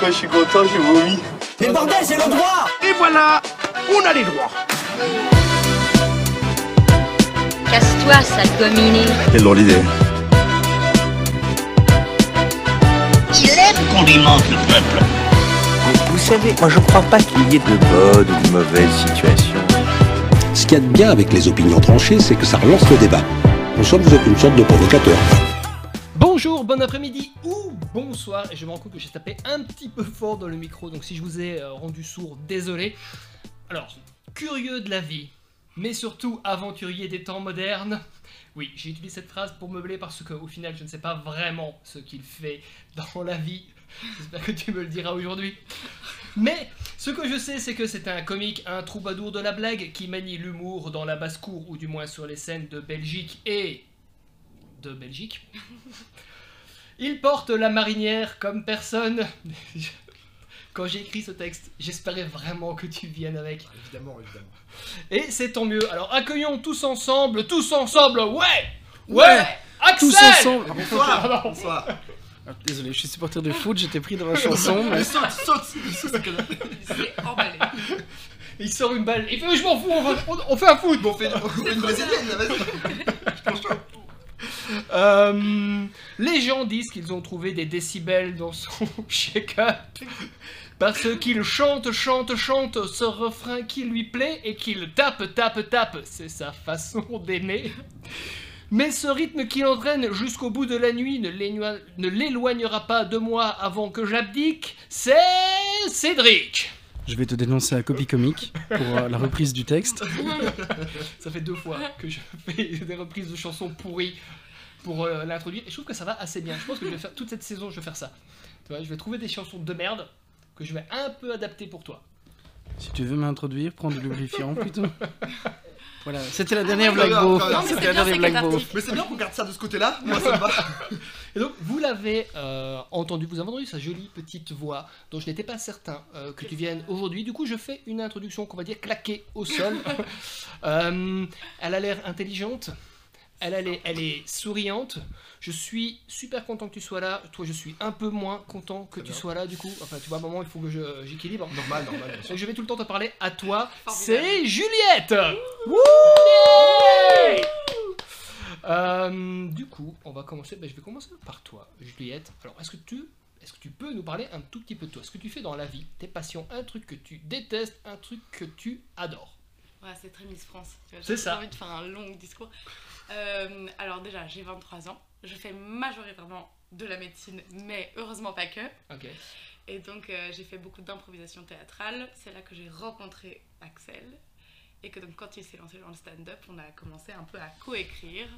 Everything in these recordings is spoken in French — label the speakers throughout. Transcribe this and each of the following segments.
Speaker 1: Quand je suis content, je vomis.
Speaker 2: Mais bordel, c'est le droit
Speaker 3: Et voilà, on a les droits.
Speaker 4: Casse-toi, sale gominé.
Speaker 1: Quelle drôle d'idée.
Speaker 5: Il aime qu'on lui manque le peuple.
Speaker 6: Vous savez, moi je crois pas qu'il y ait de bonnes ou de mauvaises situations.
Speaker 7: Ce qu'il y a de bien avec les opinions tranchées, c'est que ça relance le débat. En somme, vous êtes une sorte de provocateur.
Speaker 8: Bonjour, bon après-midi ou bonsoir. Et je me rends compte que j'ai tapé un petit peu fort dans le micro, donc si je vous ai euh, rendu sourd, désolé. Alors, curieux de la vie, mais surtout aventurier des temps modernes. Oui, j'ai utilisé cette phrase pour meubler parce qu'au final, je ne sais pas vraiment ce qu'il fait dans la vie. J'espère que tu me le diras aujourd'hui. Mais ce que je sais, c'est que c'est un comique, un troubadour de la blague qui manie l'humour dans la basse-cour ou du moins sur les scènes de Belgique et de Belgique. Il porte la marinière comme personne. Quand j'ai écrit ce texte, j'espérais vraiment que tu viennes avec.
Speaker 3: Ah, Évidemment, évidemment.
Speaker 8: Et c'est tant mieux. Alors accueillons tous ensemble, tous ensemble, ouais Ouais, Axel
Speaker 9: Tous ensemble.
Speaker 8: Ah non.
Speaker 3: Bonsoir.
Speaker 9: Ah, Désolé, je suis supporter de foot, j'étais pris dans la chanson.
Speaker 3: Mais
Speaker 9: mais-
Speaker 3: saute, saute, saute, ce canapé.
Speaker 8: Il sort une balle, il fait je m'en fous, on, va- on- on fait un foot
Speaker 3: Bon, on fait, on fait une brésilienne, là, vas-y.
Speaker 8: Euh, Les gens disent qu'ils ont trouvé des décibels dans son shake-up parce qu'il chante, chante, chante ce refrain qui lui plaît et qu'il tape, tape, tape. C'est sa façon d'aimer. Mais ce rythme qui l'entraîne jusqu'au bout de la nuit ne l'éloigne- ne l'éloignera pas de moi avant que j'abdique. C'est Cédric.
Speaker 9: Je vais te dénoncer à Copy Comic pour euh, la reprise du texte.
Speaker 8: Ça fait deux fois que je fais des reprises de chansons pourries pour euh, l'introduire. Et je trouve que ça va assez bien. Je pense que je vais faire toute cette saison, je vais faire ça. Tu vois, je vais trouver des chansons de merde que je vais un peu adapter pour toi.
Speaker 9: Si tu veux m'introduire, prends du lubrifiant plutôt. Voilà, c'était la dernière
Speaker 3: oui,
Speaker 9: blague
Speaker 3: Ah, non,
Speaker 9: beauf.
Speaker 3: non, non, mais
Speaker 9: C'était
Speaker 10: c'est
Speaker 9: la
Speaker 10: bien,
Speaker 9: dernière
Speaker 10: c'est
Speaker 9: blague beauf.
Speaker 10: cathartique.
Speaker 3: Mais c'est bien qu'on garde ça de ce côté-là, moi ça me va.
Speaker 8: Et donc, vous l'avez euh, entendu, vous avez entendu sa jolie petite voix dont je n'étais pas certain euh, que tu viennes aujourd'hui. Du coup, je fais une introduction qu'on va dire claquée au sol. Euh, elle a l'air intelligente. Elle, elle est, elle est souriante. Je suis super content que tu sois là. Toi, je suis un peu moins content que tu
Speaker 3: bien.
Speaker 8: sois là. Du coup, enfin, tu vois, à un moment, il faut que je- euh, j'équilibre.
Speaker 3: Normal, normal, bien sûr.
Speaker 8: Donc, je vais tout le temps te parler à toi.
Speaker 10: Formidable.
Speaker 8: C'est Juliette Yeah Euh, Du coup, on va commencer. ben, je vais commencer par toi, Juliette. Alors, est-ce que tu. Est-ce que tu peux nous parler un tout petit peu de toi Ce que tu fais dans la vie, tes passions, un truc que tu détestes, un truc que tu adores.
Speaker 10: Ouais, c'est très Miss France. tu vois,
Speaker 8: C'est
Speaker 10: j'ai
Speaker 8: ça.
Speaker 10: envie de faire un long discours. Euh, alors déjà, j'ai 23 ans. Je fais majoritairement de la médecine, mais heureusement pas que.
Speaker 8: Ok.
Speaker 10: Et donc, euh, j'ai fait beaucoup d'improvisation théâtrale. C'est là que j'ai rencontré Axel. Et que donc, quand il s'est lancé dans le stand-up, on a commencé un peu à coécrire.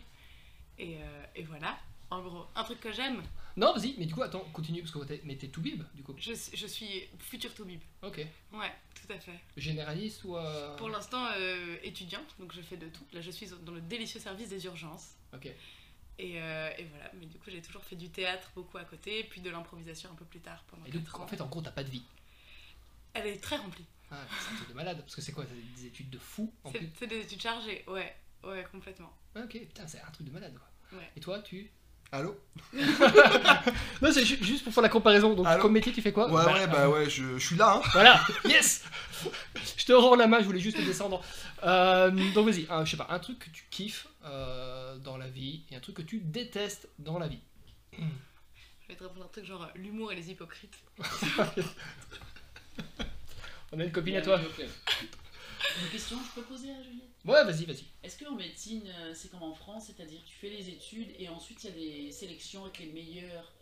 Speaker 10: Et, euh, et voilà, en gros, un truc que j'aime.
Speaker 8: Non, vas-y, mais du coup, attends, continue, parce que t'es, mais t'es tout bib, du coup.
Speaker 10: Je, je suis future toubib.
Speaker 8: Ok.
Speaker 10: Ouais, tout à fait.
Speaker 8: Généraliste ou. euh,
Speaker 10: Pour l'instant, euh, étudiante, donc je fais de tout. Là, je suis dans le délicieux service des urgences.
Speaker 8: Ok.
Speaker 10: Et, euh, et voilà, mais du coup, j'ai toujours fait du théâtre beaucoup à côté, puis de l'improvisation un peu plus tard pendant
Speaker 8: Et donc,
Speaker 10: 4 ans.
Speaker 8: en fait, en gros, t'as pas de vie.
Speaker 10: Elle est très remplie.
Speaker 8: Ah, c'est un truc de malade, parce que c'est quoi t'as Des études de fou en
Speaker 10: C'est
Speaker 8: plus
Speaker 10: c'est des études chargées, ouais, ouais, complètement.
Speaker 8: Ah, Ok, putain, c'est un truc de malade, quoi.
Speaker 10: Ouais.
Speaker 8: Et toi, tu.
Speaker 3: Allô
Speaker 8: Non, c'est ju- juste pour faire la comparaison. Donc,
Speaker 3: Allô
Speaker 8: comme métier, tu fais quoi euh,
Speaker 3: Ouais, ouais, bah ouais, je, je suis là, hein.
Speaker 8: Voilà, yes Je te rends la main, je voulais juste te descendre. Euh, donc, vas-y, un- je sais pas, un truc que tu kiffes euh, dans la vie et un truc que tu détestes dans la vie.
Speaker 10: Je vais te répondre un truc genre euh, l'humour et les hypocrites.
Speaker 8: On a une copine à toi
Speaker 11: Une question que je peux poser à Juliette
Speaker 8: Ouais, vas-y, vas-y.
Speaker 11: Est-ce qu'en médecine, euh, c'est comme en France, c'est-à-dire tu fais les études et ensuite il y a des sélections avec les meilleurs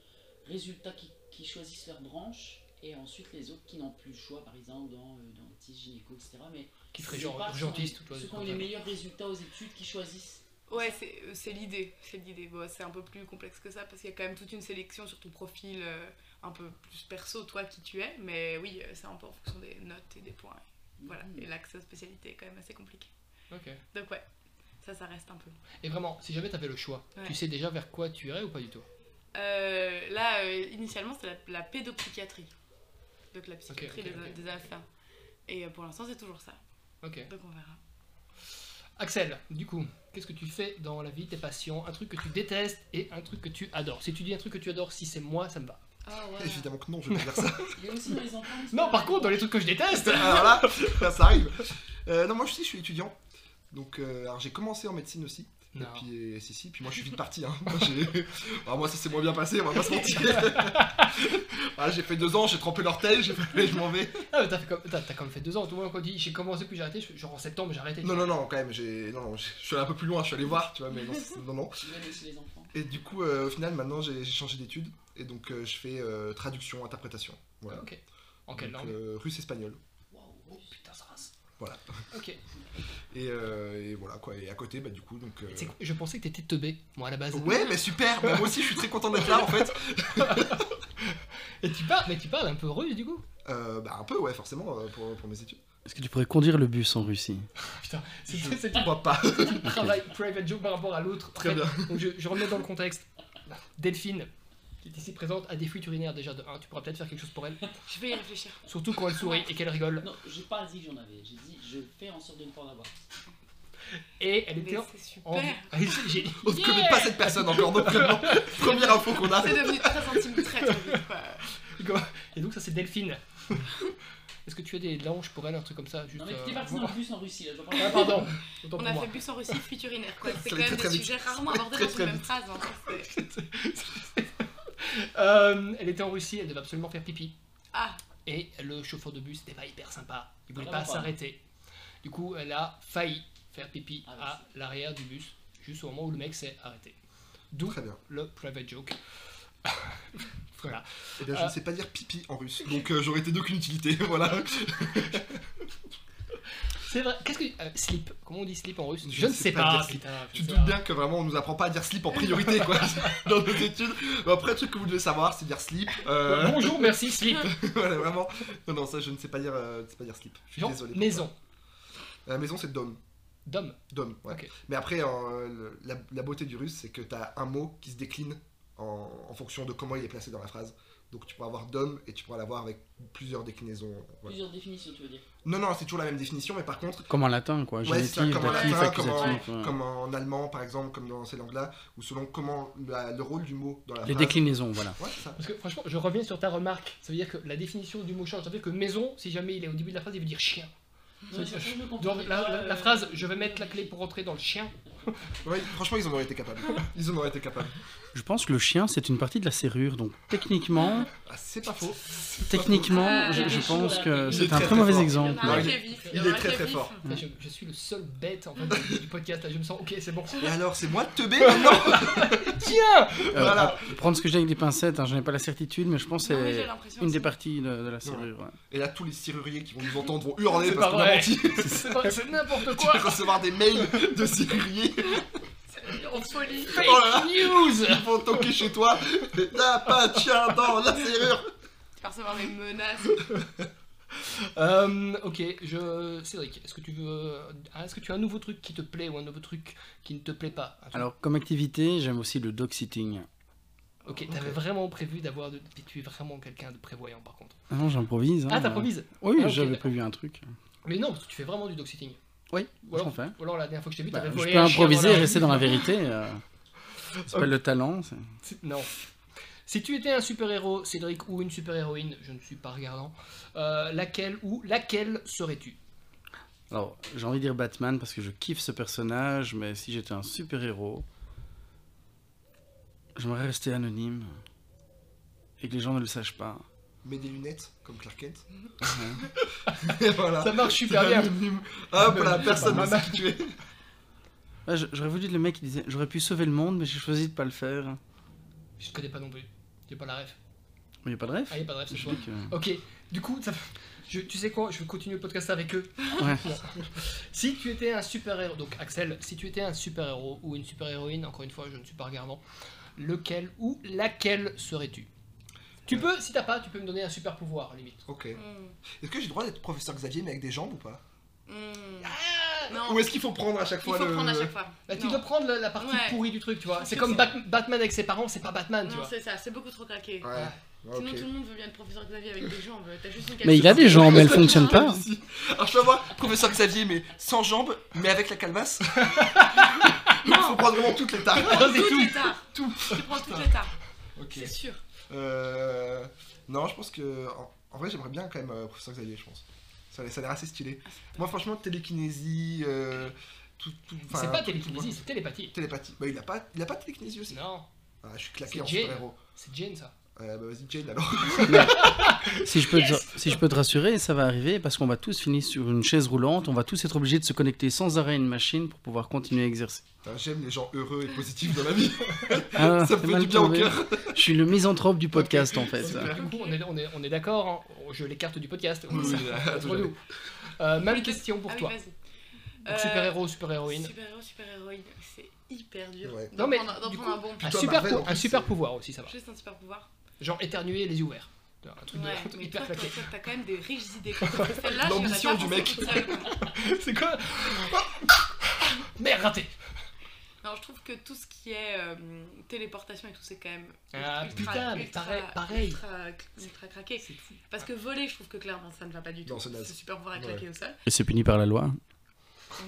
Speaker 11: résultats qui, qui choisissent leur branche et ensuite les autres qui n'ont plus le choix, par exemple dans euh, dentiste, gynéco, etc. Mais
Speaker 8: Qui ferait
Speaker 11: c'est
Speaker 8: genre
Speaker 11: pas
Speaker 8: urgentiste,
Speaker 11: ceux-
Speaker 8: toi,
Speaker 11: Ceux
Speaker 8: des
Speaker 11: qui ont
Speaker 8: trucs
Speaker 11: eu les
Speaker 8: comme ça.
Speaker 11: meilleurs résultats aux études qui choisissent.
Speaker 10: Ouais, c'est euh, c'est l'idée, c'est l'idée. Bon, c'est un peu plus complexe que ça, parce qu'il y a quand même toute une sélection sur ton profil euh, un peu plus perso, toi, qui tu es. Mais oui, euh, c'est un peu en fonction des notes et des points. Voilà,
Speaker 8: Mmh.
Speaker 11: Mhm.
Speaker 10: et l'accès aux spécialités est quand même assez compliqué.
Speaker 8: Ok.
Speaker 10: Donc ouais, ça, ça reste un peu.
Speaker 8: Et vraiment, si jamais t'avais le choix,
Speaker 10: Ouais.
Speaker 8: tu sais déjà vers quoi tu irais ou pas du tout
Speaker 10: Euh, là, euh, initialement, c'était la, la pédopsychiatrie. Donc la psychiatrie
Speaker 8: ok,
Speaker 10: des,
Speaker 8: ok.
Speaker 10: des affaires. Et euh, pour l'instant, c'est toujours ça.
Speaker 8: Ok.
Speaker 10: Donc on verra.
Speaker 8: Axel, du coup, qu'est-ce que tu fais dans la vie, tes passions, un truc que tu détestes et un truc que tu adores Si tu dis un truc que tu adores, si c'est moi, ça me va.
Speaker 11: Ah ouais.
Speaker 3: Évidemment que non, je vais pas dire ça.
Speaker 11: Il est aussi dans les enfants.
Speaker 8: Non, par contre, dans les trucs que je déteste.
Speaker 3: Alors là, là, ça arrive. Euh, non, moi aussi, je suis étudiant. Donc, euh, alors j'ai commencé en médecine aussi.
Speaker 8: Non.
Speaker 3: Et puis, euh, si, si, puis moi je suis vite parti. Hein. Moi, j'ai- alors, moi, ça s'est moins bien passé, on va pas se mentir. Voilà, j'ai fait deux ans, j'ai trempé l'orteil, j'ai fait, allez, je m'en vais.
Speaker 8: Ah, mais t'as, fait comme- t'as- t'as quand même fait deux ans. Tout le monde, quand on dit j'ai commencé puis j'ai arrêté, je- genre en septembre j'ai arrêté.
Speaker 3: Non, non, non, quand même, j'ai, non, non, je je suis allé un peu plus loin, je suis allé voir, tu vois, mais non, c'est- non, non.
Speaker 11: Il aime aussi les enfants.
Speaker 3: Et du coup, euh, au final, maintenant, j'ai j'ai changé d'études. Et donc, euh, je fais euh, traduction, interprétation. Voilà.
Speaker 8: Ah, ok. En quelle
Speaker 3: Donc,
Speaker 8: langue
Speaker 3: euh, Russe, espagnol.
Speaker 11: Waouh,
Speaker 8: Oh putain, ça rase.
Speaker 3: Voilà.
Speaker 8: Ok. Et
Speaker 3: Et, euh, et voilà, quoi. Et à côté, bah, du coup, donc. euh,
Speaker 8: tu sais quoi, je pensais que t'étais teubé, moi à la base.
Speaker 3: Ouais, mais super! bah, moi aussi, je suis très content d'être là, en fait.
Speaker 8: Et tu parles, mais tu parles un peu russe du coup.
Speaker 3: Euh, bah, un peu, ouais, forcément, euh, pour, pour mes études.
Speaker 9: Est-ce que tu pourrais conduire le bus en Russie
Speaker 8: C'est, c'est, c'est
Speaker 3: Je crois pas.
Speaker 8: ton travail private joke par rapport à l'autre. En
Speaker 3: Très
Speaker 8: fait,
Speaker 3: bien.
Speaker 8: Donc je, je remets dans le contexte. Delphine, qui est ici présente, a des fuites urinaires déjà de 1. Tu pourras peut-être faire quelque chose pour elle.
Speaker 10: Je vais y réfléchir.
Speaker 8: Surtout quand elle sourit et qu'elle rigole.
Speaker 11: Non, j'ai pas dit que j'en avais. J'ai dit, je fais en sorte de ne pas en avoir.
Speaker 8: Et elle
Speaker 10: Mais
Speaker 8: était en.
Speaker 10: c'est super.
Speaker 8: en- J'ai-
Speaker 3: On ne connaît pas cette personne encore, donc vraiment, première info qu'on a.
Speaker 10: C'est devenu très intime, très très vite, quoi.
Speaker 8: Et donc ça c'est Delphine. Est-ce que tu as des langes pour elle, un truc comme ça juste,
Speaker 11: Non, mais
Speaker 8: euh,
Speaker 11: t'es parti dans le bus en Russie là. Je vois
Speaker 8: Ah
Speaker 11: pas
Speaker 8: pardon, autant
Speaker 10: On
Speaker 8: pour
Speaker 10: a
Speaker 8: moi.
Speaker 10: fait bus en Russie, fuite urinaire, quoi. C'est quand
Speaker 3: Ça allait
Speaker 10: même
Speaker 3: très, très
Speaker 10: des
Speaker 3: vite.
Speaker 10: sujets rarement abordés
Speaker 3: Très,
Speaker 10: dans
Speaker 3: très
Speaker 10: une même
Speaker 3: vite.
Speaker 10: phrase. hein. C'est-
Speaker 8: Euh, elle était en Russie, elle devait absolument faire pipi.
Speaker 10: Ah,
Speaker 8: Et le chauffeur de bus n'était pas hyper sympa. Il voulait
Speaker 11: Ah,
Speaker 8: pas
Speaker 11: bah, bah.
Speaker 8: s'arrêter. Du coup, elle a failli faire pipi
Speaker 11: Ah,
Speaker 8: à l'arrière du bus, juste au moment où le mec s'est arrêté. D'où
Speaker 3: Très bien.
Speaker 8: le private joke. voilà.
Speaker 3: Eh bien, je ne sais pas dire pipi en russe, donc euh, j'aurais été d'aucune utilité, voilà.
Speaker 8: C'est vrai. Qu'est-ce que. euh, slip. Comment on dit slip en russe
Speaker 3: Je
Speaker 8: Je ne sais pas.
Speaker 3: dire slip.
Speaker 8: putain,
Speaker 3: Tu te
Speaker 8: putain.
Speaker 3: doutes bien que vraiment on nous apprend pas à dire slip en priorité quoi dans nos études. Mais après le truc que vous devez savoir c'est dire slip. Euh...
Speaker 8: Bonjour, merci, slip.
Speaker 3: voilà vraiment. Non non ça je ne sais pas dire euh, je sais pas dire slip. Je suis
Speaker 8: Genre,
Speaker 3: désolé. pour
Speaker 8: maison.
Speaker 3: ça. La maison c'est dom.
Speaker 8: Dom.
Speaker 3: Dom ouais.
Speaker 8: Ok.
Speaker 3: Mais après euh, le- la, la beauté du russe c'est que t'as un mot qui se décline en, en fonction de comment il est placé dans la phrase. Donc tu pourras avoir dom et tu pourras l'avoir avec plusieurs déclinaisons. voilà.
Speaker 11: plusieurs définitions, tu veux dire.
Speaker 3: Non non c'est toujours la même définition mais par contre
Speaker 9: Comme en latin, quoi.
Speaker 3: Ouais, c'est ça,
Speaker 9: Génitif,
Speaker 3: comme en
Speaker 9: datif,
Speaker 3: latin, comme en-
Speaker 9: accusatif. ouais.
Speaker 3: comme en allemand par exemple comme dans ces langues là ou selon comment la- le rôle du mot dans la
Speaker 9: Les
Speaker 3: phrase.
Speaker 9: déclinaisons, voilà.
Speaker 3: Ouais, c'est ça.
Speaker 8: Parce que franchement, je reviens sur ta remarque. Ça veut dire que la définition du mot change. Ça veut dire que maison, si jamais il est au début de la phrase, il veut dire chien.
Speaker 11: Non, mais surtout, je me comprends
Speaker 8: Genre, la,
Speaker 11: pas,
Speaker 8: la-
Speaker 11: euh,
Speaker 8: la phrase je vais mettre la clé pour rentrer dans le chien.
Speaker 3: Ouais, franchement, ils en auraient été capables. Ils en auraient été capables.
Speaker 9: Je pense que le chien, c'est une partie de la serrure, donc techniquement,
Speaker 3: Ah, c'est pas euh, faux.
Speaker 9: techniquement,
Speaker 10: Ah,
Speaker 9: je,
Speaker 10: il
Speaker 9: je
Speaker 11: est
Speaker 9: pense
Speaker 11: chaud, là.
Speaker 9: que
Speaker 11: Il est
Speaker 9: c'est
Speaker 3: très,
Speaker 9: un très
Speaker 3: très
Speaker 9: mauvais
Speaker 3: fort.
Speaker 10: Ah,
Speaker 3: Ah,
Speaker 9: exemple.
Speaker 10: il y en a un
Speaker 3: Ouais,
Speaker 10: qui
Speaker 3: il-
Speaker 10: est vif.
Speaker 3: il
Speaker 10: y en a
Speaker 3: est
Speaker 10: un
Speaker 3: très,
Speaker 10: qui
Speaker 3: très
Speaker 10: vif.
Speaker 3: fort.
Speaker 8: Là, je, je suis le seul bête en fait, du- du podcast. Là, je me sens ok, c'est bon.
Speaker 3: Et alors, c'est moi de teubé maintenant
Speaker 8: Tiens
Speaker 9: Euh,
Speaker 3: Voilà.
Speaker 9: à Prendre ce que j'ai avec des pincettes, hein, je n'ai pas la certitude, mais je pense que
Speaker 8: Ah
Speaker 10: Non, mais Ah j'ai
Speaker 9: c'est
Speaker 10: l'impression
Speaker 9: une des
Speaker 10: aussi.
Speaker 9: parties de, de la serrure. ouais.
Speaker 3: Et là, tous les serruriers qui vont nous entendre vont hurler
Speaker 8: C'est
Speaker 3: parce
Speaker 8: pas
Speaker 3: qu'on a
Speaker 8: vrai.
Speaker 3: menti.
Speaker 8: C'est pas- c'est n'importe
Speaker 3: Tu
Speaker 8: quoi
Speaker 3: vas recevoir des mails de serruriers
Speaker 10: En folie.
Speaker 8: Fake
Speaker 3: Oh là là.
Speaker 8: news
Speaker 3: qui vont toquer chez toi. N'a pas de chien dans la serrure.
Speaker 10: Tu vas recevoir des menaces.
Speaker 8: Euh, Ok, je... Cédric, est-ce que tu veux... ah, est-ce que tu as un nouveau truc qui te plaît ou un nouveau truc qui ne te plaît pas Un truc-
Speaker 9: Alors, comme activité, j'aime aussi le dog sitting.
Speaker 8: Ok, t'avais vraiment prévu d'avoir... De... Tu es vraiment quelqu'un de prévoyant par contre.
Speaker 9: Ah non, j'improvise. hein.
Speaker 8: Ah, t'improvises
Speaker 9: Oui,
Speaker 8: Ah, ok,
Speaker 9: j'avais
Speaker 8: d'accord.
Speaker 9: prévu un truc.
Speaker 8: Mais non, parce que tu fais vraiment du dog sitting.
Speaker 9: Oui,
Speaker 8: Ou alors,
Speaker 9: j'en fais.
Speaker 8: ou alors la dernière fois que je t'ai vu,
Speaker 9: Bah,
Speaker 8: t'avais
Speaker 9: je
Speaker 8: volé
Speaker 9: peux
Speaker 8: un chien
Speaker 9: improviser et
Speaker 8: la-
Speaker 9: rester dans la vérité. euh. C'est pas le talent. c'est-
Speaker 8: Si- Non. Si tu étais un super-héros, Cédric, ou une super-héroïne, je ne suis pas regardant, euh, laquelle ou laquelle serais-tu
Speaker 9: Alors, j'ai envie de dire Batman parce que je kiffe ce personnage, mais si j'étais un super-héros, j'aimerais rester anonyme et que les gens ne le sachent pas.
Speaker 3: Mets des lunettes, comme Clark Kent. Et voilà.
Speaker 8: Ça marche super bien.
Speaker 3: Hop là, personne ne sait qui tu es.
Speaker 9: Ouais, je- j'aurais voulu être le mec qui disait J'aurais pu sauver le monde, mais j'ai choisi de pas le faire.
Speaker 8: Je te connais pas non plus. J'ai pas la ref.
Speaker 9: Mais y a pas de rêve.
Speaker 8: Ah, y a pas de ref, c'est
Speaker 9: Je
Speaker 8: toi.
Speaker 9: dis que-
Speaker 8: Ok, du coup, ça... je- tu sais quoi Je vais continuer le podcast avec eux.
Speaker 9: Ouais.
Speaker 8: Si tu étais un super-héros, donc Axel, si tu étais un super-héros ou une super-héroïne, encore une fois, je ne suis pas regardant, lequel ou laquelle serais-tu Tu peux, si t'as pas, tu peux me donner un super-pouvoir, limite.
Speaker 3: Ok.
Speaker 10: Hum,
Speaker 3: Est-ce que j'ai le droit d'être professeur Xavier mais avec des jambes ou pas
Speaker 10: hum. Non,
Speaker 3: Ou Ah est-ce qu'il faut prendre à chaque
Speaker 10: il
Speaker 3: fois
Speaker 10: faut
Speaker 3: le.
Speaker 10: prendre à chaque fois.
Speaker 8: Bah, tu
Speaker 10: Non.
Speaker 8: dois prendre la, la partie
Speaker 10: Ouais.
Speaker 8: pourrie du truc, tu vois. C'est
Speaker 10: Je
Speaker 8: comme
Speaker 10: sais.
Speaker 8: Bat- Batman avec ses parents, c'est pas
Speaker 3: Ah,
Speaker 8: Batman, tu
Speaker 10: Non,
Speaker 8: vois.
Speaker 10: c'est ça, c'est beaucoup trop craqué.
Speaker 3: Ouais. ouais,
Speaker 10: Sinon,
Speaker 3: Ah. ok.
Speaker 10: tout le monde veut bien être professeur Xavier avec des jambes. T'as juste une
Speaker 9: Mais il a des jambes, mais elles fonctionnent pas.
Speaker 3: Si. Alors je peux avoir professeur Xavier mais sans jambes, mais avec la calvasse. Il faut prendre vraiment toutes les tares.
Speaker 8: Non, c'est
Speaker 10: Toutes
Speaker 8: tout.
Speaker 10: les tards. Tu prends toutes les tards.
Speaker 3: Ok.
Speaker 10: c'est sûr.
Speaker 3: Euh, non, je pense que. En, en vrai, j'aimerais bien quand même euh, Professeur Xavier, je pense. Ça, a- ça a l'air assez stylé. Moi, franchement, télékinésie. euh, tout, tout, enfin,
Speaker 8: C'est pas
Speaker 3: tout- tout-
Speaker 8: télékinésie, c'est télépathie.
Speaker 3: Télépathie. Bah, il a pas, il a pas de télékinésie aussi.
Speaker 8: Non,
Speaker 3: Ah, je suis
Speaker 8: C'est
Speaker 3: claqué en
Speaker 8: Jane.
Speaker 3: super-héros.
Speaker 8: c'est Jane ça.
Speaker 3: Euh, bah, vas-y, Jane, alors.
Speaker 9: Si je, peux te, si je peux te rassurer, ça va arriver parce qu'on va tous finir sur une chaise roulante, on va tous être obligés de se connecter sans arrêt à une machine pour pouvoir continuer à exercer.
Speaker 3: Putain, J'aime les gens heureux et positifs dans la vie.
Speaker 9: Ah,
Speaker 3: Ça me
Speaker 9: c'est
Speaker 3: fait
Speaker 9: mal
Speaker 3: du bien au
Speaker 9: tombé.
Speaker 3: cœur.
Speaker 9: Je suis le misanthrope du podcast en fait.
Speaker 3: Super.
Speaker 8: Du coup, on est, on est, on est d'accord, hein. je l'écarte du podcast. on est
Speaker 3: Oui,
Speaker 8: ça,
Speaker 3: oui, à tout
Speaker 8: entre nous. Euh, même question pour
Speaker 10: Ah oui,
Speaker 8: toi.
Speaker 10: vas-y.
Speaker 8: Donc,
Speaker 10: Euh,
Speaker 8: super-héros, super-héroïne.
Speaker 10: Super-héros, super-héroïne, c'est hyper dur.
Speaker 3: Ouais.
Speaker 10: D'en
Speaker 8: Non, mais
Speaker 10: prendre- d'en
Speaker 8: du ah,
Speaker 10: prendre un bon
Speaker 8: Un
Speaker 3: Toi,
Speaker 8: super,
Speaker 3: Marvel,
Speaker 8: pou-
Speaker 3: en
Speaker 8: un
Speaker 3: plus,
Speaker 8: super
Speaker 3: c'est-
Speaker 8: pouvoir aussi, ça va.
Speaker 10: Juste un super pouvoir.
Speaker 8: Genre éternuer les yeux ouverts. Un truc de-
Speaker 10: Ouais,
Speaker 8: un truc
Speaker 10: mais
Speaker 8: hyper
Speaker 10: toi, toi,
Speaker 8: claqué.
Speaker 10: toi, t'as quand même des riches idées. Celle-là, j'aurais
Speaker 3: L'ambition
Speaker 10: pas
Speaker 3: du
Speaker 10: pensé
Speaker 3: mec.
Speaker 10: toute seule, quoi.
Speaker 8: C'est quoi Merde, raté
Speaker 10: Non, je trouve que tout ce qui est euh, téléportation et tout, c'est quand même.
Speaker 8: Ah,
Speaker 10: ultra-
Speaker 8: putain, mais
Speaker 10: ultra-
Speaker 8: pareil- pareil.
Speaker 10: Ultra, ultra craqué. Parce que voler, je trouve que clairement, ça ne va pas du tout.
Speaker 3: Non, c'est naze.
Speaker 10: super pouvoir à
Speaker 3: Ouais.
Speaker 10: claquer au sol.
Speaker 9: Et c'est puni par la loi.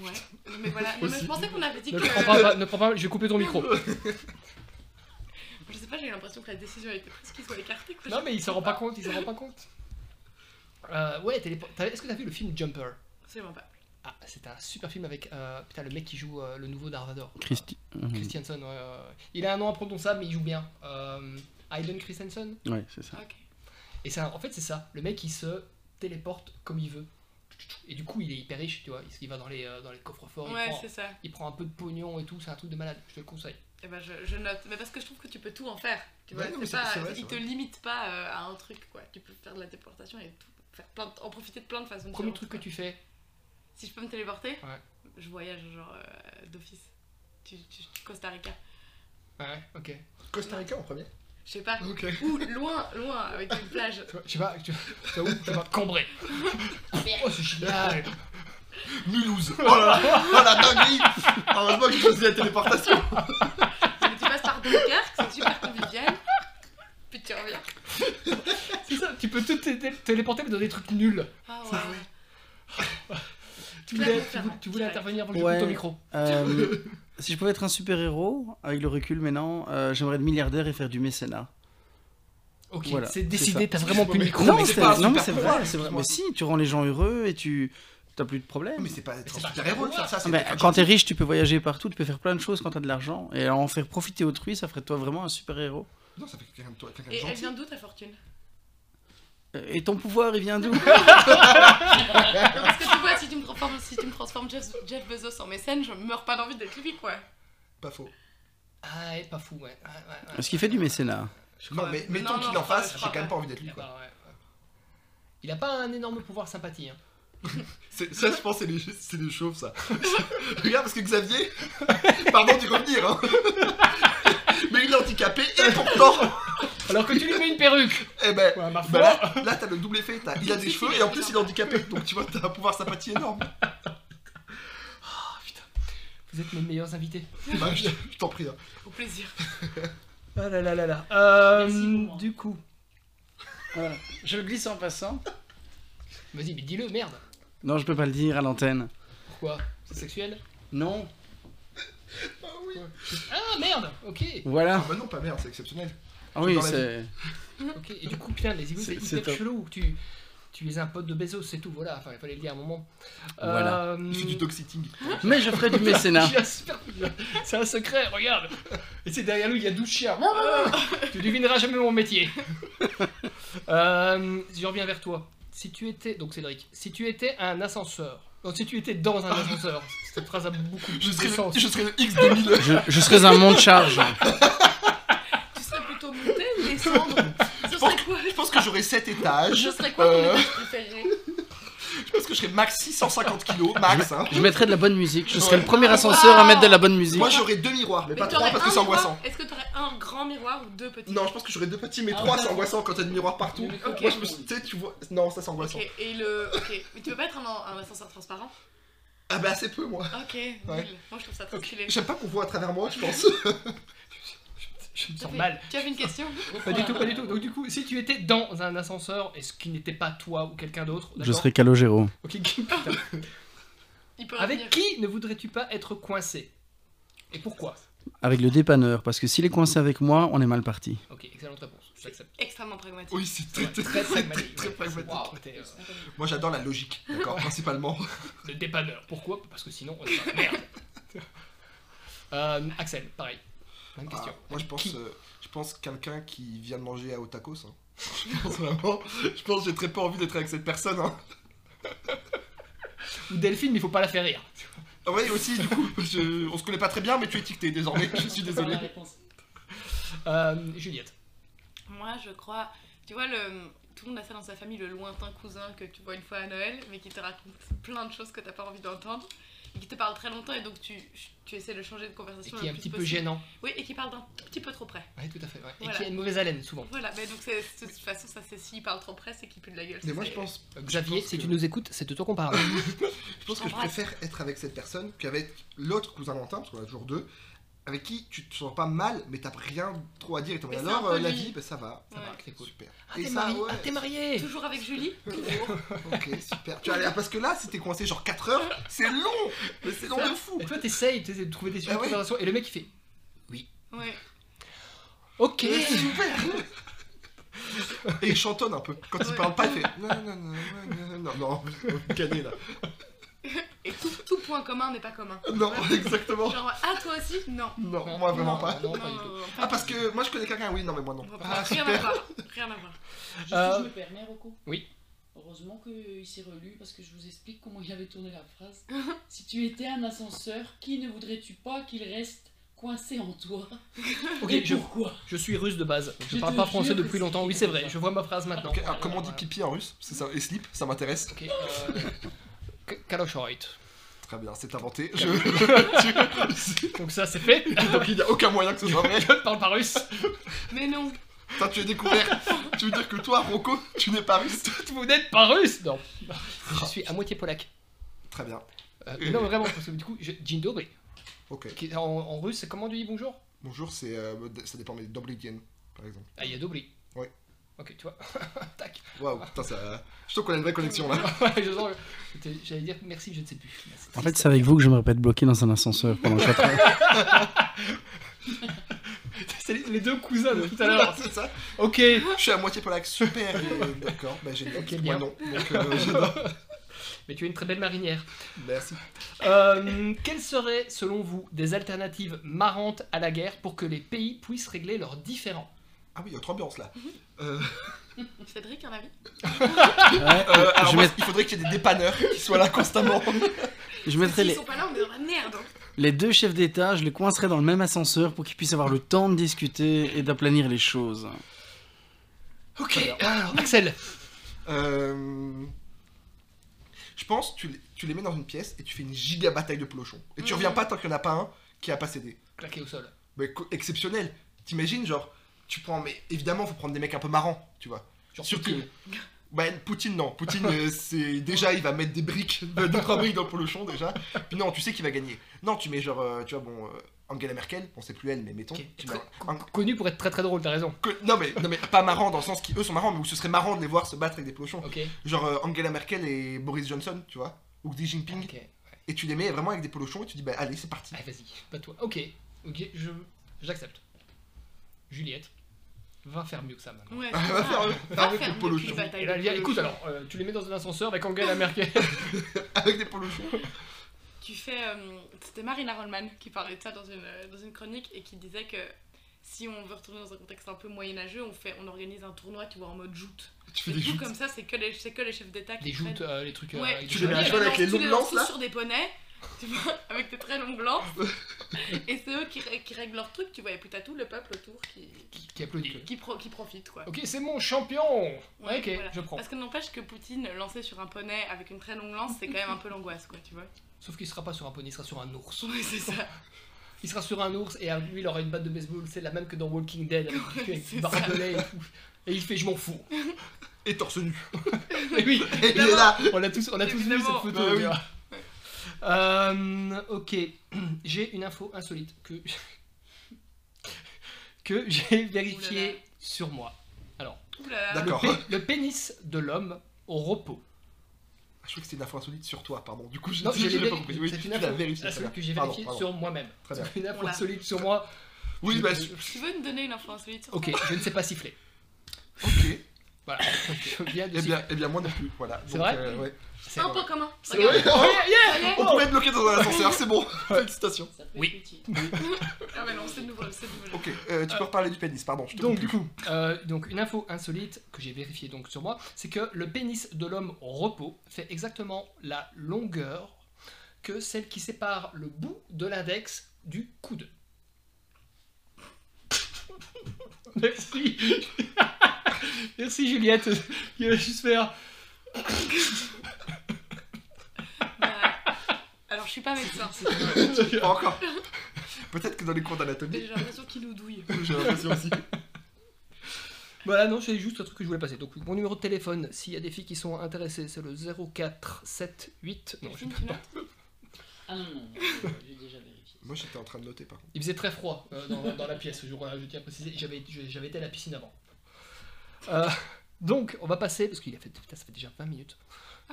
Speaker 10: Ouais. Non, mais voilà. Non, mais je pensais qu'on avait dit
Speaker 8: ne
Speaker 10: que.
Speaker 8: prends, pas, ne prends pas, je vais couper ton micro.
Speaker 10: Je sais pas, j'ai eu l'impression que la décision était presque qu'ils soient écartés. quoi.
Speaker 8: Non mais il s'en rend pas compte, il s'en rend pas compte. Euh, ouais, télépo- t'as- est-ce que t'as vu le film Jumper
Speaker 10: Absolument pas.
Speaker 8: Ah, c'est un super film avec euh, putain, le mec qui joue euh, le nouveau Darvador.
Speaker 9: Christi...
Speaker 8: Euh, Christiansen, ouais, ouais, ouais. Il a un nom imprononçable mais il joue bien. Euh, Hayden Christensen
Speaker 9: Ouais, c'est ça.
Speaker 10: Ok.
Speaker 8: Et c'est un- en fait, c'est ça. Le mec, il se téléporte comme il veut. Et du coup, il est hyper riche, tu vois. Il- Il va dans les, euh, dans les coffres forts.
Speaker 10: Ouais,
Speaker 8: il, prend,
Speaker 10: c'est ça.
Speaker 8: il prend un peu de pognon et tout. C'est un truc de malade. Je te le conseille.
Speaker 10: Eh ben, je, je note. Mais parce que je trouve que tu peux tout en faire. Tu vois,
Speaker 3: Ouais, non, mais
Speaker 10: c'est
Speaker 3: c'est-
Speaker 10: pas,
Speaker 3: c'est vrai,
Speaker 10: il
Speaker 3: c'est
Speaker 10: te
Speaker 3: vrai.
Speaker 10: limite pas euh, à un truc, quoi. Tu peux faire de la téléportation et tout. Faire plein de- en profiter de plein de façons
Speaker 8: Premier
Speaker 10: différentes,
Speaker 8: truc que
Speaker 10: quoi.
Speaker 8: tu fais,
Speaker 10: Si je peux me téléporter,
Speaker 8: Ouais.
Speaker 10: je voyage, genre, euh, d'office. Tu, tu- tu- Costa Rica.
Speaker 8: ouais, ok.
Speaker 3: Costa Rica en premier.
Speaker 10: Je sais pas.
Speaker 3: Ok.
Speaker 10: Ou loin, loin, avec une plage.
Speaker 8: Tu vois, je sais pas, tu tu vois où Tu vas Cambrai. oh, c'est génial
Speaker 3: Mulhouse. Oh là là. Oh la dinguerie. Heureusement que j'ai choisi la téléportation.
Speaker 10: Mais tu passes par Dunkerque, c'est super convivial. Puis tu reviens.
Speaker 8: C'est ça, tu peux te té- téléporter, mais dans des trucs nuls.
Speaker 10: Ah ouais.
Speaker 8: Tu voulais, tu
Speaker 10: Clermont-Ferrand,
Speaker 8: voulais, tu voulais
Speaker 10: direct.
Speaker 8: intervenir avant que je
Speaker 9: Ouais.
Speaker 8: coupe ton micro.
Speaker 9: Euh, si je pouvais être un super-héros, avec le recul maintenant, euh, j'aimerais être milliardaire et faire du mécénat.
Speaker 8: Ok,
Speaker 9: Voilà,
Speaker 8: c'est
Speaker 9: c'est
Speaker 8: décidé,
Speaker 9: ça.
Speaker 8: t'as vraiment plus le micro.
Speaker 9: Non,
Speaker 8: mec.
Speaker 9: c'est
Speaker 3: pas un
Speaker 9: non, mais
Speaker 3: super
Speaker 9: c'est
Speaker 3: pouvoir,
Speaker 9: vrai, c'est vrai.
Speaker 3: excuse-moi.
Speaker 9: Mais si, tu rends les gens heureux et tu t'as plus de problème.
Speaker 3: Mais c'est pas être un
Speaker 8: c'est pas
Speaker 3: super héros de faire ça. c'est
Speaker 9: Ben,
Speaker 3: être un
Speaker 9: quand t'es riche, tu peux voyager partout, tu peux faire plein de choses quand t'as de l'argent. Et en faire profiter autrui, ça ferait de toi vraiment un super-héros.
Speaker 3: gentil. Non, ça fait quelqu'un de toi, quelqu'un de
Speaker 10: Et elle
Speaker 3: gentil.
Speaker 10: vient d'où ta fortune
Speaker 9: Euh, Et ton pouvoir, il vient d'où
Speaker 10: Parce que tu vois, si tu me transformes, si tu me transformes Jeff, Jeff Bezos en mécène, je meurs pas d'envie d'être lui, quoi.
Speaker 3: Pas faux.
Speaker 8: Ah, ouais, pas fou, ouais. Ouais, ouais, ouais.
Speaker 9: Parce qu'il fait du mécénat.
Speaker 10: Je
Speaker 3: Non,
Speaker 10: crois.
Speaker 3: mais mettons
Speaker 10: non,
Speaker 3: qu'il
Speaker 10: je
Speaker 3: en
Speaker 10: crois pas,
Speaker 3: fasse,
Speaker 10: je
Speaker 3: j'ai
Speaker 10: crois
Speaker 3: quand même
Speaker 10: pas.
Speaker 3: pas envie d'être
Speaker 8: Il
Speaker 3: lui.
Speaker 8: a
Speaker 3: quoi.
Speaker 8: pas- ouais, ouais. Il a pas un énorme pouvoir sympathie. Hein.
Speaker 3: C'est- Ça, je pense, c'est les, c'est les chauves, ça. Regarde, parce que Xavier, pardon d'y revenir, hein. mais il est handicapé et pourtant,
Speaker 8: Alors que tu lui mets une perruque
Speaker 3: eh ben,
Speaker 8: Ouais, ma foi.
Speaker 3: bah là, là, t'as le double effet. t'as- il a des cheveux et en plus, il est handicapé. Donc, tu vois, t'as un pouvoir sympathie énorme.
Speaker 8: Vous êtes mes meilleurs invités.
Speaker 3: Bah, je, je t'en prie. hein.
Speaker 10: Au plaisir.
Speaker 8: Ah là là là là. Euh,
Speaker 11: Merci pour moi.
Speaker 8: du coup.
Speaker 9: Voilà. Je le glisse en passant.
Speaker 8: Vas-y, mais dis-le, merde.
Speaker 9: Non, je peux pas le dire à l'antenne.
Speaker 8: Pourquoi C'est sexuel
Speaker 9: Non.
Speaker 8: Ah merde Ok
Speaker 9: Voilà.
Speaker 3: Ah, bah non, pas merde, c'est exceptionnel.
Speaker 9: Ah oui,
Speaker 3: dans la
Speaker 9: c'est.
Speaker 8: Ok, et du coup, putain, les éboues, c'est
Speaker 9: C'est- c'est
Speaker 8: hyper
Speaker 9: top.
Speaker 8: chelou. Tu, tu es un pote de Bezos, c'est tout, voilà. Enfin, il fallait le dire à un moment.
Speaker 9: Voilà.
Speaker 8: Euh,
Speaker 3: Il fait du toxiting.
Speaker 9: Mais je ferai du mécénat.
Speaker 8: J'ai un super- C'est un secret, regarde. Et c'est derrière lui, il y a 12 chiens.
Speaker 3: Ah.
Speaker 8: tu devineras jamais mon métier. euh, je reviens vers toi. Si tu étais, donc Cédric, si tu étais un ascenseur, non, si tu étais dans un ascenseur, cette phrase a beaucoup
Speaker 3: Ah. Je
Speaker 8: plus de
Speaker 3: serais,
Speaker 8: sens.
Speaker 3: le, je serais le X2000.
Speaker 9: Je, je serais un monde charge.
Speaker 10: Tu serais plutôt monter ou descendre Ce serait quoi
Speaker 3: Je pense que j'aurais 7 étages.
Speaker 10: Ce serait quoi ton
Speaker 3: Euh,
Speaker 10: étage préféré
Speaker 3: Je pense que je serais max 650 kilos, max. Hein.
Speaker 9: Je mettrais de la bonne musique. Je serais le premier ascenseur à mettre de la bonne musique.
Speaker 3: Moi, j'aurais deux miroirs, mais,
Speaker 10: Mais
Speaker 3: pas
Speaker 10: t'aurais
Speaker 3: trois parce que
Speaker 10: un
Speaker 3: c'est
Speaker 10: miroir
Speaker 3: angoissant.
Speaker 10: Est-ce que tu aurais un grand miroir ou deux petits
Speaker 3: Non, je pense que j'aurais deux petits, mais
Speaker 11: Ah,
Speaker 3: trois,
Speaker 11: ouais.
Speaker 3: c'est angoissant quand t'as des miroirs partout.
Speaker 11: Le micro
Speaker 10: Ok.
Speaker 3: Moi, je me suis. Tu sais, tu vois. Non, ça, c'est angoissant.
Speaker 10: Ok, et le. Ok, mais tu peux pas être un, un ascenseur transparent
Speaker 3: Ah, bah, assez peu, moi.
Speaker 10: Ok, nul. Moi je trouve ça très stylé.
Speaker 3: J'aime pas qu'on voit à travers moi, je pense.
Speaker 8: Je me
Speaker 10: Tu
Speaker 8: sens
Speaker 10: avais-
Speaker 8: mal.
Speaker 10: Tu avais une question
Speaker 8: Pas du tout, pas du tout. Donc du coup, si tu étais dans un ascenseur et ce qui n'était pas toi ou quelqu'un d'autre,
Speaker 9: Je
Speaker 8: d'accord
Speaker 9: serais Calogero.
Speaker 8: Ok, qui- putain.
Speaker 10: Il peut
Speaker 8: Avec
Speaker 10: revenir.
Speaker 8: qui ne voudrais-tu pas être coincé Et pourquoi
Speaker 9: Avec le dépanneur, parce que s'il est coincé avec moi, on est mal parti.
Speaker 8: Ok, excellente réponse. J'accepte.
Speaker 10: Extrêmement pragmatique.
Speaker 3: Oui, c'est très, très, très, très, très, très pragmatique.
Speaker 8: Waouh, t'es, euh,
Speaker 3: Moi, j'adore la logique, d'accord, principalement.
Speaker 8: le dépanneur. Pourquoi Parce que sinon, on est dans la merde. Euh, Axel, pareil. Même
Speaker 3: Ah,
Speaker 8: question.
Speaker 3: moi, je pense,
Speaker 8: Qui
Speaker 3: euh, je pense quelqu'un qui vient de manger à Otakos. hein. Je pense vraiment, je pense que j'ai très peu envie d'être avec cette personne. Hein.
Speaker 8: Ou Delphine, mais il faut pas la faire rire.
Speaker 3: Ah Ouais, aussi, du coup, je- on se connaît pas très bien, mais tu es étiqueté désormais, je suis désolé.
Speaker 11: la réponse.
Speaker 8: Euh, Juliette.
Speaker 10: Moi, je crois. Tu vois, le... tout le monde a ça dans sa famille, le lointain cousin que tu vois une fois à Noël, mais qui te raconte plein de choses que t'as pas envie d'entendre, et qui te parle très longtemps, et donc tu, tu essaies de changer de
Speaker 8: Et
Speaker 10: conversation
Speaker 8: qui est
Speaker 10: le
Speaker 8: un
Speaker 10: plus
Speaker 8: petit peu
Speaker 10: possible.
Speaker 8: gênant.
Speaker 10: Oui, et qui parle d'un tout petit peu trop près.
Speaker 8: Ouais, tout à fait. ouais. Et
Speaker 10: Voilà.
Speaker 8: qui a une mauvaise haleine, souvent.
Speaker 10: Voilà, mais donc c'est- de toute façon, ça c'est s'il parle trop près, c'est qu'il pue de la gueule.
Speaker 3: Mais moi,
Speaker 10: c'est-
Speaker 3: je pense,
Speaker 8: Euh, Xavier,
Speaker 3: pense
Speaker 8: si
Speaker 3: que-
Speaker 8: tu nous écoutes, c'est de Ah, toi qu'on parle.
Speaker 3: je pense que je
Speaker 10: t'embrasse.
Speaker 3: préfère être avec cette personne qu'avec l'autre cousin lointain, parce qu'on a toujours deux, avec qui tu te sens pas mal, mais t'as rien trop à dire. Et t'es en
Speaker 10: Mais
Speaker 3: mode,
Speaker 10: c'est un
Speaker 3: alors,
Speaker 10: peu
Speaker 3: euh, la
Speaker 10: lui.
Speaker 3: vie, bah, ça va,
Speaker 8: Ça va,
Speaker 10: Ouais.
Speaker 8: c'est cool.
Speaker 3: super.
Speaker 8: Ah, t'es marié.
Speaker 3: ouais,
Speaker 8: Ah, t'es marié.
Speaker 10: Toujours avec Julie
Speaker 3: Ok, super. Tu vois, là, parce que là, si t'es coincé genre 4 heures, c'est long Mais c'est long de fou
Speaker 8: Et toi, t'essayes t'essayes de trouver des sujets
Speaker 3: Ah
Speaker 8: de
Speaker 3: ouais.
Speaker 8: conversation. Et le mec, il fait
Speaker 10: Ouais.
Speaker 8: Ok.
Speaker 3: Mais c'est super Et il chantonne un peu. Quand il
Speaker 10: Ouais.
Speaker 3: parle pas, il fait non, non, non, non, non, non, non, canet là.
Speaker 10: Et tout, tout point commun n'est pas commun.
Speaker 3: Non, exactement.
Speaker 10: Genre, ah toi aussi Non.
Speaker 3: Non, moi vraiment
Speaker 8: Non,
Speaker 3: Oh. pas.
Speaker 8: non, pas du tout.
Speaker 3: Ah, parce que moi je connais quelqu'un, oui, non, mais moi non.
Speaker 10: On va pas-
Speaker 8: Ah,
Speaker 10: rien à voir, rien à voir.
Speaker 11: Juste,
Speaker 8: Euh,
Speaker 11: si je me permets, Rocco
Speaker 8: oui.
Speaker 11: Heureusement qu'il s'est relu parce que je vous explique comment il avait tourné la phrase. si tu étais un ascenseur, qui ne voudrais-tu pas qu'il reste coincé en toi
Speaker 8: Ok,
Speaker 11: Et
Speaker 8: je,
Speaker 11: pourquoi
Speaker 8: je suis russe de base. Je
Speaker 11: Je
Speaker 8: parle
Speaker 11: te
Speaker 8: pas français
Speaker 11: jure que
Speaker 8: depuis
Speaker 11: c'est
Speaker 8: longtemps. Oui,
Speaker 11: écrit
Speaker 8: c'est
Speaker 11: comme
Speaker 8: vrai.
Speaker 11: ça.
Speaker 8: Je vois ma phrase maintenant.
Speaker 3: Ok, alors comment on dit
Speaker 8: Voilà.
Speaker 3: pipi en russe C'est ça, Et slip, ça m'intéresse.
Speaker 8: Ok. euh, Kaloshoit.
Speaker 3: Très bien, c'est inventé. Je...
Speaker 8: Donc ça, c'est fait.
Speaker 3: Donc il n'y a aucun moyen que ce soit vrai.
Speaker 8: Je ne parle pas russe.
Speaker 10: Mais non,
Speaker 3: Toi, tu es découvert. Tu veux dire que toi, Rocco, tu n'es pas russe
Speaker 8: Vous n'êtes pas russe. Non. Je suis à moitié polac.
Speaker 3: Très bien.
Speaker 8: Euh, mais non, vraiment, parce que du coup, je... Dzień dobry.
Speaker 3: Ok.
Speaker 8: Qui- En, en russe, c'est comment tu dis bonjour
Speaker 3: Bonjour, c'est euh, ça dépend mais Dobrigien par exemple.
Speaker 8: Ah, il y a dobry.
Speaker 3: Oui.
Speaker 8: Ok, tu vois. Tac.
Speaker 3: Waouh, putain ça je trouve qu'on a une vraie connexion là.
Speaker 8: Je sens que- c'était- J'allais dire merci, je ne sais plus. Mais c'est
Speaker 9: En fait,
Speaker 8: triste.
Speaker 9: c'est avec vous que je me répète bloqué dans un ascenseur pendant 4 heures.
Speaker 8: c'est les- les deux cousins de tout à l'heure.
Speaker 3: c'est ça.
Speaker 8: Ok.
Speaker 3: Je suis à moitié polac, super. euh, D'accord, bah j'ai
Speaker 8: Ok,
Speaker 3: moi
Speaker 8: bien.
Speaker 3: non. Donc euh, j'adore.
Speaker 8: Mais tu es une très belle marinière.
Speaker 3: Merci.
Speaker 8: Euh, quelles seraient, selon vous, des alternatives marrantes à la guerre pour que les pays puissent régler leurs différends
Speaker 3: Ah oui, il y a autre ambiance là. Euh,
Speaker 10: Cédric, un avis
Speaker 3: euh, alors
Speaker 9: je,
Speaker 3: moi,
Speaker 9: mets-
Speaker 3: il faudrait qu'il y ait des dépanneurs qui soient là constamment.
Speaker 9: je
Speaker 10: Parce que
Speaker 9: mettrai
Speaker 10: S'ils
Speaker 9: les,
Speaker 10: sont pas là, on est dans la merde. hein.
Speaker 9: les deux chefs d'État, je les coincerai dans le même ascenseur pour qu'ils puissent avoir le temps de discuter et d'aplanir les choses.
Speaker 8: Ok, alors Axel,
Speaker 3: Euh, je pense tu les, tu les mets dans une pièce et tu fais une giga bataille de plochons. Et
Speaker 8: Mhm.
Speaker 3: tu reviens pas tant qu'il n'y en a pas un qui a pas cédé.
Speaker 8: claqué au sol.
Speaker 3: Mais co- exceptionnel. T'imagines genre tu prends mais évidemment faut prendre des mecs un peu marrants, tu vois.
Speaker 8: Genre
Speaker 3: Surtout-
Speaker 8: Poutine.
Speaker 3: Bah, Poutine, non. Poutine, euh, c'est. Déjà, il va mettre des briques, euh, deux, trois briques dans le polochon, déjà. Puis non, tu sais qu'il va gagner. Non, tu mets genre, euh, tu vois, bon, euh, Angela Merkel, on sait plus elle, mais mettons.
Speaker 8: Ok,
Speaker 3: tu
Speaker 8: très-
Speaker 3: mets un- un-
Speaker 8: Connu pour être très très drôle, t'as raison.
Speaker 3: que- non, mais, non, mais pas marrant dans le sens qui, eux, sont marrants, mais où ce serait marrant de les voir se battre avec des polochons.
Speaker 8: Ok.
Speaker 3: Genre euh, Angela Merkel et Boris Johnson, tu vois. Ou Xi Jinping.
Speaker 8: Ok.
Speaker 3: Et tu les mets vraiment avec des polochons et tu dis, bah, allez, c'est parti.
Speaker 8: Allez, vas-y, bats-toi. Ok, ok, je j'accepte. Juliette, va faire mieux que ça maintenant.
Speaker 10: Ouais,
Speaker 3: On va faire, euh,
Speaker 10: va faire
Speaker 3: avec des
Speaker 10: mieux qu'une
Speaker 3: polochons.
Speaker 10: bataille
Speaker 8: Et là,
Speaker 10: de
Speaker 8: elle dit,
Speaker 10: polochons.
Speaker 8: écoute alors, euh, tu les mets dans un ascenseur avec Angela Merkel.
Speaker 3: Avec des polochons.
Speaker 10: Tu fais. euh, C'était Marina Rollman qui parlait de ça dans une, euh, dans une chronique et qui disait que si on veut retourner dans un contexte un peu moyenâgeux, on, fait, on organise un tournoi, tu vois, en mode joute.
Speaker 3: Tu fais
Speaker 10: Et
Speaker 3: des
Speaker 10: du coup,
Speaker 3: joutes.
Speaker 10: comme ça, c'est que, les- c'est que les chefs d'État qui.
Speaker 8: les
Speaker 10: prennent-
Speaker 8: joutes, euh, les trucs. euh,
Speaker 10: Ouais,
Speaker 8: avec
Speaker 3: tu
Speaker 8: des
Speaker 3: les mets à
Speaker 8: chevaliers.
Speaker 3: cheval avec les
Speaker 10: tu
Speaker 3: longues
Speaker 10: lances
Speaker 3: lances, là.
Speaker 10: sur des poneys, tu vois, avec tes très longues lances. et c'est eux qui, ré- qui règlent leur truc, tu vois. Et puis t'as tout le peuple autour qui,
Speaker 8: qui, qui applaudit.
Speaker 10: qui, pro- qui profite, quoi.
Speaker 8: Ok, c'est mon champion.
Speaker 10: Ouais,
Speaker 8: ok,
Speaker 10: voilà.
Speaker 8: je prends.
Speaker 10: Parce que n'empêche que Poutine lancé sur un poney avec une très longue lance, c'est quand même un peu l'angoisse, quoi, tu vois.
Speaker 8: Sauf qu'il sera pas sur un poney, il sera sur un ours.
Speaker 10: Ouais, c'est ça.
Speaker 8: Il sera sur un ours et à lui il aura une batte de baseball, c'est la même que dans Walking Dead avec du- avec du
Speaker 10: c'est ça.
Speaker 8: barbelé et tout. Et il fait je m'en fous.
Speaker 3: Et torse nu.
Speaker 8: Et oui,
Speaker 3: Et il est là.
Speaker 8: on a tous, on a tous vu cette
Speaker 10: Évidemment.
Speaker 8: photo.
Speaker 3: Bah
Speaker 8: tu
Speaker 3: oui.
Speaker 8: vois. Euh, ok, j'ai une info insolite que que j'ai
Speaker 10: Ouh là
Speaker 8: vérifiée sur moi.
Speaker 10: Ouh là là.
Speaker 3: D'accord.
Speaker 8: Le, pé- le pénis de l'homme au repos
Speaker 3: Ah, Je crois que c'était une info insolite sur toi, pardon. Du coup, je
Speaker 8: Non, j'ai
Speaker 3: je l'ai
Speaker 8: les
Speaker 3: pas compris. Oui,
Speaker 8: C'est
Speaker 3: tu
Speaker 8: une
Speaker 3: l'as
Speaker 8: info
Speaker 3: vérifié. très
Speaker 8: insolite
Speaker 3: bien.
Speaker 8: que j'ai
Speaker 3: Pardon,
Speaker 8: vérifiée
Speaker 3: pardon.
Speaker 8: sur moi-même.
Speaker 3: Très bien.
Speaker 8: C'est Une info
Speaker 10: Voilà.
Speaker 8: insolite sur moi.
Speaker 3: Oui,
Speaker 8: je-
Speaker 3: bah,
Speaker 8: je-
Speaker 10: Tu veux nous donner une info insolite sur
Speaker 8: Ok, je ne sais pas siffler.
Speaker 3: ok.
Speaker 8: Voilà. Je viens de
Speaker 3: Eh
Speaker 8: siffler.
Speaker 3: bien, eh bien, moi non plus. Voilà.
Speaker 8: C'est
Speaker 3: Donc,
Speaker 8: vrai
Speaker 3: euh, ouais.
Speaker 8: C'est
Speaker 10: toi Un pot commun.
Speaker 3: C'est
Speaker 10: Regarde.
Speaker 3: vrai
Speaker 8: Oh, yeah, yeah
Speaker 10: Allez.
Speaker 3: On pouvait être bloqué dans un ascenseur, c'est bon. Félicitations.
Speaker 11: Ça peut
Speaker 8: Oui.
Speaker 11: être utile.
Speaker 10: Ah bah non, c'est nouveau, c'est nouveau.
Speaker 3: Ok, euh, tu peux reparler du pénis, pardon. Je te
Speaker 8: Donc
Speaker 3: coupe.
Speaker 8: du coup, euh, donc une info insolite que j'ai vérifiée donc sur moi, c'est que le pénis de l'homme au repos fait exactement la longueur que celle qui sépare le bout de l'index du coude. Merci. Merci Juliette. Il va juste faire.
Speaker 10: Bah, alors je suis pas médecin.
Speaker 3: Pas
Speaker 8: euh,
Speaker 3: encore. Peut-être que dans les cours
Speaker 10: Mais
Speaker 3: d'anatomie,
Speaker 10: J'ai l'impression qu'il nous douille.
Speaker 8: Euh,
Speaker 3: j'ai l'impression aussi.
Speaker 8: Voilà, non, c'est juste un truc que je voulais passer. Donc mon numéro de téléphone, s'il y a des filles qui sont intéressées, c'est le 0478. Non, je-
Speaker 10: Delphine, tu notes
Speaker 11: Ah non, non, euh, j'ai déjà vérifié.
Speaker 3: Moi j'étais en train de noter par contre.
Speaker 8: Il faisait très froid euh, dans, dans la pièce ce jour-là, je tiens à préciser. J'avais, je- j'avais été à la piscine avant. Euh, donc, on va passer, parce qu'il a fait, putain, ça fait déjà 20 minutes.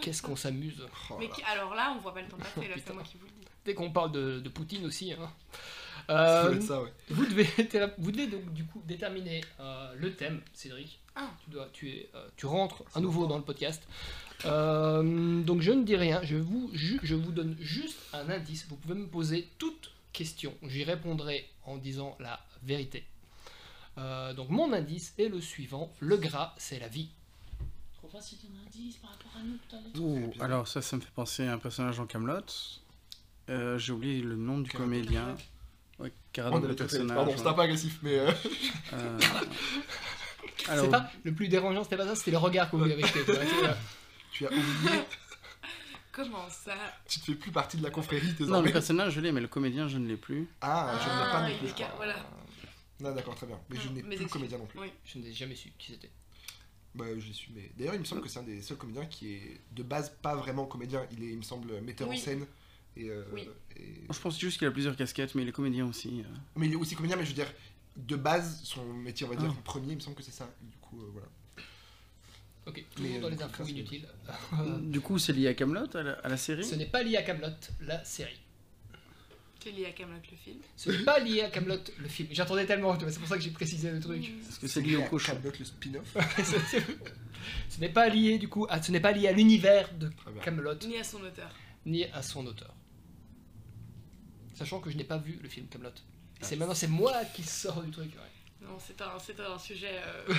Speaker 8: Qu'est-ce qu'on s'amuse
Speaker 3: Oh
Speaker 10: Mais
Speaker 3: là
Speaker 10: qui- alors là, on voit pas le temps passer, là, c'est
Speaker 8: Putain.
Speaker 10: moi qui vous le dis.
Speaker 8: Dès qu'on parle de, de Poutine aussi. hein.
Speaker 3: là. Ça
Speaker 8: Euh,
Speaker 3: doit être ça, ouais.
Speaker 8: vous, devez, vous devez donc du coup déterminer euh, le thème, Cédric.
Speaker 10: Ah.
Speaker 8: Tu, dois, tu, es, euh, tu rentres à nouveau dans le podcast. Euh, donc je ne dis rien, je vous, ju- je vous donne juste un indice. Vous pouvez me poser toute question. J'y répondrai en disant la vérité. Euh, donc mon indice est le suivant. Le gras, c'est la vie.
Speaker 11: Trop facile un indice par rapport à nous tout à l'heure.
Speaker 9: Ouh, alors ça, ça me fait penser à un personnage en Camelot. Euh, J'ai oublié le nom du
Speaker 3: Caradoc.
Speaker 9: comédien. Ouais, Caradoc,
Speaker 8: Oh,
Speaker 3: On est
Speaker 9: le
Speaker 3: le
Speaker 9: personnage.
Speaker 3: Pardon, c'était un peu agressif, mais. euh,
Speaker 9: Euh,
Speaker 8: C'est
Speaker 9: alors,
Speaker 8: pas le plus dérangeant, c'était pas ça, c'était le regard que vous lui avez jeté. quoi. C'est, euh,
Speaker 3: Tu as oublié,
Speaker 10: Comment ça
Speaker 3: tu te fais plus partie de la confrérie
Speaker 9: non, le
Speaker 3: désormais.
Speaker 9: personnage, je l'ai, mais le comédien, je ne l'ai plus.
Speaker 3: Ah, je ne l'ai pas
Speaker 10: Ah,
Speaker 3: non
Speaker 10: il
Speaker 3: plus.
Speaker 10: est
Speaker 3: je crois.
Speaker 10: ca- voilà.
Speaker 3: Non, d'accord, très bien. Mais je
Speaker 8: Ah,
Speaker 10: Non, mes
Speaker 3: n'ai plus le
Speaker 10: excuses.
Speaker 3: comédien non plus.
Speaker 10: Oui.
Speaker 8: Euh, Je n'ai jamais su qui c'était.
Speaker 3: Bah, je l'ai su, mais. D'ailleurs, il me
Speaker 10: Mm.
Speaker 3: semble que c'est un des seuls comédiens qui est de base pas vraiment comédien. Il est, il me semble, metteur en
Speaker 10: Oui.
Speaker 3: scène. Et, euh,
Speaker 10: Oui.
Speaker 3: et-
Speaker 9: Je pense juste qu'il a plusieurs casquettes, mais il est comédien aussi. euh.
Speaker 3: Mais il est aussi comédien, mais je veux dire, de base, son métier, on va dire,
Speaker 9: Ah.
Speaker 3: premier, il me semble que c'est ça. Du coup, euh, voilà.
Speaker 8: Ok, toujours
Speaker 3: Mais,
Speaker 8: dans
Speaker 3: euh,
Speaker 8: les
Speaker 3: donc,
Speaker 8: infos
Speaker 3: ça, c'est-
Speaker 8: inutiles. Euh,
Speaker 9: Du coup, c'est lié à Camelot, à, la- à la série.
Speaker 8: ce n'est pas lié à Camelot, la série.
Speaker 10: C'est lié à Camelot le film.
Speaker 8: Ce n'est pas lié à Camelot le film. J'attendais tellement, tu vois, c'est pour ça que j'ai précisé le truc.
Speaker 3: Mm.
Speaker 9: Est-ce que c'est Ah, lié au
Speaker 3: à
Speaker 9: cochon
Speaker 3: Camelot, le spin-off.
Speaker 8: ce n'est pas lié du coup, à, ce n'est pas lié à l'univers de
Speaker 3: bien.
Speaker 8: Camelot
Speaker 10: Ni à son auteur.
Speaker 8: ni à son auteur. Sachant que je n'ai pas vu le film Camelot. C'est maintenant c'est moi qui sors du truc. Ouais.
Speaker 10: Non, c'est un, c'est un sujet. euh,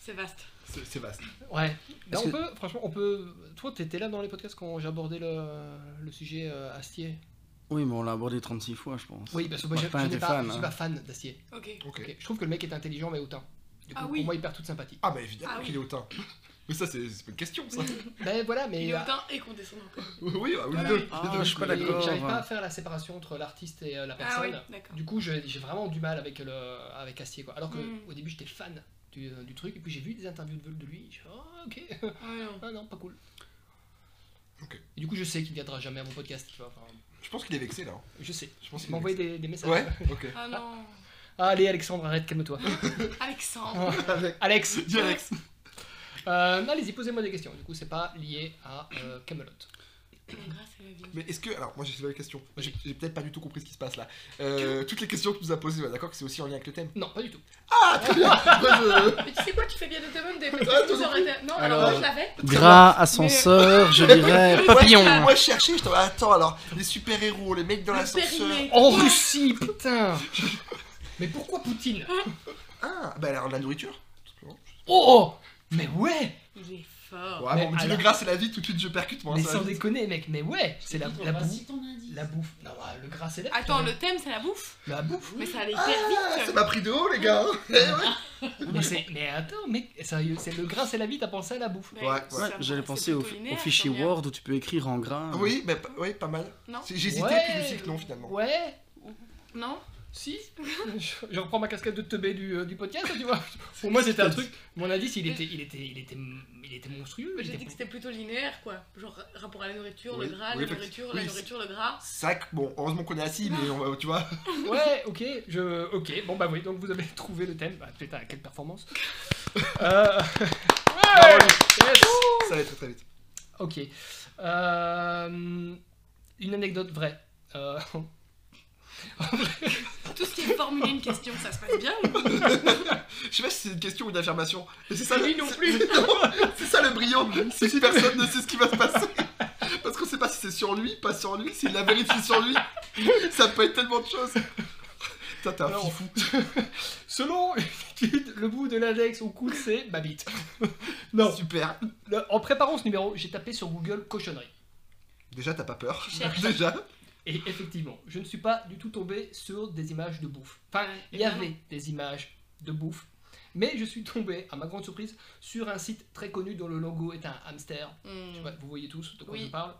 Speaker 10: c'est vaste.
Speaker 3: C'est c'est vaste.
Speaker 8: ouais. Ben,
Speaker 9: Est-ce
Speaker 8: on
Speaker 9: que-
Speaker 8: peut, franchement, on peut. Toi, t'étais là dans les podcasts quand j'abordais le, le sujet euh, Astier.
Speaker 9: Oui, mais on l'a abordé 36 fois, je pense.
Speaker 8: Oui, parce que
Speaker 9: Moi,
Speaker 8: moi, je,
Speaker 9: j'ai pas
Speaker 8: je
Speaker 9: été
Speaker 8: n'ai pas-
Speaker 9: fan,
Speaker 8: je suis
Speaker 9: hein.
Speaker 8: pas fan d'Astier.
Speaker 10: Ok.
Speaker 3: Ok.
Speaker 8: Ok, Je trouve que le mec est intelligent mais hautain. Du coup,
Speaker 10: Ah
Speaker 8: pour
Speaker 10: oui.
Speaker 8: moi, il perd toute sympathie.
Speaker 3: Ah, bah évidemment
Speaker 10: Ah oui.
Speaker 3: qu'il est hautain. Mais ça, c'est c'est pas une question, ça.
Speaker 8: Ben voilà, mais
Speaker 10: Il est
Speaker 8: euh,
Speaker 10: hautain et condescendant. quoi.
Speaker 3: oui, ah, oui,
Speaker 10: Ah
Speaker 3: les deux.
Speaker 9: Ah,
Speaker 3: les deux.
Speaker 9: je suis pas
Speaker 8: mais
Speaker 9: d'accord.
Speaker 8: J'arrive pas à faire la séparation entre l'artiste et euh, la
Speaker 10: Ah oui,
Speaker 8: personne.
Speaker 10: d'accord.
Speaker 8: Du coup, je- j'ai vraiment du mal avec, le, avec Astier. Quoi. Alors que
Speaker 10: Mm.
Speaker 8: au début, j'étais fan du, euh, du truc, et puis j'ai vu des interviews de, de lui. Je fais, ah, ok,
Speaker 10: Ouais, non.
Speaker 8: ah non, pas cool.
Speaker 3: Ok.
Speaker 8: Et du coup, je sais qu'il viendra jamais à mon podcast. tu vois, enfin,
Speaker 3: Je pense qu'il est vexé, là. hein.
Speaker 8: je sais.
Speaker 3: Je pense
Speaker 8: Il
Speaker 3: qu'il
Speaker 8: m'a
Speaker 3: est
Speaker 8: envoyé
Speaker 3: vexé.
Speaker 8: des, des messages.
Speaker 3: Ouais, ok.
Speaker 10: Ah non.
Speaker 8: Ah, allez, Alexandre, arrête, calme-toi.
Speaker 10: Alexandre.
Speaker 8: Alex
Speaker 3: Dis Alex.
Speaker 8: Euh, Allez-y, posez-moi des questions. Du coup, c'est pas lié à euh, Camelot.
Speaker 10: Mon gras, c'est la vie.
Speaker 3: Mais est-ce que. Alors, moi, j'ai une question. J'ai
Speaker 8: Vas-y.
Speaker 3: j'ai peut-être pas du tout compris ce qui se passe là. Euh, toutes les questions que tu nous as posées, ouais, d'accord que c'est aussi en lien avec le thème.
Speaker 8: Non, pas du tout.
Speaker 3: Ah, très bien Moi,
Speaker 10: Mais tu sais quoi, tu fais bien de te demander.
Speaker 3: Ah, toi
Speaker 10: Vous
Speaker 3: non
Speaker 10: aurez été- Non, alors
Speaker 9: Alors-
Speaker 10: moi je l'avais.
Speaker 9: Gras, ascenseur, je dirais papillon.
Speaker 3: je- Moi, je cherchais, je t'en attends, alors, les super-héros, les mecs dans euh,
Speaker 10: Le Oh.
Speaker 3: l'ascenseur.
Speaker 10: périmé.
Speaker 8: En Russie, Oh, putain Mais pourquoi Poutine
Speaker 3: Ah, bah alors, la nourriture. tout simplement.
Speaker 8: Oh, oh Mais ouais
Speaker 10: Il est fort.
Speaker 3: Ouais,
Speaker 8: Mais
Speaker 3: bon, on me dit
Speaker 8: alors-
Speaker 3: le gras c'est la vie, tout de suite je percute moi.
Speaker 8: Mais
Speaker 3: ça
Speaker 8: sans
Speaker 3: va vite.
Speaker 8: déconner, mec, mais ouais C'est la,
Speaker 11: Dis-toi,
Speaker 8: la,
Speaker 11: voici
Speaker 8: bouffe,
Speaker 11: ton indice.
Speaker 8: la bouffe. Non, ouais, le gras, c'est là.
Speaker 10: Attends, le thème c'est la bouffe.
Speaker 8: La bouffe
Speaker 10: Mais ça allait hyper
Speaker 3: Ah, ça
Speaker 10: vite.
Speaker 3: m'a pris de haut les gars hein.
Speaker 8: mais, c'est- mais attends, mec, sérieux, c'est le gras, c'est la vie, t'as pensé à la bouffe.
Speaker 10: Mais
Speaker 3: Ouais, ouais.
Speaker 10: Ben, ça
Speaker 9: Ouais,
Speaker 10: me
Speaker 9: J'allais
Speaker 10: paraissait
Speaker 9: penser au,
Speaker 10: plutôt linéaire,
Speaker 9: au fichier
Speaker 10: comme lien.
Speaker 9: Word où tu peux écrire en gras. euh,
Speaker 3: Oui, bah, p- oui, pas mal.
Speaker 10: Non.
Speaker 3: C'est- J'hésitais,
Speaker 8: Ouais.
Speaker 3: puis je me suis dit que non finalement.
Speaker 8: Ouais
Speaker 10: Non
Speaker 8: si, je, je reprends ma casquette de teubé du, euh, du podcast, tu vois. Pour moi, c'était un truc. Mon indice, il était, il était, il était, il était monstrueux. il
Speaker 10: J'ai
Speaker 8: était
Speaker 10: dit que
Speaker 8: pou-
Speaker 10: c'était plutôt linéaire quoi. Genre rapport à la nourriture,
Speaker 3: Oui,
Speaker 10: le gras,
Speaker 3: oui,
Speaker 10: la
Speaker 3: effectivement.
Speaker 10: nourriture,
Speaker 3: Oui,
Speaker 10: la
Speaker 3: c'est-
Speaker 10: nourriture, le gras.
Speaker 3: Sac, bon, heureusement qu'on est assis, mais on va, tu vois.
Speaker 8: Ouais, ok, je, ok, bon bah oui, donc vous avez trouvé le thème. Bah, putain, quelle performance. Euh, ouais, yes.
Speaker 3: Ça va être très très vite.
Speaker 8: Ok. Euh, une anecdote vraie. Euh,
Speaker 10: Tout ce qui est formuler une question, ça se passe bien ou
Speaker 3: Je sais pas si c'est une question ou une affirmation. Mais c'est ça,
Speaker 10: Lui
Speaker 3: le-
Speaker 10: non
Speaker 3: c'est-
Speaker 10: plus.
Speaker 3: Non, c'est ça le brillant. C'est que personne ne sait ce qui va se passer. Parce qu'on sait pas si c'est sur lui, pas sur lui, s'il la vérifie sur lui. Ça peut être tellement de choses. Putain, t'es un
Speaker 8: Alors,
Speaker 3: fifou.
Speaker 8: Selon une étude, le bout de l'index au coude, c'est ma bite. non.
Speaker 3: Super.
Speaker 8: Le- en préparant ce numéro, j'ai tapé sur Google cochonnerie.
Speaker 3: Déjà, t'as pas peur.
Speaker 10: cherches.
Speaker 3: Déjà.
Speaker 8: Et effectivement, je ne suis pas du tout tombé sur des images de bouffe. Enfin,
Speaker 10: Ouais,
Speaker 8: il y
Speaker 10: évidemment.
Speaker 8: avait des images de bouffe, mais je suis tombé, à ma grande surprise, sur un site très connu dont le logo est un hamster.
Speaker 10: Hmm. Ah,
Speaker 8: Je sais pas, vous voyez tous de quoi
Speaker 10: Oui.
Speaker 8: je parle.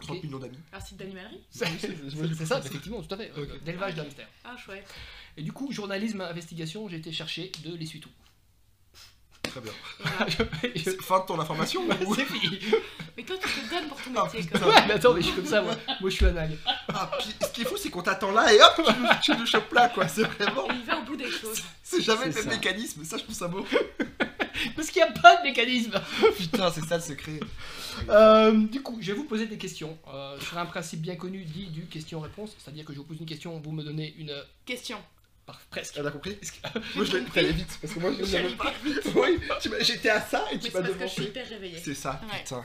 Speaker 3: 30 millions d'amis.
Speaker 10: Un site d'animalerie
Speaker 8: C'est c'est ça, effectivement, tout à fait. euh, D'élevage d'hamsters.
Speaker 10: Ah, chouette.
Speaker 8: Et du coup, journalisme, investigation, j'ai été chercher de l'essuie-tout.
Speaker 3: Très bien.
Speaker 10: Voilà.
Speaker 8: Je-
Speaker 3: C'est Fin de ton information
Speaker 8: Ouais,
Speaker 3: ou...
Speaker 8: Bah, c'est fini.
Speaker 10: Mais toi, tu te donnes pour ton
Speaker 3: Ah,
Speaker 10: métier.
Speaker 3: putain.
Speaker 10: quoi.
Speaker 8: Ouais, mais attends, mais je suis comme ça, moi. Moi, je suis anal.
Speaker 3: Ah, puis, ce qui est fou, c'est qu'on t'attend là et hop, tu nous, tu nous chopes là, quoi. C'est vraiment.
Speaker 10: Il va au bout des choses.
Speaker 3: C'est jamais le
Speaker 9: C'est
Speaker 3: même
Speaker 9: ça.
Speaker 3: mécanisme. Ça, je trouve ça beau.
Speaker 8: Parce qu'il n'y a pas de mécanisme.
Speaker 3: Putain, c'est ça le secret.
Speaker 8: Euh, du coup, je vais vous poser des questions euh, sur un principe bien connu dit du question-réponse. C'est-à-dire que je vous pose une question, vous me donnez une.
Speaker 10: Question.
Speaker 8: par- presque.
Speaker 3: Elle a compris Moi, je l'ai pris vite. Parce que moi, je
Speaker 10: J'y arrive pas. Mais
Speaker 3: Oui, tu m'as- j'étais à ça et tu
Speaker 10: c'est
Speaker 3: m'as
Speaker 10: parce que je suis
Speaker 3: devancé.
Speaker 10: hyper réveillée.
Speaker 3: C'est ça,
Speaker 10: Ouais.
Speaker 3: putain.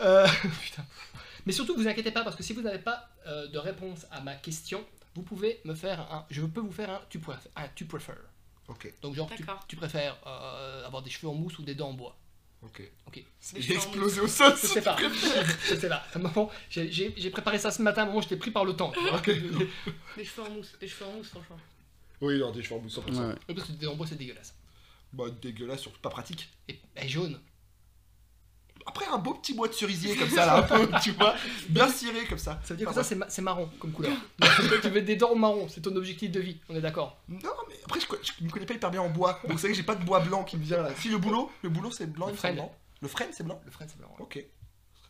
Speaker 8: Euh, putain. Mais surtout, vous inquiétez pas, parce que si vous n'avez pas euh, de réponse à ma question, vous pouvez me faire un. Je peux vous faire un tu, préf- un tu prefer.
Speaker 3: Ok,
Speaker 8: Donc, genre, tu,
Speaker 10: D'accord.
Speaker 8: tu préfères euh, avoir des cheveux en mousse ou des dents en bois.
Speaker 3: ok.
Speaker 10: Mais je
Speaker 3: Il a
Speaker 10: suis en mousse.
Speaker 3: explosé au sol.
Speaker 8: Je sais pas. Je sais pas. À un moment, j'ai- j'ai j'ai préparé ça ce matin, à un moment, j'étais pris par le temps. tu vois.
Speaker 10: Des cheveux en mousse. Des cheveux en mousse, franchement.
Speaker 3: Oui, non, des cheveux en bout 100%.
Speaker 9: Ouais.
Speaker 8: Parce que des dents en bois, c'est dégueulasse.
Speaker 3: Bah, dégueulasse, surtout pas pratique.
Speaker 8: Et, et jaune.
Speaker 3: Après, un beau petit bois de cerisier comme ça, là, un peu, tu vois, bien ciré comme ça.
Speaker 8: Ça veut dire que
Speaker 3: Enfin,
Speaker 8: ça, c'est ma- c'est marron comme couleur. tu veux des dents marron, c'est ton objectif de vie, on est d'accord.
Speaker 3: Non, mais après, je, co- je me connais pas hyper bien en bois. Donc, c'est vrai que j'ai pas de bois blanc qui me vient là. Si le boulot, le boulot c'est blanc,
Speaker 8: Le
Speaker 3: il me semble,
Speaker 8: frêne.
Speaker 3: non Le frêne, c'est blanc
Speaker 8: Le frère, c'est marron. ouais.
Speaker 3: Ok.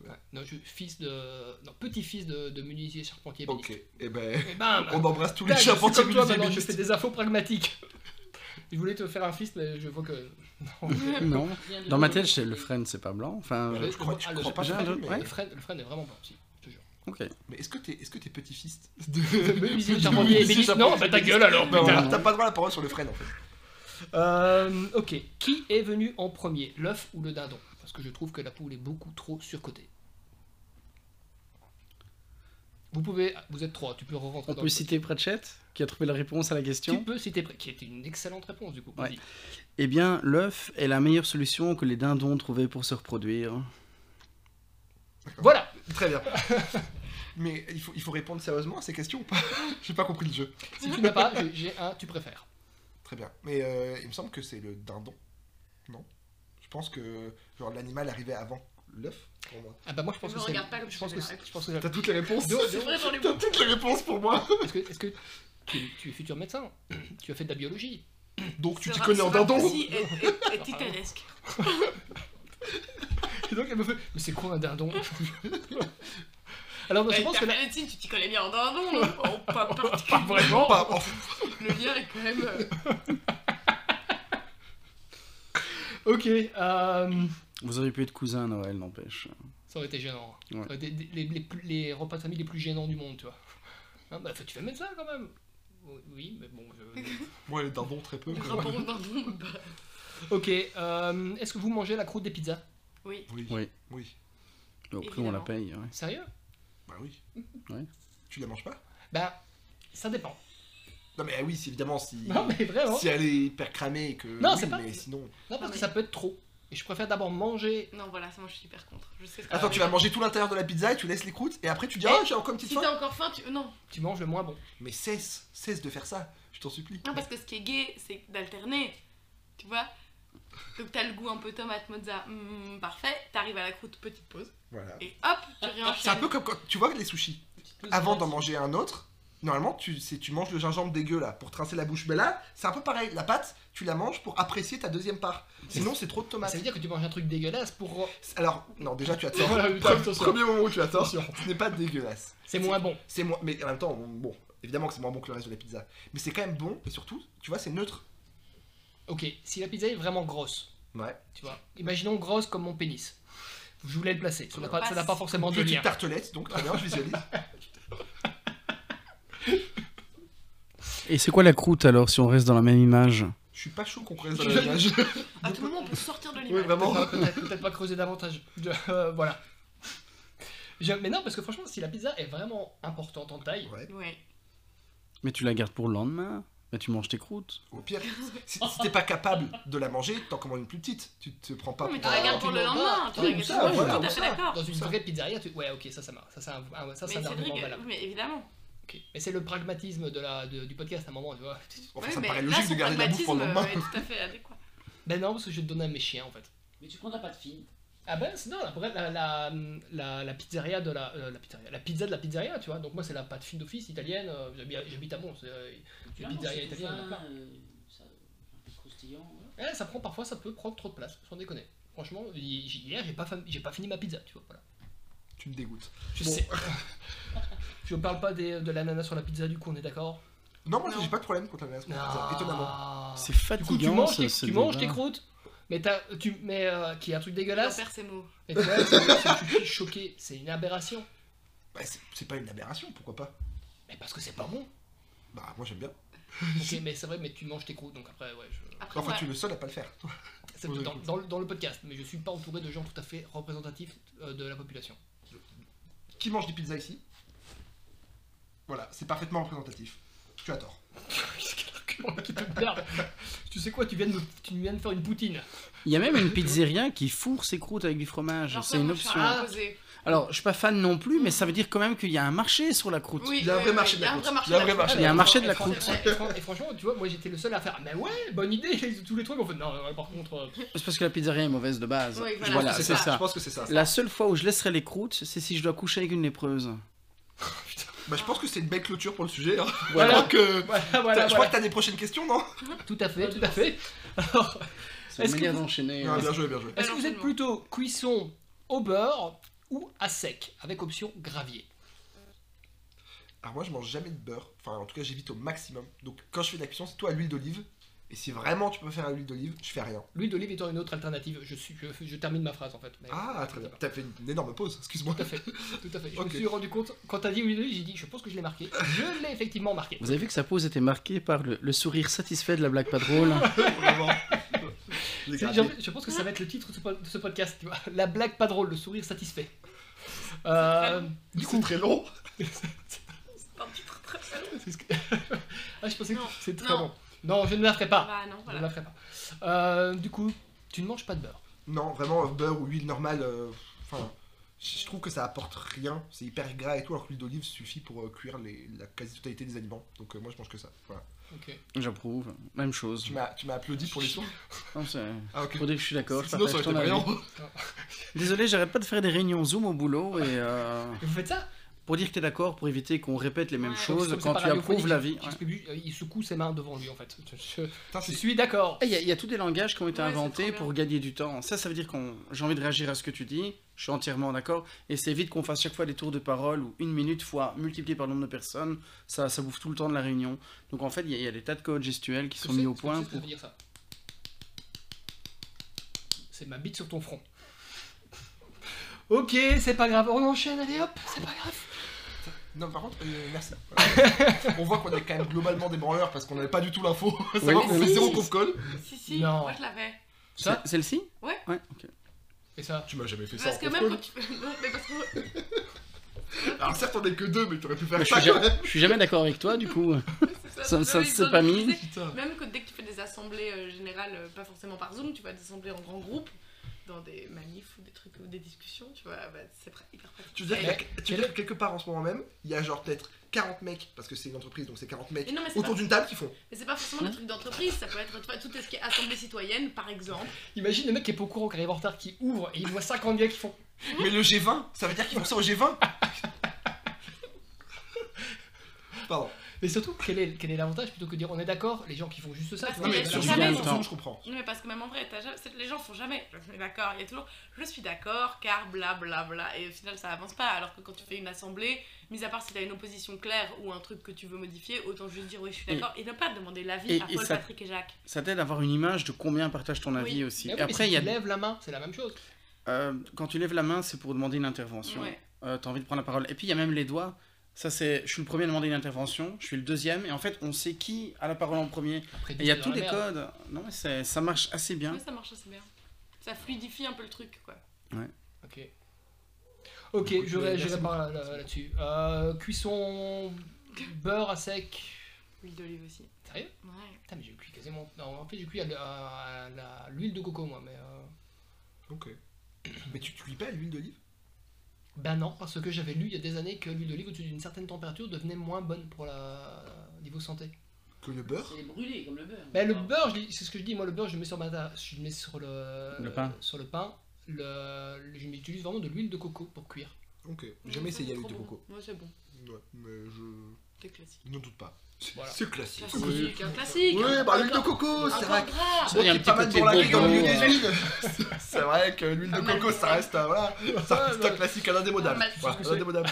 Speaker 8: Ouais. Non, je, fils de. Non, petit-fils de, de menuisier charpentier. Eh
Speaker 3: Ok.
Speaker 8: ébéniste.
Speaker 3: Et ben,
Speaker 8: Et bam
Speaker 3: on embrasse tous
Speaker 8: Putain, bah.
Speaker 3: les
Speaker 8: je suis
Speaker 3: charpentiers
Speaker 8: comme toi, maintenant,
Speaker 3: municipaux.
Speaker 8: je fais des infos pragmatiques. je voulais te faire un fils, mais je vois que. Non.
Speaker 3: Euh,
Speaker 9: Non.
Speaker 11: Rien de
Speaker 9: Dans ma
Speaker 11: nouveau.
Speaker 9: tête, je sais, le frêne, c'est pas blanc. Enfin,
Speaker 3: Je crois, je
Speaker 8: Ah, le-
Speaker 3: crois pas
Speaker 9: j'ai un
Speaker 3: que-
Speaker 9: doute,
Speaker 3: mais-
Speaker 9: ouais.
Speaker 8: Le frère, le frère est vraiment blanc, si. je te jure.
Speaker 9: ok.
Speaker 3: Mais est-ce que t'es est-ce que t'es petit-fils
Speaker 8: Le menuisier charpentier. ébéniste, Non, bah ta gueule alors,
Speaker 3: Non,
Speaker 8: putain.
Speaker 3: voilà, t'as pas droit à la parole sur le frêne en fait.
Speaker 8: Euh, ok. Qui est venu en premier, l'œuf ou le dindon Parce que je trouve que la poule est beaucoup trop surcotée. Vous pouvez, vous êtes trois, tu peux re-rentrer
Speaker 9: On
Speaker 8: dans
Speaker 9: peut
Speaker 8: le-
Speaker 9: citer Pratchett, qui a trouvé la réponse à la
Speaker 8: Tu
Speaker 9: question.
Speaker 8: peux citer, qui était une excellente réponse du coup.
Speaker 9: Ouais.
Speaker 8: vas-y.
Speaker 9: Eh bien, l'œuf est la meilleure solution que les dindons trouvaient pour se reproduire.
Speaker 8: Voilà.
Speaker 3: Très bien. Mais il faut, il faut répondre sérieusement à ces questions ou pas J'ai pas compris le jeu.
Speaker 8: Si tu n'as pas, je- j'ai un. Tu préfères.
Speaker 3: Très bien. Mais euh, il me semble que c'est le dindon. Non Je pense que genre l'animal arrivait avant l'œuf pour moi.
Speaker 8: Ah bah moi je pense
Speaker 10: Je
Speaker 8: que
Speaker 10: me
Speaker 8: c'est.
Speaker 10: regarde pas comme
Speaker 8: je
Speaker 10: si
Speaker 8: pense que
Speaker 10: j'avais la
Speaker 8: c'est- je pense
Speaker 10: réponse.
Speaker 8: que
Speaker 3: T'as toutes les réponses
Speaker 8: Do-
Speaker 10: C'est vrai, j'en ai
Speaker 3: T'as
Speaker 10: beaucoup.
Speaker 3: toutes les réponses pour moi
Speaker 8: Est-ce que, est-ce que tu, es, tu es futur médecin Tu as fait de la biologie
Speaker 3: Donc tu
Speaker 10: Ce
Speaker 3: t'y
Speaker 10: rap-
Speaker 3: connais
Speaker 10: ce
Speaker 3: en dindon
Speaker 10: rap aussi est- est- est titanesque.
Speaker 8: Et donc elle me fait Mais c'est quoi un dindon Alors non, je
Speaker 10: Ouais,
Speaker 8: pense que
Speaker 10: t'as
Speaker 8: là.
Speaker 10: fait médecine, tu t'y connais bien en dindon, non Oh,
Speaker 8: Pas
Speaker 10: pas particulièrement.
Speaker 8: vraiment
Speaker 3: Bah, oh,
Speaker 10: Le lien est quand même. euh,
Speaker 8: Ok. Euh...
Speaker 9: Vous auriez pu être cousin à Noël, n'empêche.
Speaker 8: Ça aurait été gênant.
Speaker 9: Ouais.
Speaker 8: Ça aurait été des- les, les plus- les repas de famille les plus gênants du monde, tu vois. Hein, bah, faut- tu fais médecin quand même. Oui, mais bon. je-
Speaker 3: Moi les dindons très peu.
Speaker 10: Le
Speaker 3: quoi.
Speaker 10: rapport au dindon. bah,
Speaker 8: ok. euh, Est-ce que vous mangez la croûte des pizzas
Speaker 10: Oui.
Speaker 3: Oui.
Speaker 9: Oui.
Speaker 3: Oui.
Speaker 9: Mais au prix, on la
Speaker 10: Évidemment.
Speaker 9: paye. ouais.
Speaker 8: Sérieux
Speaker 3: Bah oui.
Speaker 9: Ouais.
Speaker 3: Tu la manges pas
Speaker 8: Bah, ça dépend.
Speaker 3: Non mais ah oui, c'est évidemment si
Speaker 8: Non, mais vraiment.
Speaker 3: si elle est hyper cramée et que
Speaker 8: Non,
Speaker 3: oui,
Speaker 8: c'est pas-
Speaker 3: mais sinon
Speaker 8: Non, parce que
Speaker 10: mais-
Speaker 8: ça peut être trop. Et je préfère d'abord manger.
Speaker 10: Non, voilà, ça, moi je suis hyper contre. Je sais ce que
Speaker 8: Ah
Speaker 3: Attends,
Speaker 10: c'est.
Speaker 3: tu vas manger tout l'intérieur de la pizza et tu laisses les croûtes et après tu dis ah j'ai encore une petite
Speaker 10: Si
Speaker 3: faim.
Speaker 10: t'as encore faim, tu. Non.
Speaker 8: Tu manges le moins bon.
Speaker 3: Mais cesse, cesse de faire ça, je t'en supplie.
Speaker 10: Non, Ah, parce que ce qui est gay, c'est d'alterner. Tu vois Donc t'as le goût un peu tomate, mozza, mm, parfait. T'arrives à la croûte, petite pause.
Speaker 3: Voilà.
Speaker 10: Et hop, tu réenchaînes.
Speaker 3: C'est un peu comme quand tu vois les sushis.
Speaker 11: Petite pause
Speaker 3: Avant d'en
Speaker 11: gratis.
Speaker 3: manger un autre, normalement tu c'est- tu manges le gingembre dégueu là pour trincer la bouche. Mais là, c'est un peu pareil, la pâte, tu la manges pour apprécier ta deuxième part. Sinon, Bah, c'est trop de
Speaker 8: Ça
Speaker 3: tomates.
Speaker 8: veut dire que tu manges un truc dégueulasse pour.
Speaker 3: Alors, non, déjà tu as tort.
Speaker 8: Voilà, oui,
Speaker 3: Premier,
Speaker 8: attention.
Speaker 3: premier moment où tu as tort, ce n'est pas dégueulasse.
Speaker 8: C'est moins bon.
Speaker 3: C'est moins mais en même temps, bon, bon, évidemment que c'est moins bon que le reste de la pizza, mais c'est quand même bon et surtout, tu vois, c'est neutre.
Speaker 8: Ok. Si la pizza est vraiment grosse,
Speaker 3: Ouais.
Speaker 8: tu vois. Imaginons grosse comme mon pénis. Je voulais le placer. Ça n'a pas, ça n'a pas forcément de
Speaker 3: Petite
Speaker 8: lien.
Speaker 3: tartelette, donc très bien, je visualise.
Speaker 9: Et c'est quoi la croûte alors, si on reste dans la même image
Speaker 3: Je suis pas chaud qu'on prenne dans la image.
Speaker 10: À Ah, tout moment, on peut sortir de l'image.
Speaker 3: Oui, vraiment.
Speaker 8: Peut-être pas- peut-être pas creuser davantage. Je- euh, voilà. Je- mais non, parce que franchement, si la pizza est vraiment importante en taille,
Speaker 3: Ouais.
Speaker 10: Ouais.
Speaker 9: Mais tu la gardes pour le lendemain Mais tu manges tes croûtes
Speaker 3: Au pire, si, si t'es pas capable de la manger, t'en commandes une plus petite. Tu te prends pas
Speaker 10: Non, mais
Speaker 3: pour.
Speaker 10: tu la
Speaker 3: un-
Speaker 10: gardes pour le
Speaker 8: tu l'en
Speaker 10: lendemain.
Speaker 8: bats.
Speaker 10: Tu
Speaker 8: Oui,
Speaker 10: la gardes
Speaker 3: ça,
Speaker 10: pour le
Speaker 3: voilà,
Speaker 10: lendemain, tout à
Speaker 3: ça.
Speaker 10: fait d'accord.
Speaker 8: dans une vraie pizzeria, tu... ouais, ok, ça, ça marche. Ça, c'est un, ah ouais, ça,
Speaker 10: Mais
Speaker 8: c'est un
Speaker 10: Cédric,
Speaker 8: argument
Speaker 10: euh,
Speaker 8: valable.
Speaker 10: oui, mais évidemment.
Speaker 8: Ok. Mais c'est le pragmatisme de la, de- du podcast à un moment, tu vois.
Speaker 3: Enfin,
Speaker 10: Oui,
Speaker 3: ça me
Speaker 10: mais
Speaker 3: paraît
Speaker 10: là,
Speaker 3: logique de
Speaker 10: son
Speaker 3: garder la bouffe pour le
Speaker 10: pragmatisme,
Speaker 3: lendemain.
Speaker 10: euh, est tout à fait adéquat.
Speaker 8: Ben non, parce que je vais te donner à mes chiens, en fait.
Speaker 11: Mais tu prendras pas de fille.
Speaker 8: Ah ben c'est- non, la, vraie- la, la, la, la pizzeria de la, euh, la pizzeria, la pizza de la pizzeria, tu vois. Donc moi c'est la pâte fine d'office italienne. euh, j'habite- J'habite à Mons. euh,
Speaker 11: Tu
Speaker 8: Les
Speaker 11: la manges,
Speaker 8: pizzerias
Speaker 11: c'est tout
Speaker 8: italiennes, il y en a
Speaker 11: fin,
Speaker 8: plein.
Speaker 11: euh, ça, un peu croustillant. voilà.
Speaker 8: eh, ça prend parfois, ça peut prendre trop de place, sans déconner. Franchement, hi- hier j'ai pas, fam- j'ai pas fini ma pizza, tu vois. Voilà.
Speaker 3: Tu me dégoûtes.
Speaker 8: Je
Speaker 3: Bon.
Speaker 8: sais. Je parle pas des, de l'ananas sur la pizza du coup, on est d'accord.
Speaker 3: Non, moi j'ai pas de problème contre la menace. Étonnamment.
Speaker 9: Ah. C'est
Speaker 8: Ah. Du coup
Speaker 9: fatigant.
Speaker 8: tu manges, tes,
Speaker 9: ce-
Speaker 8: tu
Speaker 9: ce
Speaker 8: manges tes
Speaker 9: débat.
Speaker 8: croûtes, mais t'as, tu, mais euh, qui est un truc
Speaker 10: Il en
Speaker 8: dégueulasse.
Speaker 10: perd ses mots.
Speaker 8: Et toi, tu- tu es choqué, c'est une aberration.
Speaker 3: Bah, c'est- c'est pas une aberration, pourquoi pas
Speaker 8: Mais parce que c'est pas bon.
Speaker 3: Bah, moi j'aime bien.
Speaker 8: Ok, mais c'est vrai, mais tu manges tes croûtes, donc après ouais. Je...
Speaker 10: Après,
Speaker 3: Enfin,
Speaker 10: moi,
Speaker 3: tu es le seul à pas le faire.
Speaker 8: C'est
Speaker 3: Oui,
Speaker 8: dans,
Speaker 3: écoute.
Speaker 8: dans le- dans le podcast, mais je suis pas entouré de gens tout à fait représentatifs euh, de la population.
Speaker 3: Qui mange des pizzas ici Voilà, c'est parfaitement représentatif. Tu as tort.
Speaker 8: Quel argument qui te perd. tu sais quoi, tu viens, de me- tu viens de faire une poutine.
Speaker 9: Il y a même une pizzeria qui fourre ses croûtes avec du fromage.
Speaker 10: genre,
Speaker 9: C'est
Speaker 10: moi,
Speaker 9: une
Speaker 10: je suis
Speaker 9: option.
Speaker 8: Ah,
Speaker 10: un opposé.
Speaker 3: Ah.
Speaker 9: Alors, je suis pas fan non plus, mais ça veut dire quand même qu'il y a un marché sur la croûte.
Speaker 10: Oui,
Speaker 3: Il y a un
Speaker 10: oui,
Speaker 3: vrai
Speaker 10: oui,
Speaker 3: marché de
Speaker 10: il y a
Speaker 3: la
Speaker 10: un vrai
Speaker 3: croûte.
Speaker 10: marché
Speaker 3: Il y a un vrai
Speaker 9: Il y a un marché de la
Speaker 8: Et fran-
Speaker 9: croûte.
Speaker 8: et fran- Et franchement, tu vois, moi j'étais le seul à faire. Mais ouais, bonne idée, ils- tous les trucs. On fait non, ouais, par contre, euh,
Speaker 9: C'est parce que la pizzeria est mauvaise de base.
Speaker 10: Oui, voilà,
Speaker 9: voilà,
Speaker 10: c'est
Speaker 9: c'est
Speaker 10: ça.
Speaker 9: ça.
Speaker 3: Je pense que c'est ça.
Speaker 9: La seule fois où je laisserai les croûtes, c'est si je dois coucher avec une lépreuse.
Speaker 3: Bah, je pense que c'est une belle clôture pour le sujet. hein.
Speaker 8: Voilà.
Speaker 3: Je crois que.
Speaker 8: voilà,
Speaker 3: T'as-
Speaker 8: voilà,
Speaker 3: Je crois
Speaker 8: voilà.
Speaker 3: que t'as des prochaines questions, non
Speaker 8: Tout à fait, tout à fait. Alors,
Speaker 9: C'est
Speaker 8: Est-ce
Speaker 9: une manière
Speaker 8: que vous-
Speaker 9: d'enchaîner.
Speaker 3: Ah,
Speaker 9: euh,
Speaker 3: Bien joué, bien joué.
Speaker 8: est-ce que vous êtes
Speaker 10: Enchaînement.
Speaker 8: plutôt cuisson au beurre ou à sec, avec option gravier
Speaker 3: Alors moi je mange jamais de beurre, enfin en tout cas j'évite au maximum. Donc quand je fais de la cuisson c'est tout à l'huile d'olive. Et si vraiment tu peux faire à l'huile d'olive, je fais rien.
Speaker 8: L'huile d'olive étant une autre alternative. Je, suis, je, je termine ma phrase en fait. mais-
Speaker 3: Ah très bien. T'as fait une énorme pause, excuse-moi.
Speaker 8: Tout à fait, tout à fait. Je
Speaker 3: Ok.
Speaker 8: me suis rendu compte, quand t'as dit oui, oui, j'ai dit, je pense que je l'ai marqué. Je l'ai effectivement marqué.
Speaker 9: Vous avez vu que sa pose était marquée par le, le sourire satisfait de la blague pas drôle.
Speaker 3: Vraiment. J'ai
Speaker 8: C'est-
Speaker 3: gratté.
Speaker 8: Je, je pense que ça va être le titre de ce, po- de ce podcast, tu vois. La blague pas drôle, le sourire satisfait. Euh, du coup,
Speaker 3: C'est très long.
Speaker 8: c'est ce que- ah, je pensais que
Speaker 10: Non,
Speaker 8: c'est très
Speaker 10: non.
Speaker 8: bon. Non, je ne la ferai
Speaker 3: Ah.
Speaker 8: pas.
Speaker 10: Bah non,
Speaker 8: Je ne la
Speaker 10: voilà.
Speaker 8: ferai pas. Euh, du coup, tu ne manges pas de beurre.
Speaker 3: Non, vraiment euh, beurre ou huile normale, euh, enfin je je trouve que ça apporte rien. C'est hyper gras et tout alors que l'huile d'olive suffit pour euh, cuire les- la quasi-totalité des aliments. Donc euh, moi je mange que ça. Voilà.
Speaker 8: Ok.
Speaker 9: J'approuve. Même chose.
Speaker 3: Tu m'as tu m'as applaudi pour les sons
Speaker 9: Non, c'est-
Speaker 3: Ah ok.
Speaker 9: Pour dire que je suis d'accord. je
Speaker 3: Sinon ça
Speaker 9: partage
Speaker 3: aurait été
Speaker 9: ton avis.
Speaker 3: brillant.
Speaker 9: Désolé, j'arrête pas de faire des réunions Zoom au boulot et euh,
Speaker 8: Et Vous faites ça
Speaker 9: pour dire que t'es d'accord, pour éviter qu'on répète les mêmes
Speaker 10: Ouais.
Speaker 9: choses
Speaker 8: Comme c'est
Speaker 9: quand
Speaker 8: pas
Speaker 9: tu approuves
Speaker 8: radiophonique,
Speaker 9: la vie.
Speaker 8: tu expliques- euh, Il secoue ses mains devant lui en fait. Je, je-
Speaker 3: Putain,
Speaker 8: je
Speaker 3: c'est-
Speaker 8: suis d'accord.
Speaker 9: Ah, Il y, a- il y a tous des langages qui ont été
Speaker 10: Ouais, c'est trop
Speaker 9: inventés
Speaker 10: bien.
Speaker 9: pour gagner du temps. Ça, ça veut dire qu'on j'ai envie de réagir à ce que tu dis. Je suis entièrement d'accord. Et c'est vite qu'on fasse chaque fois des tours de parole ou une minute fois multiplié par le nombre de personnes. Ça, ça bouffe tout le temps de la réunion. Donc en fait, il y, a- il y a des tas de codes gestuels qui
Speaker 8: Est-ce
Speaker 9: sont
Speaker 8: que
Speaker 9: mis
Speaker 8: c'est-
Speaker 9: au
Speaker 8: est-ce que tu
Speaker 9: point
Speaker 8: sais ce que
Speaker 9: pour.
Speaker 8: veut dire ça C'est ma bite sur ton front. Ok, c'est pas grave, on enchaîne, allez hop, c'est pas grave.
Speaker 3: Non, par contre, euh, merci. Voilà. on voit qu'on est quand même globalement des branleurs parce qu'on n'avait pas du tout l'info. Ça
Speaker 9: Oui,
Speaker 3: va, on fait
Speaker 9: oui.
Speaker 3: zéro conf call.
Speaker 10: Si, si,
Speaker 8: Non.
Speaker 10: moi je l'avais.
Speaker 9: C'est-
Speaker 8: Ça
Speaker 9: Celle-ci
Speaker 10: Ouais.
Speaker 9: Ouais, ok.
Speaker 8: Et ça
Speaker 3: Tu m'as jamais fait
Speaker 10: Parce
Speaker 3: en
Speaker 10: que
Speaker 3: conf
Speaker 10: même
Speaker 3: call.
Speaker 10: quand tu. Non, mais parce que.
Speaker 3: Alors certes, on est que deux, mais t'aurais pu faire
Speaker 9: Mais je,
Speaker 3: ça
Speaker 9: suis
Speaker 3: quand
Speaker 9: jamais,
Speaker 3: même.
Speaker 9: je suis jamais d'accord avec toi, du coup.
Speaker 10: c'est
Speaker 9: Ça- ça
Speaker 10: oui,
Speaker 9: s'est
Speaker 10: non,
Speaker 9: pas
Speaker 10: mais
Speaker 9: mis.
Speaker 10: tu sais,
Speaker 3: Putain.
Speaker 10: Même que dès que tu fais des assemblées euh, générales, euh, pas forcément par Zoom, tu vas des assemblées en grand groupe, dans des manifs ou des trucs ou des discussions, tu vois, bah, c'est pr- hyper pratique.
Speaker 3: Tu veux dire qu'il y a- tu veux
Speaker 8: quel-
Speaker 3: dire que quelque part en ce moment même, il y a genre peut-être 40 mecs, parce que c'est une entreprise donc c'est 40 mecs,
Speaker 10: Mais non, mais c'est
Speaker 3: autour
Speaker 10: pas-
Speaker 3: d'une table qui font.
Speaker 10: Mais c'est pas forcément des trucs d'entreprise, ça peut être tu vois, tout ce qui est assemblée citoyenne, par exemple.
Speaker 8: Imagine le mec qui est pas au courant, qui arrive en retard, qui ouvre et il voit 50 gars qui font.
Speaker 3: Mais le G20, ça veut dire qu'ils font ça au G20 Pardon.
Speaker 8: Mais surtout, quel est quel est l'avantage plutôt que de dire on est d'accord, les gens qui font juste ça.
Speaker 10: Parce
Speaker 8: tu
Speaker 10: Non,
Speaker 3: Non,
Speaker 8: vois,
Speaker 10: mais
Speaker 3: mais
Speaker 10: je
Speaker 3: sur
Speaker 10: suis
Speaker 3: Zoom,
Speaker 10: jamais
Speaker 3: sur
Speaker 9: dans-
Speaker 3: Zoom, je comprends.
Speaker 10: Non, mais parce que même en vrai, t'as jamais- c'est- les gens font jamais. Je suis d'accord, il y a toujours je suis d'accord, car bla bla bla. Et au final, ça avance pas. Alors que quand tu fais une assemblée, mis à part si t'as une opposition claire ou un truc que tu veux modifier, autant juste dire oui, je suis
Speaker 9: Et-
Speaker 10: d'accord et ne pas demander l'avis
Speaker 9: et-
Speaker 10: à
Speaker 9: et
Speaker 10: Paul,
Speaker 9: ça-
Speaker 10: Patrick et Jacques.
Speaker 9: Ça t'aide à avoir une image de combien partage ton avis
Speaker 10: Oui.
Speaker 8: Ah
Speaker 9: aussi.
Speaker 8: oui,
Speaker 9: Et
Speaker 8: mais
Speaker 9: après,
Speaker 8: si
Speaker 9: il y a
Speaker 8: tu lèves la main, c'est la même chose.
Speaker 9: euh, quand tu lèves la main, c'est pour demander une intervention.
Speaker 10: Ouais.
Speaker 9: Euh, T'as envie de prendre la parole. Et puis il y a même les doigts. Ça, c'est. Je suis le premier à demander une intervention. Je suis le deuxième. Et en fait, on sait qui a la parole en premier.
Speaker 8: Après, ah,
Speaker 9: Et il y a
Speaker 8: dans
Speaker 9: tous
Speaker 8: la
Speaker 9: les
Speaker 8: merde.
Speaker 9: codes. Non, mais c'est- ça marche assez bien.
Speaker 10: Ouais, ça marche assez bien. Ça fluidifie un peu le truc, quoi.
Speaker 8: Ok. Ok,
Speaker 9: Écoute,
Speaker 8: je
Speaker 9: mais
Speaker 8: réagirai
Speaker 9: merci
Speaker 8: pas là-
Speaker 9: beaucoup.
Speaker 8: là- là-dessus. Euh, cuisson, beurre à sec.
Speaker 10: L'huile d'olive aussi.
Speaker 8: Sérieux
Speaker 10: Ouais.
Speaker 8: Putain, mais j'ai cuit quasiment. Non, en fait, j'ai cuit à, la- à la- l'huile de coco, moi, mais. euh,
Speaker 3: Ok. Mais tu cuis pas à l'huile d'olive
Speaker 8: Ben non, parce que j'avais lu il y a des années que l'huile d'olive au-dessus d'une certaine tempéture devenait moins bonne pour la niveau santé.
Speaker 3: Que le beurre
Speaker 11: C'est les brûler comme le beurre.
Speaker 8: Ben le
Speaker 11: Ah.
Speaker 8: beurre, je l'ai- c'est ce que je dis, moi le beurre je le mets sur ma ta- je le mets sur le,
Speaker 9: Le pain.
Speaker 8: sur le pain. Le, je m'utilise vraiment de l'huile de coco pour cuire.
Speaker 3: Ok. Jamais
Speaker 10: Ça, c'est
Speaker 3: essayé à
Speaker 10: trop
Speaker 3: l'huile de
Speaker 10: bon.
Speaker 3: coco.
Speaker 10: Moi, c'est bon.
Speaker 3: Ouais, mais je.
Speaker 10: C'est classique.
Speaker 3: N'en doute pas. C'est
Speaker 8: Voilà.
Speaker 3: c'est classique.
Speaker 10: Classique,
Speaker 3: Oui,
Speaker 10: un classique.
Speaker 3: Oui,
Speaker 10: un-
Speaker 3: bah
Speaker 10: un-
Speaker 3: l'huile de coco,
Speaker 10: un
Speaker 3: c'est
Speaker 10: corps
Speaker 3: vrai.
Speaker 10: gras.
Speaker 9: Il y a un
Speaker 3: qui est
Speaker 9: petit
Speaker 3: pas mal
Speaker 9: côté
Speaker 3: pour la vie dans le milieu
Speaker 9: bobo,
Speaker 3: des huiles. C'est vrai que l'huile de
Speaker 10: Pas mal
Speaker 3: coco,
Speaker 10: pour
Speaker 3: ça
Speaker 10: la-
Speaker 3: reste un, voilà, ça reste un classique, un indémodable.
Speaker 10: Pas mal pour
Speaker 3: Voilà,
Speaker 8: ce que
Speaker 3: un
Speaker 8: c'est.
Speaker 3: indémodable.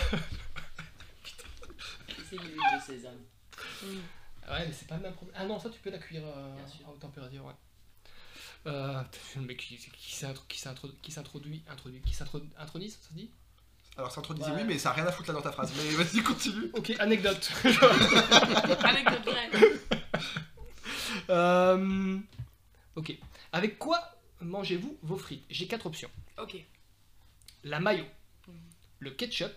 Speaker 11: C'est l'huile de sésame.
Speaker 8: Ouais, mais c'est pas le même problème. Ah non, ça tu peux la cuire euh,
Speaker 11: Bien sûr.
Speaker 8: à haute température, ouais. Euh, putain, le mec qui, qui s'intro- qui s'intro- qui s'introduit, introduit, qui s'introduit, intronise, ça se dit
Speaker 3: Alors, ça introduisait
Speaker 11: Ouais.
Speaker 3: oui, mais ça a rien à foutre là dans ta phrase. Mais vas-y, continue.
Speaker 8: Ok, anecdote.
Speaker 10: Avec de vrai.
Speaker 8: Euh, ok. Avec quoi mangez-vous vos frites J'ai quatre options.
Speaker 10: Ok.
Speaker 8: La mayo,
Speaker 11: Mm.
Speaker 10: Mhm.
Speaker 8: le ketchup,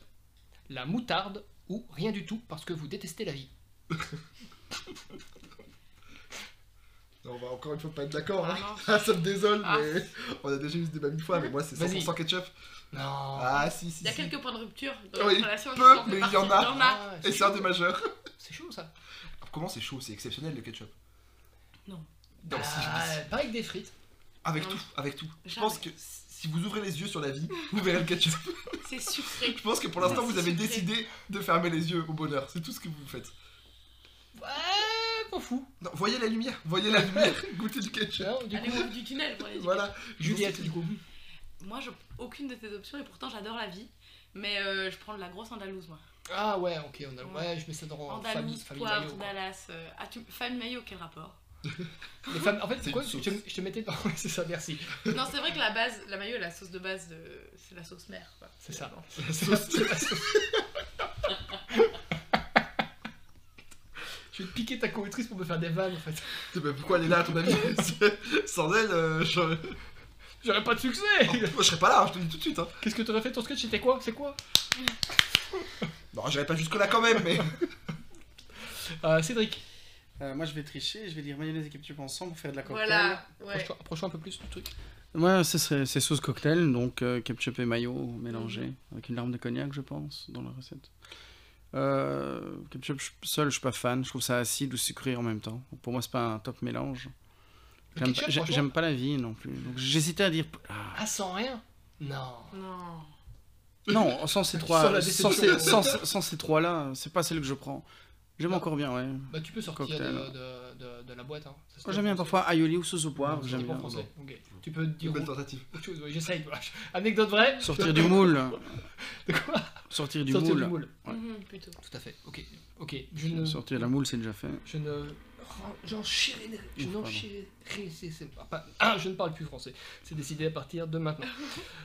Speaker 8: la moutarde ou rien du tout parce que vous détestez la vie.
Speaker 3: Non, on va encore une fois pas être d'accord. hein.
Speaker 10: Vraiment.
Speaker 3: Ah, ça me désole,
Speaker 10: Ah.
Speaker 3: mais on a déjà eu ce débat mille fois. Mais moi, c'est
Speaker 8: Vas-y.
Speaker 3: 100% ketchup.
Speaker 8: Non.
Speaker 3: Ah, si, si.
Speaker 10: Il y a
Speaker 3: si.
Speaker 10: quelques points de rupture dans
Speaker 3: Oui,
Speaker 10: les relations.
Speaker 3: peu,
Speaker 10: qui en fait
Speaker 3: mais Oh, il
Speaker 10: partie.
Speaker 3: y en a.
Speaker 10: Il y en a.
Speaker 8: Ah,
Speaker 3: Et
Speaker 8: c'est
Speaker 3: c'est un des
Speaker 8: chaud.
Speaker 3: majeurs.
Speaker 8: C'est chaud ça.
Speaker 3: Comment c'est chaud C'est exceptionnel le ketchup
Speaker 10: Non. Euh,
Speaker 3: Non, si,
Speaker 8: Ah,
Speaker 3: si.
Speaker 8: pareil que des frites.
Speaker 3: Avec
Speaker 10: Non.
Speaker 3: tout, avec tout. Je
Speaker 10: Jamais.
Speaker 3: pense que si vous ouvrez les yeux sur la vie, vous verrez le ketchup.
Speaker 10: C'est sucré.
Speaker 3: Je pense que pour
Speaker 10: Ça,
Speaker 3: l'instant,
Speaker 10: c'est
Speaker 3: vous avez
Speaker 10: sucré.
Speaker 3: décidé de fermer les yeux au bonheur. C'est tout ce que vous faites.
Speaker 8: Ouais, pas fou.
Speaker 3: Non, voyez la lumière, voyez la lumière, goûtez du ketchup.
Speaker 8: Non, du
Speaker 10: Allez
Speaker 8: coup,
Speaker 10: au bout du tunnel. pour aller du
Speaker 3: Voilà.
Speaker 8: Juliette, du coup.
Speaker 10: Moi, j'ai aucune de tes options et pourtant j'adore la vie. Mais euh, je prends de la grosse andalouse, moi.
Speaker 8: Ah ouais, ok, on a... ouais, je mets ça dans famille,
Speaker 10: Andalouse,
Speaker 8: famille Oh,
Speaker 10: poivre,
Speaker 8: mayo, quoi.
Speaker 10: Dallas. euh, ah, tu... Famille Mayo, quel rapport
Speaker 8: Les femmes- En fait,
Speaker 3: C'est
Speaker 8: c'est quoi
Speaker 3: une
Speaker 8: je
Speaker 3: sauce.
Speaker 8: te, je te mettais dans. c'est ça, merci.
Speaker 10: Non, c'est vrai que la base, la mayo, la sauce de base, de... c'est la sauce mère. quoi.
Speaker 8: C'est ça.
Speaker 3: sauce.
Speaker 8: Je vais te piquer ta correctrice pour me faire des vannes en fait.
Speaker 3: Eh ben, pourquoi elle est là, à ton avis C'est- Sans elle, euh, je... moi,
Speaker 8: J'aurais pas de succès
Speaker 3: je serais pas là, hein, je te le dis tout de suite. Hein.
Speaker 8: Qu'est-ce que t'aurais fait ton sketch C'était quoi C'est quoi
Speaker 3: Non, j'irai pas jusque-là quand même, mais.
Speaker 8: Euh, Cédric,
Speaker 9: Euh, moi, je vais tricher. Je vais dire mayonnaise et ketchup ensemble pour faire de la cocktail.
Speaker 10: Voilà, ouais.
Speaker 8: approche-toi approche-toi un peu plus du truc.
Speaker 9: Moi, c'est sauce cocktail, donc euh, ketchup et mayo mélangés,
Speaker 8: Mhm.
Speaker 9: avec une larme de cognac, je pense, dans la recette. Euh, ketchup je- seul, je suis pas fan. Je trouve ça acide ou sucré en même temps. Pour moi, c'est pas un top mélange.
Speaker 8: Le
Speaker 9: J'aime
Speaker 8: ketchup,
Speaker 9: pas- j'ai-
Speaker 8: franchement-
Speaker 9: J'aime pas la vie non plus. Donc j'hésitais à dire. Ah.
Speaker 8: Ah, sans rien Non.
Speaker 10: Non.
Speaker 9: Non, sans ces trois,
Speaker 8: Sans la
Speaker 9: sans,
Speaker 8: déception.
Speaker 9: ces, sans, sans ces trois là, c'est pas celle que je prends. J'aime encore bien, ouais.
Speaker 8: Bah, tu peux sortir de,
Speaker 9: Cocktail.
Speaker 8: de, de, de la boîte. Hein. Ça se
Speaker 9: Oh,
Speaker 8: fait
Speaker 9: j'aime bien
Speaker 8: en
Speaker 9: parfois aioli ou sauce au
Speaker 8: français.
Speaker 9: poivre.
Speaker 8: Ça se
Speaker 9: J'aime
Speaker 8: fait en
Speaker 9: bien.
Speaker 8: français. ok. Tu peux dire
Speaker 3: Une belle
Speaker 8: autre
Speaker 3: tentative.
Speaker 8: chose, ouais, j'essaye. Anecdote vraie
Speaker 9: Sortir du moule.
Speaker 8: De quoi
Speaker 9: Sortir du
Speaker 8: Sortir
Speaker 9: moule.
Speaker 8: du moule.
Speaker 9: Ouais.
Speaker 10: Mhm, plutôt.
Speaker 8: Tout à fait, ok. Ok, je ne.
Speaker 9: Sortir de la moule, c'est déjà fait.
Speaker 8: Je ne. J'enchaîne. Je
Speaker 9: Ouf, pardon.
Speaker 8: n'enchaîne. c'est- c'est pas- pas- Ah, je ne parle plus français. C'est décidé à partir de maintenant.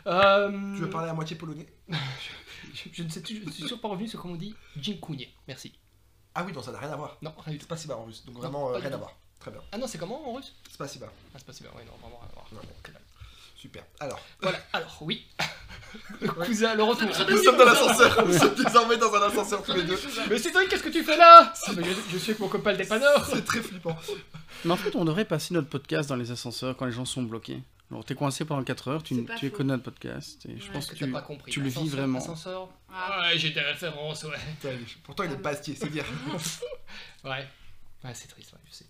Speaker 8: Euh,
Speaker 3: Tu veux parler à moitié polonais
Speaker 8: je, je ne sais toujours- je ne suis toujours pas revenu sur comment on dit Jinkunye. Merci.
Speaker 3: Ah oui, non, ça n'a rien à voir.
Speaker 8: Non, rien du
Speaker 3: C'est
Speaker 8: tout.
Speaker 3: pas si bas en russe, donc vraiment
Speaker 8: Non,
Speaker 3: euh,
Speaker 8: pas du
Speaker 3: rien à
Speaker 8: tout.
Speaker 3: voir. Très bien,
Speaker 8: Ah non, c'est comment en russe
Speaker 3: c'est pas si bas.
Speaker 8: Ah, c'est pas super, oui, non, vraiment rien à voir.
Speaker 3: Non, non.
Speaker 8: Que dalle.
Speaker 3: Super. Alors,
Speaker 8: Voilà, alors oui. Le cousin, le retour.
Speaker 3: nous sommes dans l'ascenseur, nous sommes désormais dans un ascenseur tous les deux.
Speaker 8: Mais Cédric, qu'est-ce que tu fais là Ah, mais je, je suis avec mon copain le dépanneur.
Speaker 3: C'est très flippant.
Speaker 9: Mais en fait, on devrait passer notre podcast dans les ascenseurs quand les gens sont bloqués. Alors, t'es coincé pendant 4 heures,
Speaker 10: C'est
Speaker 9: tu,
Speaker 10: pas
Speaker 9: tu
Speaker 10: faux.
Speaker 9: écoutes notre podcast, et je
Speaker 10: Ouais,
Speaker 9: pense
Speaker 10: parce
Speaker 9: que
Speaker 8: T'as
Speaker 9: tu,
Speaker 8: pas compris.
Speaker 9: tu le vis
Speaker 8: Ascenseur,
Speaker 9: vraiment.
Speaker 8: Ascenseur.
Speaker 10: Ah,
Speaker 8: Ouais, j'ai des références, ouais.
Speaker 3: Putain, il est- Pourtant, il est pastier, c'est dire.
Speaker 8: Ouais. Ouais, c'est triste, ouais, je sais.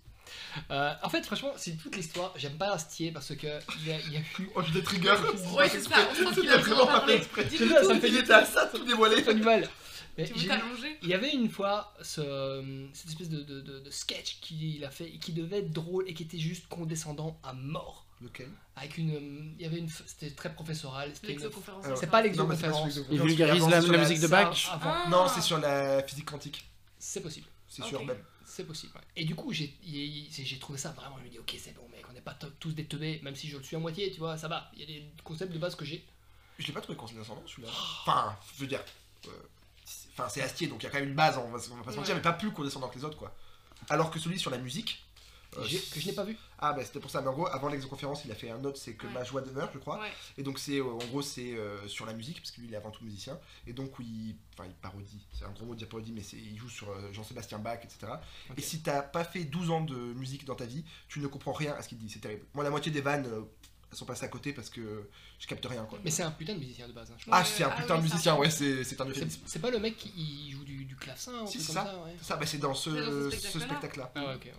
Speaker 8: Euh, en fait, franchement, c'est toute l'histoire. J'aime pas Astier parce que il y a, il y a eu.
Speaker 3: Oh, je le trigger.
Speaker 10: Ouais, c'est ça, on sent qu'il a vraiment parlé. Dis
Speaker 8: C'est ça, ça me fait
Speaker 3: Il était à ça de tout dévoiler.
Speaker 8: du mal. Mais
Speaker 10: Tu
Speaker 8: j'ai-
Speaker 10: veux t'allonger
Speaker 8: Il y avait une fois ce- cette espèce de, de- de- de sketch qu'il a fait et qui devait être drôle et qui était juste condescendant à mort.
Speaker 3: Lequel
Speaker 8: Avec une, il y avait une, c'était très professoral. c'était une-
Speaker 10: L'exoconférence.
Speaker 3: Alors,
Speaker 8: C'est pas
Speaker 3: Non, mais c'est pas sur
Speaker 8: l'exoconférence.
Speaker 3: les
Speaker 9: Il
Speaker 3: ouvriers,
Speaker 9: vulgarise
Speaker 3: c'est
Speaker 9: la,
Speaker 3: sur
Speaker 9: la musique de
Speaker 8: Ça,
Speaker 9: Bach.
Speaker 8: avant.
Speaker 10: Ah.
Speaker 3: Non, c'est sur la physique quantique.
Speaker 8: C'est possible.
Speaker 3: C'est
Speaker 10: Ok.
Speaker 3: sûr, même.
Speaker 8: C'est possible. ouais. Et du coup, j'ai il- il- j'ai trouvé ça vraiment. Je me dis, ok, c'est bon, mec, on n'est pas to- tous tous des teubés, même si je le suis à moitié, tu vois, ça va. Il y a des concepts de base que j'ai.
Speaker 3: Je l'ai pas trouvé condescendant celui-là. Enfin, je veux dire. euh, c'est- Enfin, c'est Astier, donc il y a quand même une base, on va, on va pas se mentir,
Speaker 10: Ouais.
Speaker 3: mais pas plus condescendant que les autres, quoi. Alors que celui sur la musique. euh,
Speaker 8: j'ai- que je n'ai pas vu.
Speaker 3: Ah, bah c'était pour ça, mais en gros, avant l'exoconférence, il a fait un autre, c'est que
Speaker 10: Ouais.
Speaker 3: Ma joie demeure, je crois.
Speaker 10: Ouais.
Speaker 3: Et donc, c'est euh, en gros, c'est euh, sur la musique, parce que lui, il est avant tout musicien. Et donc, il, enfin, il parodie, c'est un gros mot de dire parodie, mais c'est- il joue sur euh, Jean-Sébastien Bach, etc. Et si t'as pas fait 12 ans de musique dans ta vie, tu ne comprends rien à ce qu'il dit, c'est terrible. Moi, la moitié des vannes, euh, elles sont passées à côté parce que je capte rien, quoi.
Speaker 8: Mais c'est un putain de musicien de base. hein, je pense.
Speaker 3: Ah,
Speaker 10: Ouais,
Speaker 3: c'est un
Speaker 10: ah
Speaker 3: putain de
Speaker 10: oui, ça.
Speaker 3: musicien, ouais, c'est c'est un euphémisme.
Speaker 8: C'est c'est pas le mec qui il joue du, du clavecin ou
Speaker 3: Si,
Speaker 8: comme
Speaker 3: c'est
Speaker 8: ça,
Speaker 3: ça.
Speaker 8: ouais.
Speaker 3: Ça, bah, c'est dans ce,
Speaker 10: C'est dans ce
Speaker 3: ce
Speaker 10: spectacle-là.
Speaker 3: spectacle-là,
Speaker 8: Ah ouais, ok, ouais. ouais.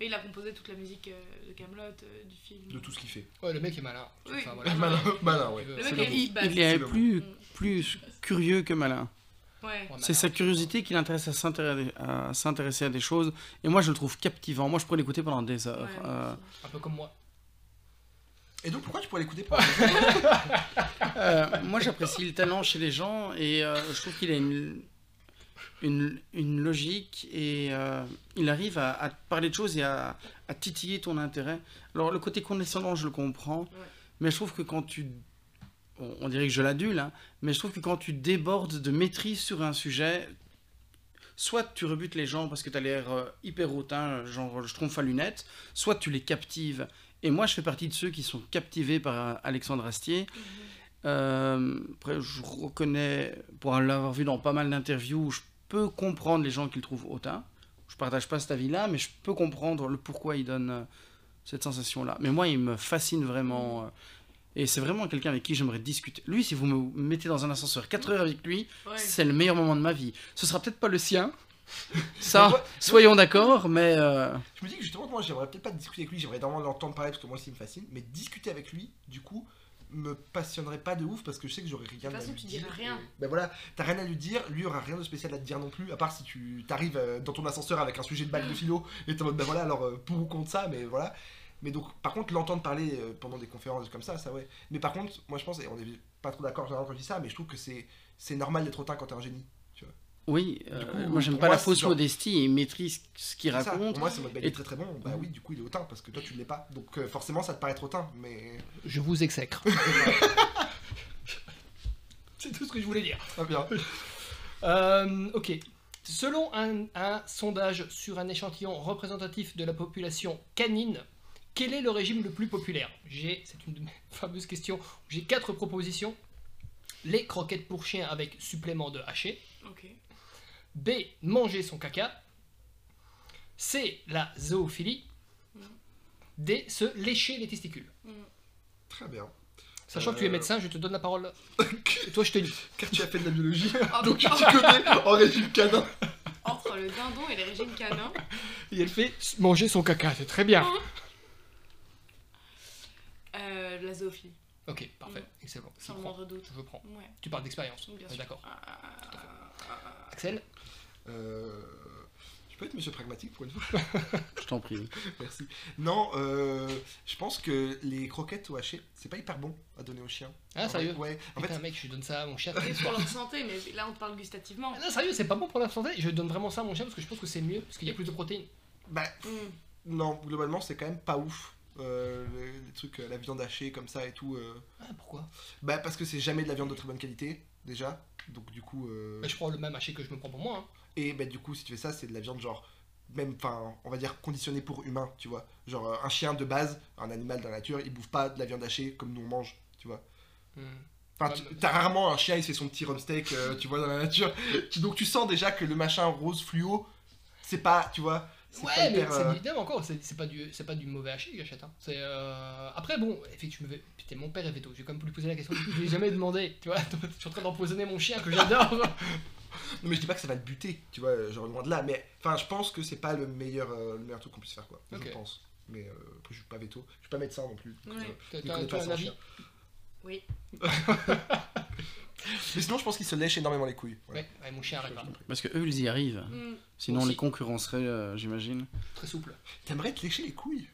Speaker 10: Mais il a composé toute la musique euh, de Camelot, du film.
Speaker 3: de tout ce qu'il fait.
Speaker 8: Ouais, le mec est malin.
Speaker 10: Oui.
Speaker 8: Enfin, voilà.
Speaker 3: Malin, malin, Ah, ouais.
Speaker 8: Tu veux-
Speaker 10: Le
Speaker 3: C'est
Speaker 10: mec
Speaker 3: le
Speaker 10: est
Speaker 3: mot.
Speaker 10: hyper.
Speaker 9: Il est
Speaker 3: c'est le
Speaker 9: plus, plus curieux que malin.
Speaker 10: Ouais.
Speaker 8: Ouais, malin.
Speaker 9: C'est sa curiosité qui l'intéresse à s'intéresser- à s'intéresser à des choses. Et moi, je le trouve captivant. Moi, je pourrais l'écouter pendant des heures.
Speaker 10: Ouais, moi
Speaker 9: Euh,
Speaker 10: aussi.
Speaker 8: Un peu comme moi.
Speaker 3: Et donc, pourquoi tu pourrais l'écouter pour...
Speaker 9: Euh, moi, j'apprécie le talent chez les gens et euh, je trouve qu'il a une, une, une logique et euh, il arrive à, à te parler de choses et à, à titiller ton intérêt. Alors, le côté condescendant, je le comprends, mais je trouve que quand tu. On, on dirait que je l'adule, hein, mais je trouve que quand tu débordes de maîtrise sur un sujet. Soit tu rebutes les gens parce que t'as l'air euh, hyper hautain, genre je trompe à lunettes, soit tu les captives. Et moi, je fais partie de ceux qui sont captivés par euh, Alexandre Astier. Euh, après, je reconnais, pour l'avoir vu dans pas mal d'interviews, je peux comprendre les gens qui le trouvent hautain. Je partage pas cet avis-là, mais je peux comprendre le pourquoi il donne euh, cette sensation-là. Mais moi, il me fascine vraiment. euh, et c'est vraiment quelqu'un avec qui j'aimerais discuter. Lui, si vous me mettez dans un ascenseur 4 heures avec lui,
Speaker 10: Ouais.
Speaker 9: c'est le meilleur moment de ma vie. Ce sera peut-être pas le sien. Ça, soyons d'accord, mais... euh,
Speaker 3: Je me dis que justement, moi, j'aimerais peut-être pas discuter avec lui, j'aimerais vraiment l'entendre parler parce que moi aussi, il me fascine. Mais discuter avec lui, du coup, me passionnerait pas de ouf parce que je sais que j'aurais rien
Speaker 10: De toute
Speaker 3: à
Speaker 10: façon,
Speaker 3: lui
Speaker 10: tu
Speaker 3: dire.
Speaker 10: diras rien.
Speaker 3: Ben voilà, t'as rien à lui dire, lui aura rien de spécial à te dire non plus, à part si tu t'arrives euh, dans ton ascenseur avec un sujet de balle de philo et t'es en mode, ben voilà, alors euh, pour ou contre ça, mais voilà. Mais donc, par contre, l'entendre parler euh, pendant des conférences comme ça, ça ouais. Mais par contre, moi je pense, et on est pas trop d'accord généralement quand je dis ça, mais je trouve que c'est c'est normal d'être autant quand t'es un génie.
Speaker 9: oui,
Speaker 3: Du
Speaker 9: euh,
Speaker 3: coup,
Speaker 9: moi j'aime
Speaker 3: pour
Speaker 9: pas
Speaker 3: moi,
Speaker 9: la
Speaker 3: c'est
Speaker 9: fausse
Speaker 3: genre-
Speaker 9: modestie, il maîtrise ce qu'il
Speaker 3: C'est ça.
Speaker 9: raconte.
Speaker 3: Pour moi, c'est en mode, ben, il
Speaker 9: Et-
Speaker 3: est très très bon, bah oui, du coup, il est autant parce que toi tu l'es pas. Donc, euh, forcément, ça te paraît trop autant, mais.
Speaker 8: Je vous exècre. c'est tout ce que je voulais dire.
Speaker 3: Ah bien.
Speaker 8: Euh, ok. Selon un, un sondage sur un échantillon représentatif de la population canine, quel est le régime le plus populaire J'ai, c'est une de mes fameuses questions. J'ai quatre propositions. Les croquettes pour chien avec supplément de haché.
Speaker 10: Ok.
Speaker 8: B. Manger son caca. C. La zoophilie. D. Se lécher les testicules.
Speaker 3: Très bien.
Speaker 8: Sachant que tu es
Speaker 3: Euh.
Speaker 8: médecin, je te donne la parole. Et toi, je te lis.
Speaker 3: Car tu as fait de la biologie,
Speaker 10: Entre,
Speaker 3: donc tu t'y connais en régime canin.
Speaker 10: Ah, entre le dindon et les régimes canins.
Speaker 8: Et elle fait manger son caca, c'est très bien.
Speaker 10: Euh, la zoophilie,
Speaker 8: Ok, parfait, excellent. J'y
Speaker 10: Mm. sans le
Speaker 8: crois.
Speaker 10: moindre doute.
Speaker 8: Je prends.
Speaker 10: Ouais,
Speaker 8: Tu parles d'expérience.
Speaker 10: bien
Speaker 8: on est
Speaker 10: sûr.
Speaker 8: D'accord.
Speaker 10: Ah, ah, ah, ah,
Speaker 8: Axel
Speaker 3: Euh, je peux être monsieur pragmatique pour une fois
Speaker 9: Je t'en prie.
Speaker 3: Merci. Non, euh, je pense que les croquettes au haché, c'est pas hyper bon à donner aux chiens.
Speaker 8: Ah, sérieux
Speaker 3: Ouais. En fait,
Speaker 8: Putain, mec, je donne ça à mon chien.
Speaker 10: ah. Et pour leur santé, mais là on parle gustativement.
Speaker 8: Ah Non, sérieux, c'est pas bon pour la santé. Je donne vraiment ça à mon chien parce que je pense que c'est mieux, parce qu'il y a plus de protéines.
Speaker 3: bah,
Speaker 10: Mm.
Speaker 3: non, globalement, c'est quand même pas ouf. Euh, les, les trucs, euh, la viande hachée comme ça et tout. euh,
Speaker 8: Ah, pourquoi
Speaker 3: Bah, parce que c'est jamais de la viande de très bonne qualité, déjà. Donc, du coup. euh,
Speaker 8: Bah, Je prends le même haché que je me prends pour moi. hein.
Speaker 3: Et bah, du coup, si tu fais ça, c'est de la viande genre. Même, enfin, on va dire conditionnée pour humain, tu vois. Genre, euh, un chien de base, un animal de la nature, il bouffe pas de la viande hachée comme nous on mange, tu vois. Mm.
Speaker 8: Hmm.
Speaker 3: Enfin, tu- t'as rarement un chien, il se fait son petit rumsteak, euh, tu vois, dans la nature. Tu- donc tu sens déjà que le machin rose fluo, c'est pas, tu vois, c'est pas
Speaker 8: Ouais, mais
Speaker 3: hyper,
Speaker 8: c'est
Speaker 3: euh,
Speaker 8: évidemment encore, c'est c'est pas, du- c'est pas du mauvais haché que j'achète. hein. C'est, euh, Après, bon, effectivement, je me vais- putain, mon père est veto. J'ai quand même pu lui poser la question, du coup, je lui ai jamais demandé. Tu vois, je suis en train d'empoisonner mon chien que j'adore.
Speaker 3: Non mais je dis pas que ça va te buter, tu vois, euh, genre loin de là. Mais enfin, je pense que c'est pas le meilleur, euh, le meilleur truc qu'on puisse faire, quoi.
Speaker 8: Ok.
Speaker 3: Je pense. Mais euh, après, je suis pas veto, je suis pas médecin non plus. donc,
Speaker 10: Ouais.
Speaker 3: euh,
Speaker 8: T'as-
Speaker 3: je
Speaker 8: T'as
Speaker 3: connais
Speaker 8: t'as
Speaker 3: pas
Speaker 8: un
Speaker 3: son
Speaker 8: avis
Speaker 3: chien.
Speaker 10: Oui.
Speaker 3: Mais sinon, je pense qu'il se lèche énormément les couilles. voilà.
Speaker 8: Ouais, ouais, mon chien arrête hein. pas.
Speaker 9: Parce que eux, ils y arrivent.
Speaker 10: Mm.
Speaker 9: Sinon,
Speaker 8: Aussi.
Speaker 9: les concurrents seraient, euh, j'imagine.
Speaker 8: Très souple.
Speaker 3: T'aimerais te lécher les couilles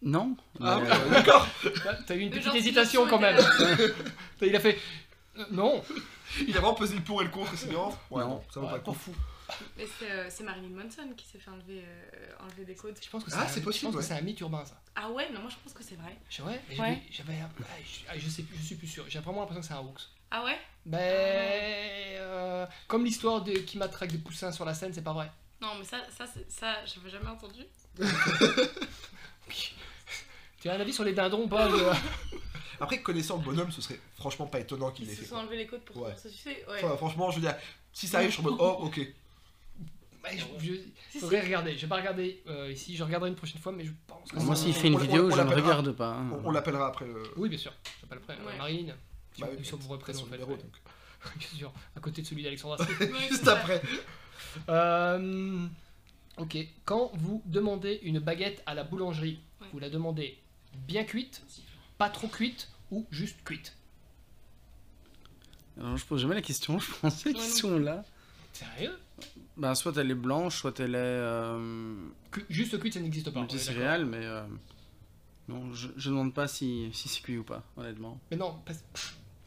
Speaker 9: Non
Speaker 8: Ah,
Speaker 9: mais-
Speaker 3: Euh, D'accord.
Speaker 8: Là, T'as eu une
Speaker 10: Le
Speaker 8: petite
Speaker 10: gentil
Speaker 8: hésitation
Speaker 10: garçon
Speaker 8: quand même.
Speaker 10: était
Speaker 8: Il a fait. euh, Non,
Speaker 3: Il a vraiment pesé le pour et le contre, c'est bien. Ouais,
Speaker 9: Non.
Speaker 3: non, ça vaut
Speaker 8: Ouais,
Speaker 3: pas le
Speaker 8: t'en
Speaker 3: coup.
Speaker 8: fous.
Speaker 10: Mais c'est euh, c'est Marilyn Manson qui s'est fait enlever, euh, enlever des codes.
Speaker 8: Je pense que
Speaker 3: Ah,
Speaker 8: c'est
Speaker 3: c'est
Speaker 8: un-
Speaker 3: possible,
Speaker 8: Je pense
Speaker 3: ouais.
Speaker 8: que c'est un mythe urbain, ça.
Speaker 10: Ah ouais, mais moi je pense que c'est vrai.
Speaker 8: Je- Ouais, et
Speaker 10: Ouais.
Speaker 8: j'ai- j'avais. un- ah, je- ah, Je sais plus, je suis plus sûr. J'ai vraiment l'impression que c'est un hoax.
Speaker 10: Ah ouais
Speaker 8: Ben. euh, comme l'histoire de qui matraque des poussins sur la scène, c'est pas vrai.
Speaker 10: Non, mais ça, ça, c'est- ça j'avais jamais entendu.
Speaker 8: Tu as un avis sur les dindons ou pas le-
Speaker 3: Après, connaissant le bonhomme, ce serait franchement pas étonnant qu'il
Speaker 10: Ils
Speaker 3: l'ait
Speaker 10: se
Speaker 3: fait.
Speaker 10: sont enlevés les codes pour
Speaker 3: Ouais.
Speaker 10: faire ça, tu sais. Ouais.
Speaker 3: Enfin, franchement, je veux dire, si ça arrive, je suis en mode oh, ok.
Speaker 8: Ouais, je- je-
Speaker 10: Si, si.
Speaker 8: faudrait regarder. J'ai pas regardé euh, ici, je regarderai une prochaine fois, mais je pense que
Speaker 9: Alors
Speaker 8: c'est
Speaker 9: Moi,
Speaker 8: un-
Speaker 9: s'il fait une
Speaker 3: on- on-
Speaker 9: vidéo,
Speaker 3: on
Speaker 9: je ne
Speaker 3: l'appellera.
Speaker 9: regarde pas. hein.
Speaker 3: On, on l'appellera après le.
Speaker 8: Oui, bien sûr. J'appelle après. euh,
Speaker 10: Ouais.
Speaker 8: Marine. Mm. Tu
Speaker 3: Bah
Speaker 8: vois,
Speaker 3: oui,
Speaker 8: sur vos
Speaker 3: t'as
Speaker 8: prénoms,
Speaker 3: son
Speaker 8: en fait,
Speaker 3: numéro,
Speaker 8: ouais.
Speaker 3: donc.
Speaker 8: Bien sûr, à côté de celui d'Alexandre Astier.
Speaker 10: Ouais,
Speaker 3: Juste
Speaker 10: c'est ça.
Speaker 3: après.
Speaker 8: Euh, ok, quand vous demandez une baguette à la boulangerie,
Speaker 10: Ouais.
Speaker 8: vous la demandez bien cuite, pas trop cuite ou juste cuite
Speaker 9: Alors, je pose jamais la question, je pensais qu'ils sont là.
Speaker 8: Sérieux
Speaker 9: Bah, soit elle est blanche, soit elle est euh,
Speaker 8: Cu- Juste cuite, ça n'existe pas. on est Bah, d'accord.
Speaker 9: multicéréale, mais. euh, Non, je, je demande pas si, si c'est cuit ou pas, honnêtement.
Speaker 8: Mais non, parce-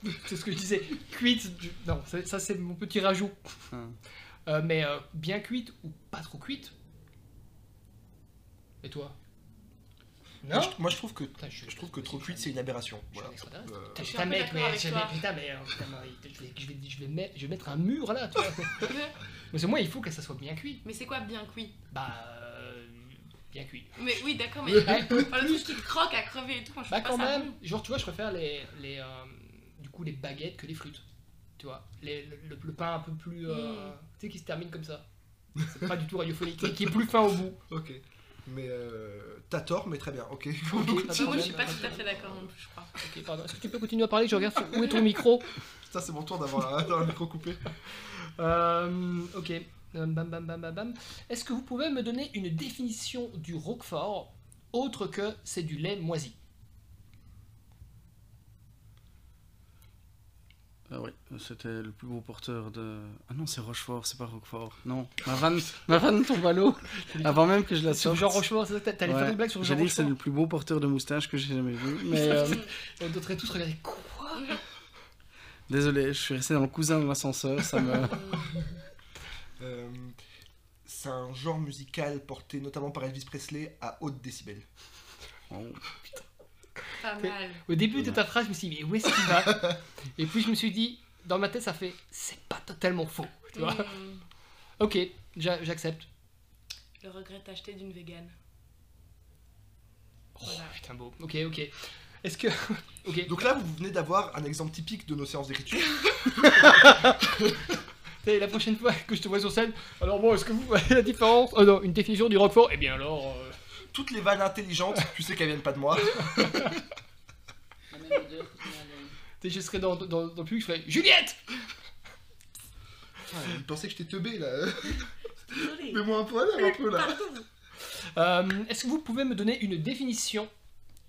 Speaker 8: c'est ce que je disais. Cuite, je- non, ça, ça, c'est mon petit rajout.
Speaker 9: Hum.
Speaker 8: Euh, mais euh, bien cuite ou pas trop cuite Et toi Non
Speaker 3: Moi, je- Moi, je trouve que
Speaker 8: Putain, je-
Speaker 3: je trouve que trop cuite, c'est une aberration.
Speaker 8: Je suis
Speaker 3: Voilà.
Speaker 8: un extraterrestre.
Speaker 3: Euh,
Speaker 8: Putain, je suis
Speaker 10: Je suis
Speaker 8: un
Speaker 10: un peu
Speaker 8: mec,
Speaker 10: d'accord
Speaker 8: mais
Speaker 10: avec
Speaker 8: je vais,
Speaker 10: toi.
Speaker 8: putain, mais euh, putain, Marie, je vais, je vais, je vais mettre, je vais mettre un mur là, tu vois. Parce que moi, il faut que ça soit bien cuit.
Speaker 10: Mais c'est quoi bien cuit
Speaker 8: Bah, euh, bien cuit. Bah,
Speaker 10: Mais oui, d'accord, mais.
Speaker 8: Ouais.
Speaker 10: Enfin, le truc qui croque à crever et tout, moi je
Speaker 8: Bah
Speaker 10: trouve
Speaker 8: quand
Speaker 10: pas ça
Speaker 8: même,
Speaker 10: bon.
Speaker 8: genre tu vois, je préfère les, les, euh, du coup les baguettes que les flûtes. Tu vois, les- le, le- le pain un peu plus, euh,
Speaker 10: Mm.
Speaker 8: tu sais, qui se termine comme ça. C'est pas du tout radiophonique et qui est plus fin au bout.
Speaker 3: Ok. Mais euh, t'as tort, mais très bien. Ok.
Speaker 8: Ok, pas de
Speaker 10: Moi je
Speaker 8: problème.
Speaker 10: suis pas tout à fait d'accord non plus, je crois.
Speaker 8: Ok, pardon. Est-ce que tu peux continuer à parler Je regarde sur- où est ton micro.
Speaker 3: Putain, c'est mon tour d'avoir un, d'avoir le micro coupé.
Speaker 8: Euh, ok. Euh, Bam bam bam bam bam. Est-ce que vous pouvez me donner une définition du roquefort autre que c'est du lait moisi
Speaker 9: Ah oui, c'était le plus gros porteur de. Ah non, c'est Rochefort, c'est pas Roquefort. Non, ma vanne, ma vanne tombe à l'eau avant même que je la
Speaker 8: Sur
Speaker 9: sorte.
Speaker 8: Jean Rochefort, c'est ça T'as- t'allais
Speaker 9: Ouais,
Speaker 8: faire des blagues sur Jean
Speaker 9: J'ai dit que c'est
Speaker 8: Rochefort
Speaker 9: le plus beau porteur de moustache que j'ai jamais vu. Mais euh,
Speaker 8: On devrait tous regarder quoi
Speaker 9: désolé, je suis resté dans le cousin de l'ascenseur, ça me.
Speaker 3: Euh, c'est un genre musical porté notamment par Elvis Presley à haute décibel.
Speaker 9: Oh.
Speaker 10: Pas mal.
Speaker 8: Au début de ta phrase, je me suis dit, mais où est-ce qu'il va Et puis je me suis dit, dans ma tête, ça fait, c'est pas totalement faux. Tu vois
Speaker 10: Hmm.
Speaker 8: Ok, j'a- j'accepte.
Speaker 10: Le regret d'acheter d'une végane.
Speaker 8: Oh,
Speaker 10: Voilà.
Speaker 8: putain, beau. Ok, ok. Est-ce que. Ok,
Speaker 3: Donc là, vous venez d'avoir un exemple typique de nos séances d'écriture.
Speaker 8: et la prochaine fois que je te vois sur scène, alors bon, est-ce que vous voyez la différence Oh non, une définition du Roquefort Eh bien alors. euh,
Speaker 3: Toutes les vannes intelligentes, tu sais qu'elles viennent pas de moi.
Speaker 11: La même odeur que tu mets à l'œil.
Speaker 8: tu sais, je serais dans, dans, dans le public, je ferais Juliette
Speaker 3: Putain, il pensait que j'étais teubé là.
Speaker 10: Désolée.
Speaker 3: Mets-moi un poil un peu là.
Speaker 8: Euh, Est-ce que vous pouvez me donner une définition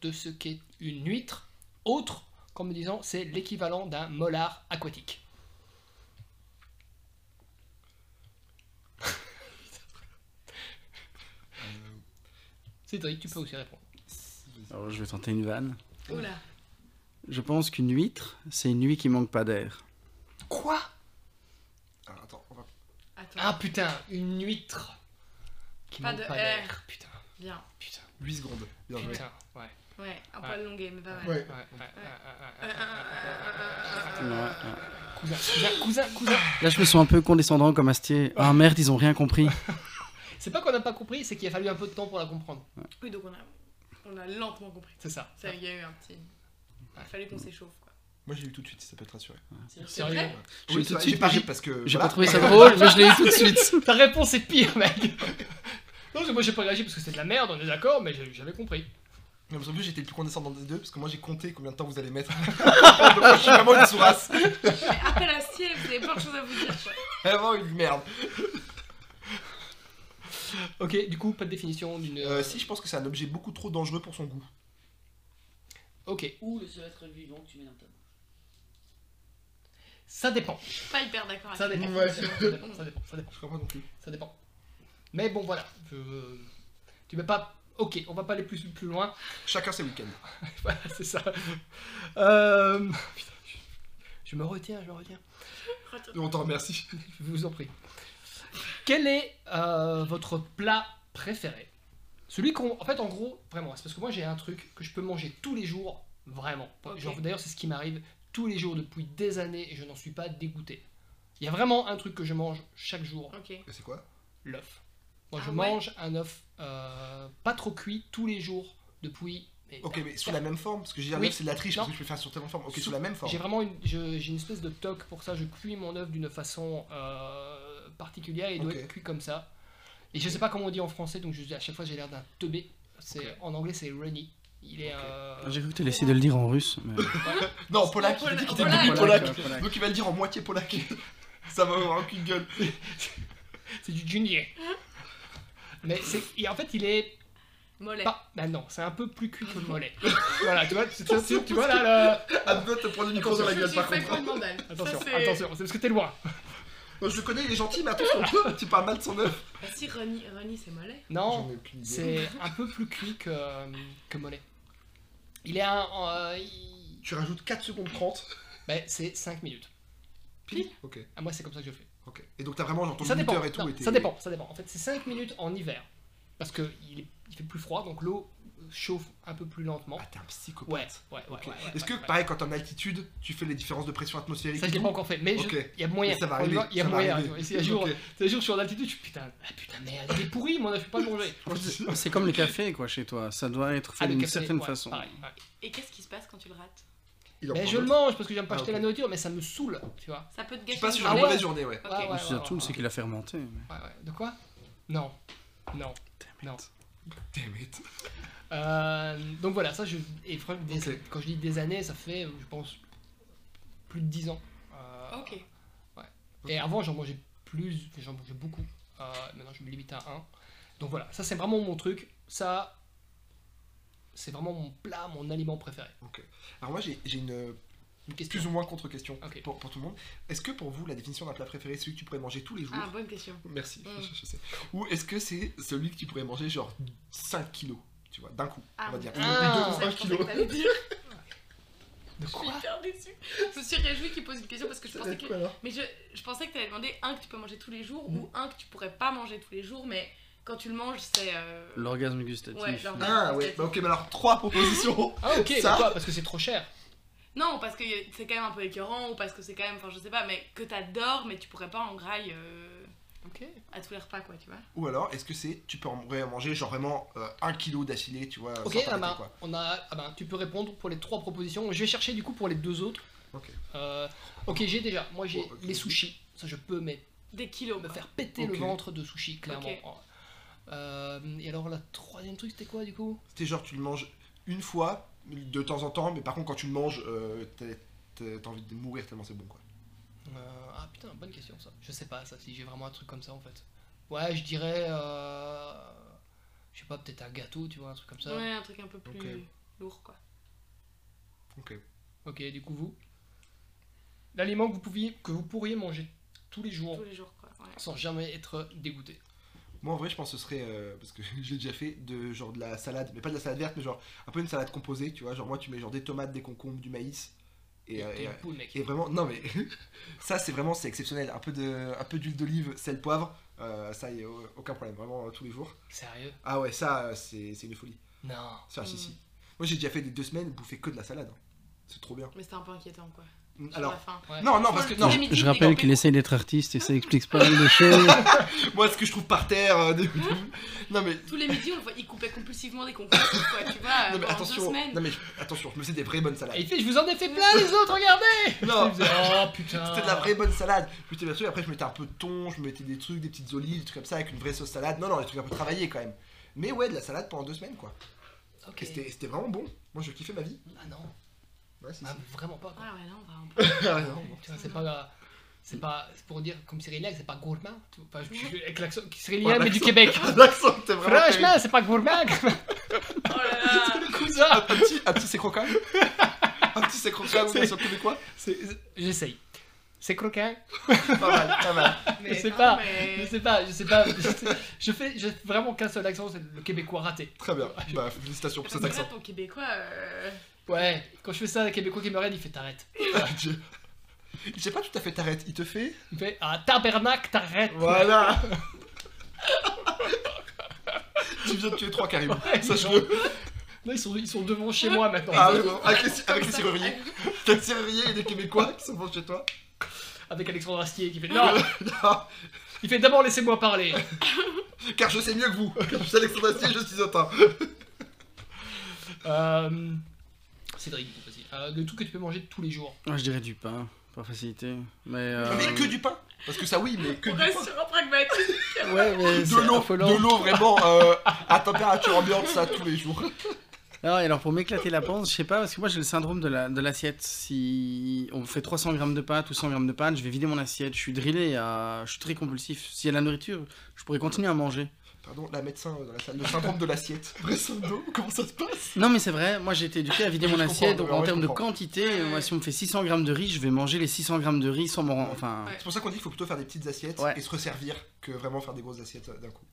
Speaker 8: de ce qu'est une huître autre qu'en me disant c'est l'équivalent d'un molar aquatique Cédric, tu peux aussi répondre.
Speaker 9: Alors, je vais tenter une vanne.
Speaker 10: Oula.
Speaker 9: Je pense qu'une huître, c'est une nuit qui manque pas d'air.
Speaker 8: Quoi
Speaker 3: Alors, attends, on va-
Speaker 10: Attends,
Speaker 8: Ah putain, une huître qui
Speaker 10: Pas
Speaker 8: manque
Speaker 10: de
Speaker 8: pas
Speaker 10: air.
Speaker 8: d'air. Putain,
Speaker 10: bien.
Speaker 8: putain,
Speaker 3: 8 secondes. Bien joué.
Speaker 8: putain, ouais.
Speaker 10: Ouais, un
Speaker 8: Ouais.
Speaker 10: poil longué, mais pas mal.
Speaker 3: Ouais.
Speaker 8: ouais, ouais, ouais, ouais,
Speaker 10: Euh,
Speaker 8: ouais, ouais.
Speaker 10: euh, euh, euh,
Speaker 9: Ouais,
Speaker 10: euh, euh,
Speaker 9: ouais.
Speaker 8: Cousin, cousin, cousin, cousin.
Speaker 9: Là, je me sens un peu condescendant comme Astier. Ah merde, ils ont rien compris.
Speaker 8: C'est pas qu'on n'a pas compris, c'est qu'il a fallu un peu de temps pour la comprendre.
Speaker 10: Oui, donc on a, on a lentement compris.
Speaker 8: C'est ça.
Speaker 10: Ça, il y a eu un petit. Il fallait qu'on s'échauffe, quoi.
Speaker 3: Moi j'ai eu tout de suite, ça peut te rassurer.
Speaker 11: C'est vrai.
Speaker 8: Sérieux
Speaker 10: vrai
Speaker 9: J'ai eu tout de
Speaker 3: ça-
Speaker 9: suite,
Speaker 3: j'ai pas ri
Speaker 9: j'ai-
Speaker 3: parce que.
Speaker 9: J'ai
Speaker 3: voilà.
Speaker 9: pas trouvé ça drôle, mais je l'ai eu tout de suite.
Speaker 8: Ta réponse est pire, mec. Non, parce que moi j'ai pas réagi parce que c'est de la merde, on est d'accord, mais j'ai- j'avais compris.
Speaker 3: Non, parce qu'en plus, j'étais le plus condescendant des deux parce que moi j'ai compté combien de temps vous allez mettre. Donc, je suis vraiment une sourasse.
Speaker 10: Mais après l'acier, vous avez plein de choses à vous dire, quoi.
Speaker 3: Vraiment une merde.
Speaker 8: Ok, du coup, pas de définition d'une.
Speaker 3: Euh, si, je pense que c'est un objet beaucoup trop dangereux pour son goût.
Speaker 8: Ok,
Speaker 11: Ou le seul être vivant que tu mets dans ta bouche.
Speaker 8: ça dépend.
Speaker 10: Je suis pas hyper d'accord avec
Speaker 8: Ça dépend.
Speaker 3: Ouais.
Speaker 8: Ça dépend, ça dépend, ça dépend,
Speaker 3: Je comprends pas non plus.
Speaker 8: ça dépend. Mais bon, voilà. Je- Tu veux pas. Ok, on va pas aller plus, plus loin.
Speaker 3: Chacun ses week-ends.
Speaker 8: Voilà, c'est ça. Euh, putain, je- je me retiens, je me retiens.
Speaker 10: Retourne.
Speaker 3: On t'en remercie.
Speaker 8: Je vous en prie. Quel est euh, votre plat préféré Celui qu'on. En fait, en gros, vraiment, c'est parce que moi j'ai un truc que je peux manger tous les jours, vraiment.
Speaker 10: Ok.
Speaker 8: Genre, D'ailleurs, c'est ce qui m'arrive tous les jours depuis des années et je n'en suis pas dégoûté. Il y a vraiment un truc que je mange chaque jour
Speaker 10: Ok.
Speaker 3: Et Euh, c'est quoi
Speaker 8: l'œuf. Moi,
Speaker 10: Ah
Speaker 8: je
Speaker 10: ouais.
Speaker 8: mange un œuf euh, pas trop cuit tous les jours depuis. mais-
Speaker 3: Ok, mais sous la même forme Parce que j'ai
Speaker 8: Oui.
Speaker 3: oui. c'est de la triche, parce
Speaker 8: Non.
Speaker 3: que je peux le faire sur tellement forme. Ok,
Speaker 8: Sous-
Speaker 3: sous, la même forme.
Speaker 8: J'ai vraiment une, je- j'ai une espèce de toc pour ça. Je cuis mon œuf d'une façon euh, particulière et il doit
Speaker 3: Ok.
Speaker 8: être cuit comme ça. Et je sais pas comment on dit en français, donc je- à chaque fois j'ai l'air d'un teubé. C'est En anglais, c'est runny. Il est. euh,
Speaker 9: J'ai cru que t'allais essayer de le dire en russe. Mais...
Speaker 3: Non, Polak, il a dit qu'il était
Speaker 10: Polak.
Speaker 3: devenu
Speaker 9: Polak,
Speaker 3: Polak.
Speaker 9: Polak.
Speaker 3: Donc il va le dire en moitié Polak. Ça va avoir un cul de gueule.
Speaker 8: c'est du junior. Mais c'est, et en fait, il est
Speaker 10: Mollet.
Speaker 8: pas. Bah non, c'est un peu plus cuit que le mollet. voilà, tu vois, tu, tu- tu- tu vois là. le-
Speaker 3: Abdel Ah, te prend le micro dans la
Speaker 10: Je
Speaker 3: gueule
Speaker 10: suis
Speaker 3: par
Speaker 10: fait
Speaker 3: contre.
Speaker 10: prendre mandale.
Speaker 8: Attention,
Speaker 10: Ça, c'est-
Speaker 8: attention, c'est parce que t'es loin.
Speaker 3: Non, Oh, je le connais, il est gentil, mais attention, tu parles mal de son œuf.
Speaker 10: Bah si, Ronnie, Ronnie, c'est mollet.
Speaker 8: Non,
Speaker 3: J'en ai aucune idée.
Speaker 8: C'est un peu plus cuit que, que Mollet. Il est un. euh, il-
Speaker 3: Tu rajoutes 4 secondes 30.
Speaker 8: Ben, c'est 5 minutes.
Speaker 3: Pile Ok,
Speaker 8: À Ah, moi, c'est comme ça que je fais.
Speaker 3: ok. Et donc t'as vraiment genre ton
Speaker 8: ça dépend.
Speaker 3: minuteur et tout.
Speaker 8: non,
Speaker 3: et t'es-
Speaker 8: ça dépend, ça dépend. En fait, c'est 5 minutes en hiver. Parce que il, est- il fait plus froid, donc l'eau chauffe un peu plus lentement.
Speaker 3: Ah, t'es un psychopathe.
Speaker 8: Ouais, ouais, ouais.
Speaker 3: Ok.
Speaker 8: ouais, ouais,
Speaker 3: Est-ce que,
Speaker 8: ouais, ouais.
Speaker 3: pareil, quand t'es en altitude, tu fais les différences de pression atmosphérique
Speaker 8: Ça,
Speaker 3: et
Speaker 8: je l'ai
Speaker 3: tout
Speaker 8: pas encore fait, mais je- il
Speaker 3: Ok.
Speaker 8: y a moyen.
Speaker 3: Mais ça va
Speaker 8: On y va,
Speaker 3: arriver,
Speaker 8: Il y a
Speaker 3: ça va
Speaker 8: moyen.
Speaker 3: arriver.
Speaker 8: tu vois. Si un jour,
Speaker 3: Ok.
Speaker 8: si un jour je suis en altitude, je suis putain, ah, putain merde, il est pourri, mon œuf, je peux pas le manger.
Speaker 9: C'est comme les cafés, quoi, chez toi. Ça doit être fait
Speaker 8: Ah, le
Speaker 9: d'une
Speaker 8: café,
Speaker 9: certaine
Speaker 8: ouais,
Speaker 9: façon.
Speaker 8: pareil, pareil.
Speaker 10: Et qu'est-ce qui se passe quand tu le rates
Speaker 3: Il en
Speaker 8: Mais
Speaker 3: prend
Speaker 8: je le
Speaker 3: d'autres.
Speaker 8: mange parce que j'aime pas
Speaker 3: Ah,
Speaker 8: acheter
Speaker 3: ok.
Speaker 8: la nourriture, mais ça me saoule, tu vois.
Speaker 10: Ça peut te
Speaker 3: Tu
Speaker 10: gâcher
Speaker 3: passes
Speaker 10: une
Speaker 8: Ah
Speaker 3: sur une
Speaker 10: journée.
Speaker 8: ouais.
Speaker 3: mauvaise journée, ouais.
Speaker 10: Ok.
Speaker 8: Ouais, ouais.
Speaker 9: Le Surtout, c'est qu'il a fermenté. mais-
Speaker 8: Ouais, ouais. De quoi Non. Non. Non.
Speaker 3: Damn it.
Speaker 8: Euh, donc voilà, ça, je, et franchement, des-
Speaker 3: Ok.
Speaker 8: quand je dis des années, ça fait, je pense, plus de 10 ans. Euh,
Speaker 10: hein. Ah, Ok.
Speaker 8: Et avant, j'en mangeais plus, j'en mangeais beaucoup. Euh, maintenant, je me limite à un. Donc voilà, ça, c'est vraiment mon truc. Ça, c'est vraiment mon plat, mon aliment préféré.
Speaker 3: Alors moi, j'ai j'ai une euh,
Speaker 8: Une
Speaker 3: plus
Speaker 8: question.
Speaker 3: ou moins contre-question
Speaker 8: Ok.
Speaker 3: pour, pour tout le monde. Est-ce que pour vous, la définition d'un plat préféré, c'est celui que tu pourrais manger tous les jours
Speaker 10: Ah, bonne question.
Speaker 3: Merci,
Speaker 10: Mm.
Speaker 3: je, je sais. Ou est-ce que c'est celui que tu pourrais manger genre 5 kilos, tu vois, d'un coup,
Speaker 10: Ah,
Speaker 3: on va dire.
Speaker 8: Ah.
Speaker 10: Ça, je
Speaker 3: 1
Speaker 10: pensais que
Speaker 3: kilo.
Speaker 10: t'allais dire.
Speaker 8: De
Speaker 10: Je suis
Speaker 8: quoi
Speaker 10: hyper déçue. Je me suis réjouie qu'il pose une question parce que je
Speaker 3: Ça doit
Speaker 10: pensais
Speaker 3: être
Speaker 10: que.
Speaker 3: quoi, Mm. alors
Speaker 10: Mais je, je pensais que t'allais demander un que tu peux manger tous les jours ou un que tu pourrais pas manger tous les jours, mais quand tu le manges, c'est. euh,
Speaker 9: L'orgasme gustatif.
Speaker 10: Ouais, l'orgasme.
Speaker 3: Ah ouais, bah ok, mais alors 3 propositions.
Speaker 8: Ah, ok,
Speaker 3: Ça.
Speaker 8: pourquoi Parce que c'est trop cher.
Speaker 10: Non, parce que y a- c'est quand même un peu écœurant ou parce que c'est quand même. Enfin, je sais pas, mais que t'adores, mais tu pourrais pas en graille euh,
Speaker 8: Ok.
Speaker 10: à tous les repas, quoi, tu vois.
Speaker 3: Ou alors, est-ce que c'est tu peux en pourrais manger genre vraiment 1 kilo d'affilée, tu vois,
Speaker 8: Ok,
Speaker 3: sans
Speaker 8: ah
Speaker 3: t'arrêter,
Speaker 8: ben,
Speaker 3: quoi.
Speaker 8: on a, ah ben, tu peux répondre pour les trois propositions. Je vais chercher du coup pour les deux autres.
Speaker 3: Ok.
Speaker 8: Euh, ok, j'ai déjà. Moi, j'ai
Speaker 3: Oh, ok.
Speaker 8: les sushis. Ça, je peux mais,
Speaker 10: Des kilos.
Speaker 8: me
Speaker 3: Bah,
Speaker 10: quoi.
Speaker 8: faire péter
Speaker 3: Ok.
Speaker 8: le ventre de sushis, clairement.
Speaker 10: Ok.
Speaker 8: Euh, et alors, la troisième truc, c'était quoi du coup
Speaker 3: C'était genre tu le manges une fois de temps en temps, mais par contre quand tu le manges, euh, t'as- t'as t'as envie de mourir tellement c'est bon quoi.
Speaker 8: Euh, Ah putain, bonne question ça. Je sais pas ça, si j'ai vraiment un truc comme ça en fait. Ouais, je dirais. euh, je sais pas, peut-être un gâteau, tu vois, un truc comme ça.
Speaker 10: Ouais, un truc un peu plus
Speaker 3: Ok.
Speaker 10: lourd, quoi.
Speaker 3: OK.
Speaker 8: Ok, du coup, vous L'aliment que vous, pouviez, que vous pourriez manger tous les jours
Speaker 10: Tous les jours, quoi. Ouais.
Speaker 8: sans jamais être dégoûté.
Speaker 3: Moi en vrai je pense que ce serait, euh, parce que je l'ai déjà fait, de genre de la salade, mais pas de la salade verte, mais genre un peu une salade composée, tu vois, genre moi tu mets genre des tomates, des concombres, du maïs, et, euh,
Speaker 8: T'es
Speaker 3: et,
Speaker 8: une poule, mec.
Speaker 3: et vraiment, non mais ça c'est vraiment c'est exceptionnel, un peu de, un peu d'huile d'olive, sel, poivre, euh, ça y est, au- aucun problème, vraiment euh, tous les jours.
Speaker 8: Sérieux
Speaker 3: Ah ouais ça euh, c'est c'est une folie,
Speaker 8: Non.
Speaker 3: ça si
Speaker 10: Mm.
Speaker 3: si. Moi j'ai déjà fait des deux semaines bouffer que de la salade, hein. c'est trop bien.
Speaker 10: Mais c'était un peu inquiétant, quoi. Sur
Speaker 3: Alors
Speaker 10: la fin.
Speaker 8: Ouais.
Speaker 3: non non parce que non,
Speaker 10: Tous les midis,
Speaker 9: Je
Speaker 10: t'es
Speaker 9: rappelle
Speaker 10: campé.
Speaker 9: qu'il essaye d'être artiste et ça explique pas mal de choses.
Speaker 3: moi ce que je trouve par terre, euh, des- non mais
Speaker 10: Tous les midis, on le voit, il coupait compulsivement des concombres, quoi, tu vois, euh,
Speaker 3: non
Speaker 10: pendant
Speaker 3: mais
Speaker 10: deux
Speaker 3: attention,
Speaker 10: semaines.
Speaker 3: non mais attention, je me faisais des vraies bonnes
Speaker 8: Et
Speaker 3: salades.
Speaker 8: il fait, je vous en ai fait plein les autres, regardez
Speaker 3: Non.
Speaker 8: Il faisait, Oh
Speaker 10: Ah.
Speaker 8: putain
Speaker 3: C'était de la vraie bonne salade. Je mettais bien sûr, après je mettais un peu de thon, je mettais des trucs, des petites olives, des trucs comme ça, avec une vraie sauce salade. Non, non, des trucs un peu travaillés quand même. Mais ouais, de la salade pendant deux semaines quoi.
Speaker 8: Ok.
Speaker 3: Et c'était- c'était vraiment bon. Moi je kiffais ma vie.
Speaker 8: Ah non,
Speaker 3: Ouais, si,
Speaker 8: ah, mais vraiment pas quoi.
Speaker 10: Ah ouais, non, bah, on peut-
Speaker 3: si. Ah, non.
Speaker 8: Tu vois, c'est pas. C'est pas. C'est pour dire, comme Cyril Hanouna, c'est pas gourmand. tu vois. Enfin, je, je- avec l'accent. Cyril
Speaker 3: Ouais,
Speaker 8: Hanouna, mais du
Speaker 3: l'accent-
Speaker 8: Québec.
Speaker 3: L'accent, c'était vraiment. terrible.
Speaker 8: Franchement, c'est pas gourmand
Speaker 10: Oh là là
Speaker 8: le cousin
Speaker 3: Un petit, un petit c'est croquant. un petit c'est croquant, vous êtes sur québécois.
Speaker 8: C'est- J'essaye. C'est croquant
Speaker 3: Pas mal, pas mal.
Speaker 10: mais,
Speaker 8: sais
Speaker 10: non,
Speaker 8: pas.
Speaker 10: mais-
Speaker 8: Je sais pas, je sais pas. Je fais, je fais vraiment qu'un seul accent, c'est le québécois raté.
Speaker 3: Très bien. Bah, félicitations pour
Speaker 10: Parce
Speaker 3: cet
Speaker 10: que là,
Speaker 3: accent.
Speaker 10: ton québécois, euh,
Speaker 8: Ouais, quand je fais ça, le québécois qui me regarde, il fait t'arrête.
Speaker 3: Ah, Dieu. Il sait pas tout à fait t'arrête, il te fait.
Speaker 8: Il fait Ah, tabernacle, t'arrêtes
Speaker 3: Voilà Tu viens de tuer trois caribous, sache-le.
Speaker 8: Non, ils sont, ils sont devant chez moi maintenant.
Speaker 3: Ah, oui, bon, avec les, avec les serruriers. T'as le serrurier et des Québécois qui sont venus chez toi.
Speaker 8: Avec Alexandre Astier qui fait Non
Speaker 3: Non,
Speaker 8: Il fait d'abord laissez-moi parler.
Speaker 3: car je sais mieux que vous. Je suis Alexandre Astier, je suis autant.
Speaker 8: Euh, Cédric, vas-y. Euh, le truc que tu peux manger tous les jours.
Speaker 9: Moi, Ah, je dirais du pain, par facilité. Mais, euh,
Speaker 3: Mais que du pain Parce que ça, oui, mais que
Speaker 10: On
Speaker 3: du pain.
Speaker 10: reste sur un pragmatisme.
Speaker 9: Ouais, mais Euh, c'est
Speaker 3: De l'eau,
Speaker 9: affolant.
Speaker 3: de l'eau vraiment euh, à température ambiante, ça tous les jours.
Speaker 9: Alors, et Ah alors pour m'éclater la panse, je sais pas, parce que moi j'ai le syndrome de la- de l'assiette. si on me fait 300 grammes de pâtes ou 100 grammes de pâtes, je vais vider mon assiette. Je suis drillé, à... je suis très compulsif. S'il y a de la nourriture, je pourrais continuer à manger.
Speaker 3: Pardon, la médecin euh, dans la salle, le syndrome de l'assiette. Bressando, comment ça se passe
Speaker 9: Non, mais c'est vrai, moi j'ai été éduqué à vider
Speaker 3: Je
Speaker 9: mon
Speaker 3: comprends,
Speaker 9: assiette. Donc
Speaker 3: ouais,
Speaker 9: en
Speaker 3: ouais,
Speaker 9: termes
Speaker 3: je
Speaker 9: de
Speaker 3: comprends.
Speaker 9: quantité, moi, si on me fait 600 grammes de riz, je vais manger les 600 grammes de riz sans m'en rendre. Enfin,
Speaker 10: Ouais.
Speaker 3: C'est pour ça qu'on dit qu'il faut plutôt faire des petites assiettes
Speaker 9: Ouais.
Speaker 3: et se resservir que vraiment faire des grosses assiettes euh, d'un coup.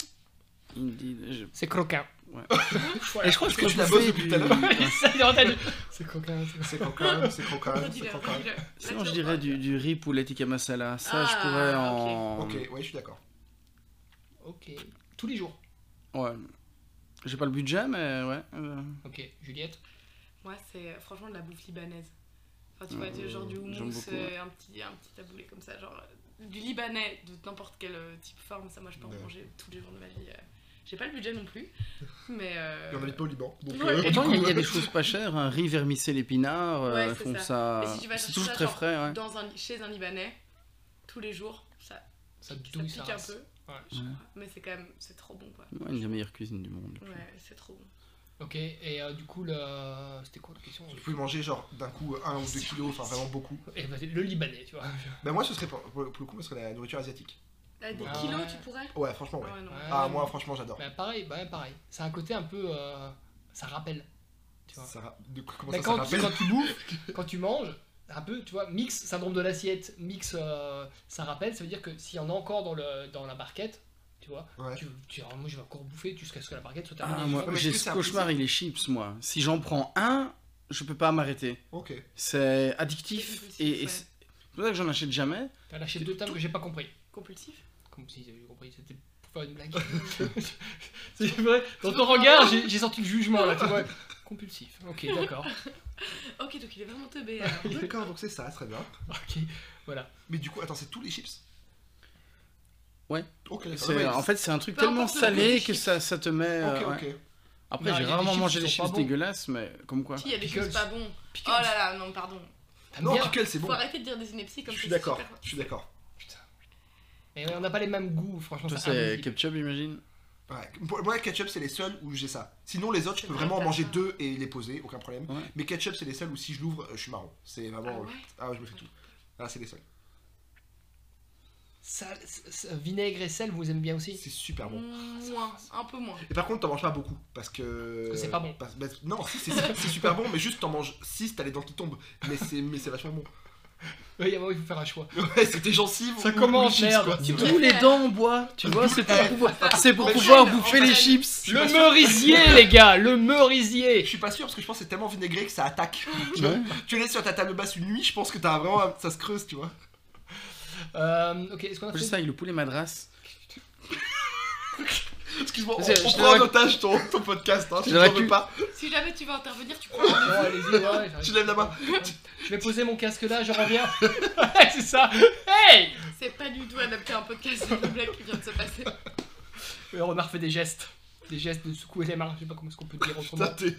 Speaker 9: indeed, je-
Speaker 8: C'est croquin.
Speaker 9: Ouais.
Speaker 8: Voilà.
Speaker 9: Et je crois que
Speaker 3: Parce que tu la
Speaker 9: je
Speaker 3: bosses
Speaker 9: fais
Speaker 3: depuis
Speaker 9: du-
Speaker 3: tout à l'heure.
Speaker 8: Ça, il est en tête. C'est croquin. c'est-
Speaker 3: C'est croquant, c'est croquant, c'est
Speaker 10: Redis-le,
Speaker 3: croquant.
Speaker 10: redis-le. Là,
Speaker 9: Sinon,
Speaker 10: tu
Speaker 9: je
Speaker 10: vas
Speaker 9: dirais
Speaker 10: voir.
Speaker 9: du, du riz poulet tikka masala. Ça, je
Speaker 10: Ah,
Speaker 9: pourrais
Speaker 10: ok.
Speaker 9: en.
Speaker 3: Ok, ouais, je suis d'accord.
Speaker 8: Ok. Tous les jours.
Speaker 9: Ouais. J'ai pas le budget, mais ouais. euh,
Speaker 8: Ok. Juliette
Speaker 10: Moi, c'est euh, franchement de la bouffe libanaise. Enfin, tu vois, du-
Speaker 3: Mmh,
Speaker 9: Euh,
Speaker 10: genre du
Speaker 9: j'aime
Speaker 10: houmous,
Speaker 9: beaucoup,
Speaker 10: euh,
Speaker 9: ouais.
Speaker 10: un, petit, un petit taboulé comme ça, genre euh, du libanais, de n'importe quel euh, type forme. Ça, moi, je peux en
Speaker 3: Ouais.
Speaker 10: manger tous les jours de ma vie. euh. J'ai pas le budget non plus, mais. euh,
Speaker 3: Et on habite pas au Liban. Donc,
Speaker 10: Ouais.
Speaker 3: euh,
Speaker 9: Pourtant, il y a- il y, a
Speaker 3: du
Speaker 9: des
Speaker 3: coup,
Speaker 9: choses pas chères, un riz vermicelle épinard, euh,
Speaker 10: Ouais, c'est
Speaker 9: font
Speaker 10: Mais
Speaker 9: ça.
Speaker 10: si tu vas
Speaker 9: C'est
Speaker 10: chercher
Speaker 9: toujours
Speaker 10: ça,
Speaker 9: très
Speaker 10: genre,
Speaker 9: frais, hein. ouais.
Speaker 10: dans un, chez un libanais, tous les jours, ça,
Speaker 8: Ça
Speaker 10: ça
Speaker 8: douille, ça
Speaker 10: pique un
Speaker 8: rase.
Speaker 10: peu.
Speaker 8: Ouais.
Speaker 10: je crois. Mais c'est quand même, c'est trop bon quoi.
Speaker 9: Ouais, une des meilleures cuisines du monde.
Speaker 10: Ouais, c'est trop bon.
Speaker 8: Ok. Et euh, du coup, le... c'était quoi la question
Speaker 3: Vous pouvez euh, manger genre d'un coup euh, un ou deux kilos, enfin vraiment beaucoup.
Speaker 8: Eh ben, Le libanais, tu vois.
Speaker 3: Ben moi, ce serait pour, pour le pour le coup, ce serait la nourriture asiatique.
Speaker 10: Ah, des
Speaker 8: Ah
Speaker 10: kilos,
Speaker 8: ouais.
Speaker 10: tu pourrais
Speaker 3: Ouais, franchement, ouais.
Speaker 10: Ah ouais, non.
Speaker 8: Ouais.
Speaker 3: Ah, moi, franchement, j'adore.
Speaker 8: Bah, pareil, bah, pareil. C'est un côté un peu. euh, Ça rappelle. Tu vois.
Speaker 3: Ça, ra- de- comment
Speaker 8: Mais
Speaker 3: ça,
Speaker 8: quand,
Speaker 3: ça
Speaker 8: tu,
Speaker 3: rappelle
Speaker 8: quand tu bouffes, quand tu manges, un peu, tu vois, mix syndrome de l'assiette, mix euh, ça rappelle, ça veut dire que s'il y en a encore dans, le, dans la barquette, tu vois,
Speaker 3: Ouais.
Speaker 8: tu, tu- alors moi je vais encore bouffer jusqu'à ce que la barquette soit terminée.
Speaker 9: Ah, moi,
Speaker 3: mais est-ce
Speaker 9: j'ai
Speaker 3: que
Speaker 9: ce
Speaker 3: c'est un
Speaker 9: cauchemar, il est chips, moi. Si j'en prends un, je peux pas m'arrêter.
Speaker 3: Ok.
Speaker 9: C'est addictif
Speaker 10: C'est
Speaker 9: et. et
Speaker 10: compulsif,
Speaker 9: c'est c'est pour ça que j'en achète jamais.
Speaker 8: T'as lâché deux tables que j'ai pas compris.
Speaker 10: Compulsif
Speaker 8: Comme si j'avais compris, c'était pour faire une blague. C'est vrai, dans ton regard, j'ai j'ai senti le jugement là, tu vois. Compulsif, ok, d'accord.
Speaker 10: Ok, donc il est vraiment teubé alors.
Speaker 3: D'accord, donc c'est ça, très bien.
Speaker 8: Ok, voilà.
Speaker 3: Mais du coup, attends, c'est tous les chips
Speaker 9: Ouais.
Speaker 3: Ok,
Speaker 9: C'est-
Speaker 3: ouais,
Speaker 9: en fait, c'est un truc
Speaker 10: Peu
Speaker 9: tellement
Speaker 10: importe le goût des
Speaker 9: salé que
Speaker 10: chips.
Speaker 9: ça, ça te met. euh,
Speaker 3: Ok,
Speaker 9: ouais.
Speaker 3: ok.
Speaker 8: Non, il y
Speaker 9: Après, j'ai
Speaker 8: a des
Speaker 9: rarement
Speaker 8: chips
Speaker 9: mangé
Speaker 8: qui
Speaker 9: des
Speaker 8: sont
Speaker 9: chips
Speaker 8: pas bons.
Speaker 9: dégueulasses, mais comme quoi.
Speaker 10: Si, il y a des
Speaker 8: Pickles.
Speaker 10: choses pas bon.
Speaker 8: Pickles,
Speaker 10: Oh là là, non, pardon.
Speaker 8: t'aimes
Speaker 3: Non,
Speaker 8: bien
Speaker 3: pickle, c'est
Speaker 10: Faut
Speaker 3: bon.
Speaker 10: arrêter de dire des inepties Ah, comme
Speaker 3: Je
Speaker 10: ça.
Speaker 3: suis
Speaker 10: c'est
Speaker 3: d'accord,
Speaker 10: super-
Speaker 3: je suis d'accord.
Speaker 8: Mais on n'a pas les mêmes goûts, franchement.
Speaker 9: Toi,
Speaker 8: c'est
Speaker 9: c'est
Speaker 8: impossible.
Speaker 9: ketchup, j'imagine
Speaker 3: Ouais, pour- moi, ketchup, c'est les seuls où j'ai ça. Sinon, les autres, je
Speaker 10: C'est
Speaker 3: peux
Speaker 10: vrai,
Speaker 3: vraiment en
Speaker 10: t'as
Speaker 3: manger
Speaker 10: ça.
Speaker 3: deux et les poser, aucun problème.
Speaker 9: Ouais.
Speaker 3: Mais ketchup, c'est les seuls où si je l'ouvre, euh, je suis marron. C'est
Speaker 10: Ah
Speaker 3: vraiment.
Speaker 10: ouais
Speaker 3: Ah, ouais, je me fais tout. Ah, c'est les seuls.
Speaker 8: Sal- s- s- vinaigre et sel, vous aimez bien aussi
Speaker 3: C'est super
Speaker 10: Mm.
Speaker 3: bon.
Speaker 10: Moins, un peu moins.
Speaker 3: Et par contre, t'en manges pas beaucoup parce que.
Speaker 8: Que c'est pas bon.
Speaker 3: parce- bah, non, si, c'est c'est super bon, mais juste t'en manges 6, t'as les dents qui tombent. Mais c'est mais c'est vachement bon.
Speaker 8: Oui, il faut faire un choix.
Speaker 3: Ouais, c'est tes gencives.
Speaker 8: Ça
Speaker 3: ou- ou
Speaker 8: commence,
Speaker 3: les chips,
Speaker 8: merde.
Speaker 3: quoi.
Speaker 8: Tu-
Speaker 9: Tous les dents en bois, tu vois, c'est pour pouvoir, c'est pour
Speaker 3: Mais
Speaker 9: pouvoir
Speaker 10: je-
Speaker 9: bouffer
Speaker 10: en
Speaker 9: les
Speaker 10: fait-
Speaker 9: chips.
Speaker 8: Le merisier, les gars, le merisier
Speaker 3: Je suis pas sûr parce que je pense que c'est tellement vinaigré que ça attaque.
Speaker 10: Ah.
Speaker 3: tu vois. Tu laisses sur ta table basse une nuit, je pense que t'as vraiment. un- Ça se creuse, tu vois.
Speaker 8: Euh, Ok, est-ce qu'on a
Speaker 9: Juste
Speaker 8: fait
Speaker 9: ça, avec le poulet madras.
Speaker 3: Excuse-moi, on,
Speaker 9: Je-
Speaker 3: on
Speaker 9: je
Speaker 3: prend en
Speaker 9: l'aurais-
Speaker 3: otage ton, ton podcast. Hein, tu
Speaker 9: Je l'aurais
Speaker 3: t'en veux
Speaker 9: pu-
Speaker 3: pas.
Speaker 10: Si jamais tu vas intervenir, tu prends.
Speaker 8: Non, allez-y, ouais, j'arrive.
Speaker 3: Tu lèves la main.
Speaker 8: Je vais poser mon casque là, je reviens. Ouais, c'est ça. Hey
Speaker 10: C'est pas du tout adapté à un podcast, c'est une blague qui vient de se passer.
Speaker 8: Le renard fait des gestes. Des gestes de secouer les mains, je sais pas comment est-ce qu'on peut dire
Speaker 3: Putain,
Speaker 8: autrement.
Speaker 3: t'es-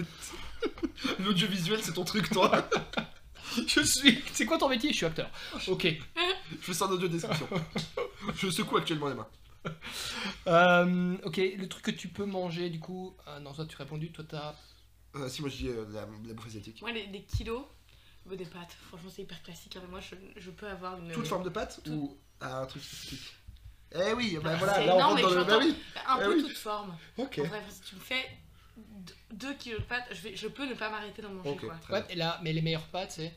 Speaker 3: L'audiovisuel, c'est ton truc, toi.
Speaker 8: Je suis. C'est quoi ton métier Je suis acteur. Ok.
Speaker 3: Je fais ça en audio description. Je secoue actuellement les mains.
Speaker 8: Euh, ok, le truc que tu peux manger du coup. Ah non, toi tu as répondu, toi t'as.
Speaker 3: Euh, si, moi je dis euh, la, la bouffe asiatique.
Speaker 10: Moi, les, des kilos, bon, des pâtes, franchement, c'est hyper classique. hein, mais moi, je, je peux avoir une.
Speaker 3: Toute forme de pâte
Speaker 10: Euh, Tout.
Speaker 3: ou ah, un truc spécifique Eh oui, bah
Speaker 10: Ah,
Speaker 3: voilà,
Speaker 10: c'est
Speaker 3: là on
Speaker 10: énorme,
Speaker 3: rentre dans
Speaker 10: mais
Speaker 3: le. Bah oui,
Speaker 10: Un
Speaker 3: Ah
Speaker 10: peu
Speaker 3: oui.
Speaker 10: toute forme.
Speaker 3: ok.
Speaker 10: En vrai, si tu me fais 2 kilos de pâtes, je, vais- je peux ne pas m'arrêter d'en manger.
Speaker 3: Ok,
Speaker 10: quoi.
Speaker 3: très
Speaker 8: Ouais,
Speaker 3: bien.
Speaker 8: et là, mais les meilleures pâtes c'est.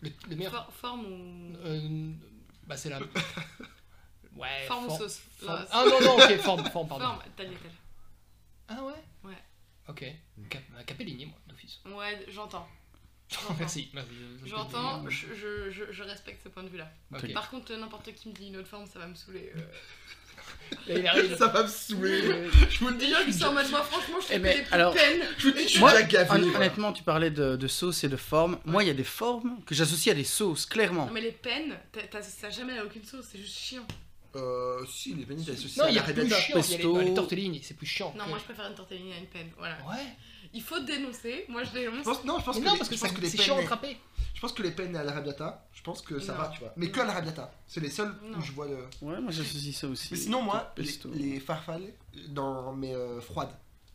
Speaker 8: Le, le meilleur.
Speaker 10: For- forme ou.
Speaker 8: Euh, bah c'est la. Ouais.
Speaker 10: forme ou
Speaker 8: for-
Speaker 10: sauce.
Speaker 8: Eh, forme-
Speaker 10: Là,
Speaker 8: Ah non, non, ok, forme, forme, pardon.
Speaker 10: Forme, tagliatelle.
Speaker 8: Ah ouais
Speaker 10: Ouais.
Speaker 8: Ok. Cap- bah, Capellini, moi, d'office.
Speaker 10: Ouais, j'entends. J'entends.
Speaker 8: Merci.
Speaker 10: J'entends, je, je- je- je respecte ce point de vue-là.
Speaker 8: Ok.
Speaker 10: Par contre, euh, n'importe qui me dit une autre forme, ça va me saouler. euh.
Speaker 8: Et il arrive.
Speaker 3: Ça va me saouler. Je vous le dis,
Speaker 10: Déjà, je me sens en mode, moi, franchement, je
Speaker 9: Eh
Speaker 10: fais
Speaker 9: mais,
Speaker 10: des
Speaker 9: alors-
Speaker 10: alors... peines.
Speaker 3: je vous dis, je suis
Speaker 9: Moi,
Speaker 3: déjà gavé.
Speaker 9: hon-
Speaker 3: voilà.
Speaker 9: honnêtement, tu parlais de, de sauces et de formes. Moi, il y a des formes que j'associe à des sauces, clairement.
Speaker 10: Non, mais les peines, t'as- t'as- ça jamais à aucune sauce, c'est juste chiant.
Speaker 3: Euh, si, les pénis associés
Speaker 8: Non,
Speaker 3: à
Speaker 8: il y
Speaker 3: la
Speaker 8: a plus
Speaker 3: Rebecca.
Speaker 8: chiant. Il y a les-
Speaker 9: Pesto.
Speaker 8: bah, les tortellini, c'est plus chiant.
Speaker 10: Non,
Speaker 8: que-
Speaker 10: moi, je préfère une tortellini à une peine. Voilà.
Speaker 8: Ouais.
Speaker 10: Il faut dénoncer. Moi, je dénonce.
Speaker 3: Je pense, non, je pense
Speaker 8: Mais
Speaker 3: que,
Speaker 8: non,
Speaker 3: les-
Speaker 8: parce que,
Speaker 3: je
Speaker 8: ça-
Speaker 3: pense que les
Speaker 8: c'est chiant à
Speaker 3: peines,
Speaker 8: attraper.
Speaker 3: je pense que les peines à la rabiata, je pense que ça
Speaker 10: Non.
Speaker 3: va, tu vois. Mais
Speaker 10: Non.
Speaker 3: que à la rabiata, c'est les seuls
Speaker 10: Non.
Speaker 3: où je vois le.
Speaker 9: Ouais, moi j'associe ça aussi.
Speaker 3: Mais sinon, moi, les,
Speaker 9: Pesto.
Speaker 3: les farfales dans mes euh, froides.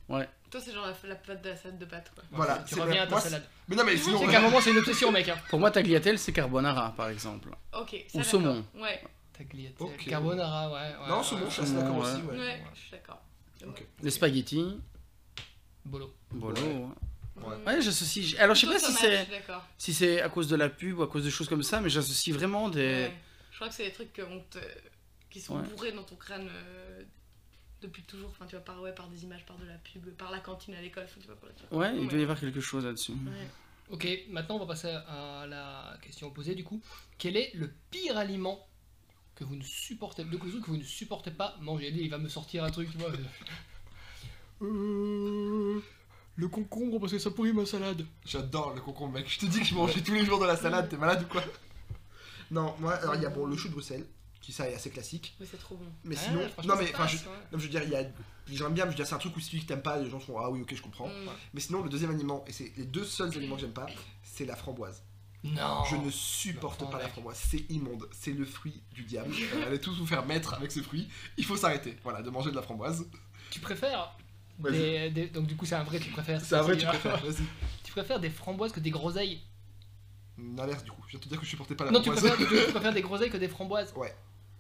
Speaker 10: Toi, c'est genre la, la pâte de la salade de pâte, quoi.
Speaker 3: Voilà,
Speaker 8: Tu
Speaker 3: c'est
Speaker 8: reviens
Speaker 3: ma-
Speaker 8: à ta
Speaker 3: moi,
Speaker 8: salade.
Speaker 3: Mais non, mais sinon,
Speaker 8: C'est qu'à un moment, c'est une obsession, mec. Hein.
Speaker 9: Pour moi, tagliatelle, c'est carbonara, par exemple.
Speaker 10: Ok.
Speaker 9: Ou
Speaker 10: ça, d'accord.
Speaker 9: saumon.
Speaker 10: Ouais,
Speaker 8: Tagliatelle,
Speaker 3: Ok.
Speaker 8: carbonara, ouais. ouais
Speaker 3: non,
Speaker 8: ouais,
Speaker 3: c'est bon,
Speaker 8: ouais.
Speaker 3: je suis
Speaker 9: Ouais.
Speaker 3: d'accord aussi.
Speaker 10: ouais,
Speaker 3: Ouais.
Speaker 10: je suis d'accord.
Speaker 3: Ok.
Speaker 9: Les spaghettis,
Speaker 8: Bolo.
Speaker 9: bolo.
Speaker 3: Ouais.
Speaker 9: Ouais,
Speaker 3: Ouais.
Speaker 9: j'associe. j'- Alors, je sais
Speaker 10: Plutôt
Speaker 9: pas si
Speaker 10: tomate, Je
Speaker 9: c'est
Speaker 10: suis d'accord.
Speaker 9: si c'est à cause de la pub ou à cause de choses comme ça, mais j'associe vraiment des.
Speaker 10: Ouais. Je crois que c'est des trucs que on te- qui sont
Speaker 9: Ouais.
Speaker 10: bourrés dans ton crâne euh, depuis toujours. Enfin, tu vois, par, ouais, par des images, par de la pub, par la cantine à l'école. Enfin, tu vois, par- tu vois.
Speaker 9: Ouais, il doit y avoir quelque chose là-dessus.
Speaker 10: Ouais.
Speaker 8: Ok, maintenant on va passer à la question posée du coup. Quel est le pire aliment que vous ne supportez de cuisine que vous ne supportez pas manger Lui, il va me sortir un truc, tu vois. Euh, le concombre parce que ça pourrit ma salade.
Speaker 3: J'adore le concombre, mec. Je te dis que je mangeais tous les jours de la salade, t'es malade ou quoi Non, moi, alors il y a bon, le chou de Bruxelles, qui ça est assez classique.
Speaker 10: Mais c'est trop bon.
Speaker 3: Mais
Speaker 8: Ah,
Speaker 3: sinon,
Speaker 8: franchement,
Speaker 3: non, mais
Speaker 8: ça
Speaker 3: enfin, je,
Speaker 8: passe, ouais.
Speaker 3: non, je veux dire, il y a. J'aime bien, mais je veux dire, c'est un truc où si tu dis que t'aimes pas, les gens font Ah oui, ok, je comprends.
Speaker 10: Mm.
Speaker 3: Mais sinon, le deuxième aliment, et c'est les deux seuls aliments que j'aime pas, c'est la framboise.
Speaker 8: Non.
Speaker 3: Je ne supporte
Speaker 8: Non,
Speaker 3: pas la
Speaker 8: mec.
Speaker 3: framboise, c'est immonde, c'est le fruit du diable. Euh, Allez tous vous faire mettre avec ce fruit, il faut s'arrêter, voilà, de manger de la framboise.
Speaker 8: Tu préfères
Speaker 3: Vas-y.
Speaker 8: des- des- donc du coup c'est un vrai tu préfères.
Speaker 3: C'est un vrai,
Speaker 8: tu
Speaker 3: tu préfères, vas-y.
Speaker 8: Tu préfères des framboises que des groseilles.
Speaker 3: L'inverse, du coup, je viens de te dire que je supportais pas la
Speaker 8: non, tu
Speaker 3: framboise.
Speaker 8: préfères, tu préfères des groseilles que des framboises.
Speaker 3: Euh, Ouais.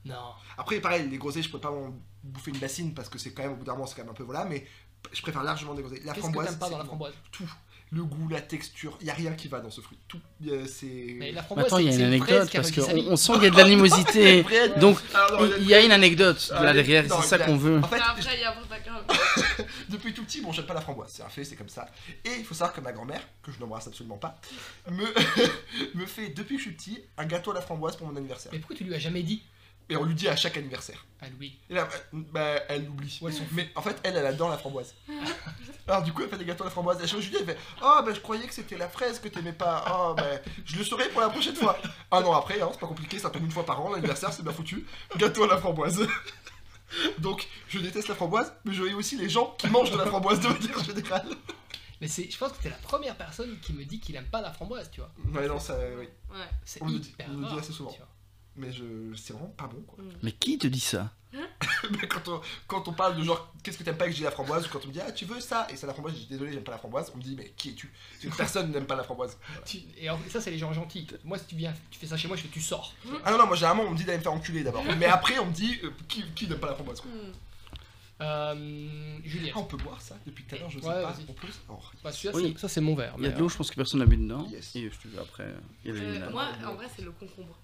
Speaker 8: Non.
Speaker 3: Après, pareil, les groseilles, je peux pas m'en bouffer une bassine parce que c'est quand même, au bout d'un moment, c'est quand même un peu voilà, mais je préfère largement des groseilles. La
Speaker 8: Qu'est-ce que
Speaker 3: framboise.
Speaker 8: t'aimes pas
Speaker 3: c'est
Speaker 8: dans la
Speaker 3: bon.
Speaker 8: framboise
Speaker 3: Tout. Le goût, la texture, y a rien qui va dans ce fruit. Tout. euh, c'est.
Speaker 8: Mais la Ah,
Speaker 9: Mais
Speaker 8: framboise.
Speaker 9: Attends, il y a
Speaker 8: c'est-
Speaker 9: une
Speaker 8: c'est
Speaker 9: anecdote
Speaker 8: fraise qui a
Speaker 9: parce
Speaker 8: réussi sa vie.
Speaker 9: qu'on on sent qu'il y a de l'animosité. Donc,
Speaker 8: Ah,
Speaker 3: Alors, non,
Speaker 9: il il y a une anecdote
Speaker 3: Ah,
Speaker 9: là
Speaker 3: les-
Speaker 9: derrière,
Speaker 3: non,
Speaker 9: c'est ça
Speaker 3: mais-
Speaker 9: qu'on veut.
Speaker 3: En fait,
Speaker 10: Mais après, il y a un background.
Speaker 3: depuis tout petit, bon, j'aime pas la framboise, c'est un fait, c'est comme ça. Et il faut savoir que ma grand-mère, que je n'embrasse absolument pas, me... me fait, depuis que je suis petit, un gâteau à la framboise pour mon anniversaire.
Speaker 8: Mais pourquoi tu lui as jamais dit
Speaker 3: Et on lui dit à chaque anniversaire.
Speaker 8: à Louis
Speaker 3: Et là, bah, elle l'oublie.
Speaker 8: Ou elles sont
Speaker 3: Mais en fait, elle, elle adore la framboise. Alors, du coup, elle fait des gâteaux à la framboise. Et je lui dis, elle fait Oh, bah, je croyais que c'était la fraise que t'aimais pas. Oh, bah, je le saurai pour la prochaine fois. Un an après, hein, c'est pas compliqué, ça tombe une fois par an, l'anniversaire, c'est bien foutu. Gâteau à la framboise. Donc, je déteste la framboise, mais je hais aussi les gens qui mangent de la framboise de manière générale.
Speaker 8: Mais c'est, je pense que t'es la première personne qui me dit qu'il aime pas la framboise, tu vois.
Speaker 3: Ouais, non, ça, oui.
Speaker 10: Ouais.
Speaker 8: C'est
Speaker 3: On me le dit-
Speaker 8: hyper
Speaker 3: on me le dit
Speaker 8: rare,
Speaker 3: assez souvent.
Speaker 8: tu vois.
Speaker 3: Mais je... c'est vraiment pas bon,
Speaker 10: Mm.
Speaker 3: quoi.
Speaker 9: Mais qui te dit ça
Speaker 3: Mais quand on, quand on parle de genre, qu'est-ce que t'aimes pas et que je dis la framboise, ou quand on me dit, ah, tu veux ça, et c'est la framboise, je dis, désolé, j'aime pas la framboise, on me dit, mais qui es-tu Parce que Personne n'aime pas la framboise.
Speaker 8: Tu- Et en- ça, c'est les gens gentils. Moi, si tu viens, tu fais ça chez moi, je fais tu sors.
Speaker 3: Ah non, non, moi généralement on me dit d'aller me faire enculer d'abord. Mais après on me dit euh, qui, qui n'aime pas la framboise quoi.
Speaker 10: Mm.
Speaker 8: Euh, Juliette.
Speaker 3: Ah, on peut boire ça depuis tout à l'heure, je sais
Speaker 8: Ouais,
Speaker 3: pas.
Speaker 8: vas-y.
Speaker 3: On peut- Oh,
Speaker 8: Bah, celui-là,
Speaker 9: Oh. Oui.
Speaker 8: c'est- ça, c'est mon verre.
Speaker 9: Il y a
Speaker 8: mais, euh,
Speaker 9: de l'eau, je pense que personne n'a bu dedans.
Speaker 3: Yes.
Speaker 9: Et je te dis après, il y a
Speaker 10: Euh,
Speaker 9: des limonades.
Speaker 10: moi, en vrai, c'est le concombre.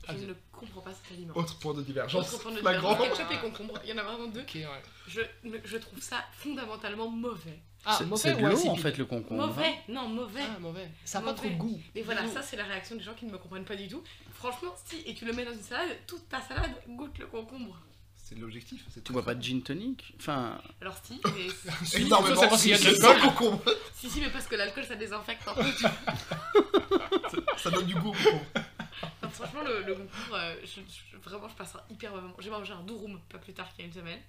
Speaker 10: Je
Speaker 8: Ah,
Speaker 10: ne
Speaker 8: c'est-
Speaker 10: comprends pas cet aliment.
Speaker 3: Autre point de divergence.
Speaker 10: Autre point de
Speaker 3: flagrant.
Speaker 10: divergence, Ketchup et concombre, il y en a vraiment deux.
Speaker 8: euh, ok, ouais.
Speaker 10: Je, je trouve ça fondamentalement mauvais.
Speaker 8: Ah,
Speaker 9: C'est-
Speaker 8: mauvais
Speaker 9: c'est de
Speaker 8: ou
Speaker 9: l'eau
Speaker 8: insipide
Speaker 9: en fait le concombre. hein.
Speaker 10: Mauvais Non, mauvais.
Speaker 8: Ah, mauvais. Ça a pas
Speaker 10: Mauvais.
Speaker 8: trop de goût.
Speaker 10: Mais voilà,
Speaker 8: Non.
Speaker 10: ça c'est la réaction des gens qui ne me comprennent pas du tout. Franchement, si, et tu le mets dans une salade, toute ta salade goûte le concombre.
Speaker 3: C'est l'objectif. C'est
Speaker 9: Tu bois pas de gin tonic Enfin,
Speaker 10: Alors si, mais...
Speaker 3: Si,
Speaker 8: Ça, c'est
Speaker 3: énormément.
Speaker 8: parce qu'il y a
Speaker 3: si,
Speaker 8: de
Speaker 3: si,
Speaker 8: l'alcool.
Speaker 3: c'est un concombre.
Speaker 10: si, si, mais parce que l'alcool ça désinfecte un peu. tu vois.
Speaker 3: Ça donne du goût. au concombre.
Speaker 10: Enfin, franchement, le, le concombre, euh, je- je- vraiment, je passe un hyper bon moment. J'ai mangé un durum pas plus tard qu'il y a une semaine.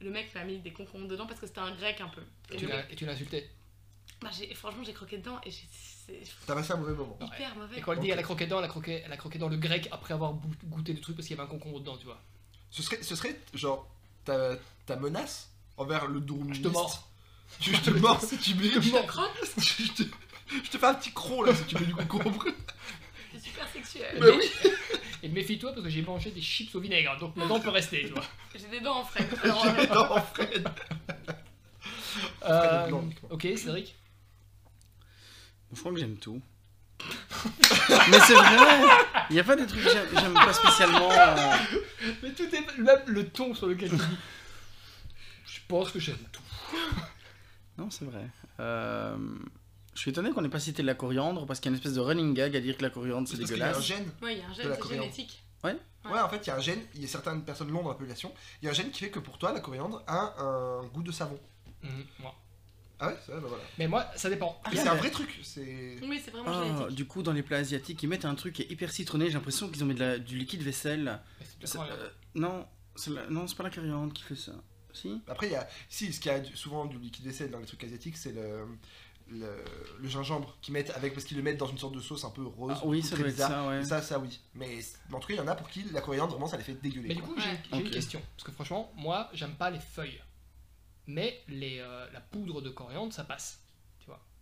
Speaker 10: Le mec m'a mis des concombres dedans parce que c'était un grec un peu. Et
Speaker 8: Tu
Speaker 10: le mec-
Speaker 8: l'as, et tu l'as insulté.
Speaker 10: bah, j'ai- franchement, j'ai croqué dedans et j'ai- c'est
Speaker 3: T'as passé un mauvais moment.
Speaker 10: hyper mauvais.
Speaker 8: Et quand elle dit,
Speaker 3: Ok.
Speaker 8: elle a croqué dedans, elle a croqué, elle a croqué dans le grec après avoir bou- goûté le truc parce qu'il y avait un concombre dedans, tu vois.
Speaker 3: Ce serait, ce serait genre ta, ta menace envers le doom.
Speaker 8: Je te mords.
Speaker 3: Je te mords si tu mets.
Speaker 10: Je te croque,
Speaker 3: Je te, je te fais un petit croc là si tu mets du concombre.
Speaker 10: c'est super sexuel.
Speaker 8: Et mé- Et méfie-toi parce que j'ai mangé des chips au vinaigre, donc maintenant on peut rester, tu vois.
Speaker 10: J'ai des dents en frais. Alors, euh,
Speaker 3: non, Fred.
Speaker 8: Euh,
Speaker 3: blanc, uniquement.
Speaker 8: ok, Cédric.
Speaker 9: je crois que j'aime tout. Mais c'est vrai Il n'y a pas des trucs que j'aime- j'aime pas spécialement. euh,
Speaker 8: Mais tout est. Même le ton sur lequel tu dis. Je pense que j'aime tout.
Speaker 9: Non, c'est vrai. Euh, Je suis étonné qu'on n'ait pas cité la coriandre parce qu'il y a une espèce de running gag à dire que la coriandre c'est
Speaker 3: Parce qu'il y a un
Speaker 9: dégueulasse.
Speaker 3: gène.
Speaker 10: Ouais, il y a un
Speaker 3: De
Speaker 10: gène,
Speaker 3: la
Speaker 10: c'est
Speaker 3: coriandre.
Speaker 10: génétique.
Speaker 3: Ouais. en fait, il y a un gène, il y a certaines personnes l'ont dans la population, il y a un gène qui fait que pour toi, la coriandre a un goût de savon.
Speaker 8: Mhm, moi.
Speaker 3: Ah ouais, c'est vrai, bah voilà.
Speaker 8: Mais moi, ça dépend.
Speaker 3: Mais
Speaker 9: Ah,
Speaker 3: c'est un
Speaker 9: mais-
Speaker 3: vrai truc, c'est.
Speaker 10: Oui, c'est vraiment
Speaker 9: Ah,
Speaker 10: génétique.
Speaker 9: du coup, dans les plats asiatiques, ils mettent un truc qui est hyper citronné. J'ai l'impression qu'ils ont mis de la- du liquide vaisselle.
Speaker 8: Mais c'est de la
Speaker 9: C'est-
Speaker 8: coriandre.
Speaker 9: euh, non, c'est la- non, c'est pas la coriandre qui fait ça. Si
Speaker 3: Après, il y a. Si, ce qu'il y a du- souvent du liquide vaisselle dans les trucs asiatiques, c'est le. Le, le gingembre qu'ils mettent avec parce qu'ils le mettent dans une sorte de sauce un peu rose
Speaker 9: Ah Oui,
Speaker 3: tout
Speaker 9: ça
Speaker 3: très
Speaker 9: doit être
Speaker 3: bizarre.
Speaker 9: ça, ouais.
Speaker 3: ça ça oui mais c- mais en tout cas il y en a pour qui la coriandre vraiment ça les fait dégueuler
Speaker 8: Mais du
Speaker 3: quoi.
Speaker 8: coup, j'ai
Speaker 10: Ouais.
Speaker 8: j'ai
Speaker 9: Ok.
Speaker 8: une question. Parce que franchement, moi, j'aime pas les feuilles. Mais les, euh, la poudre de coriandre, ça passe.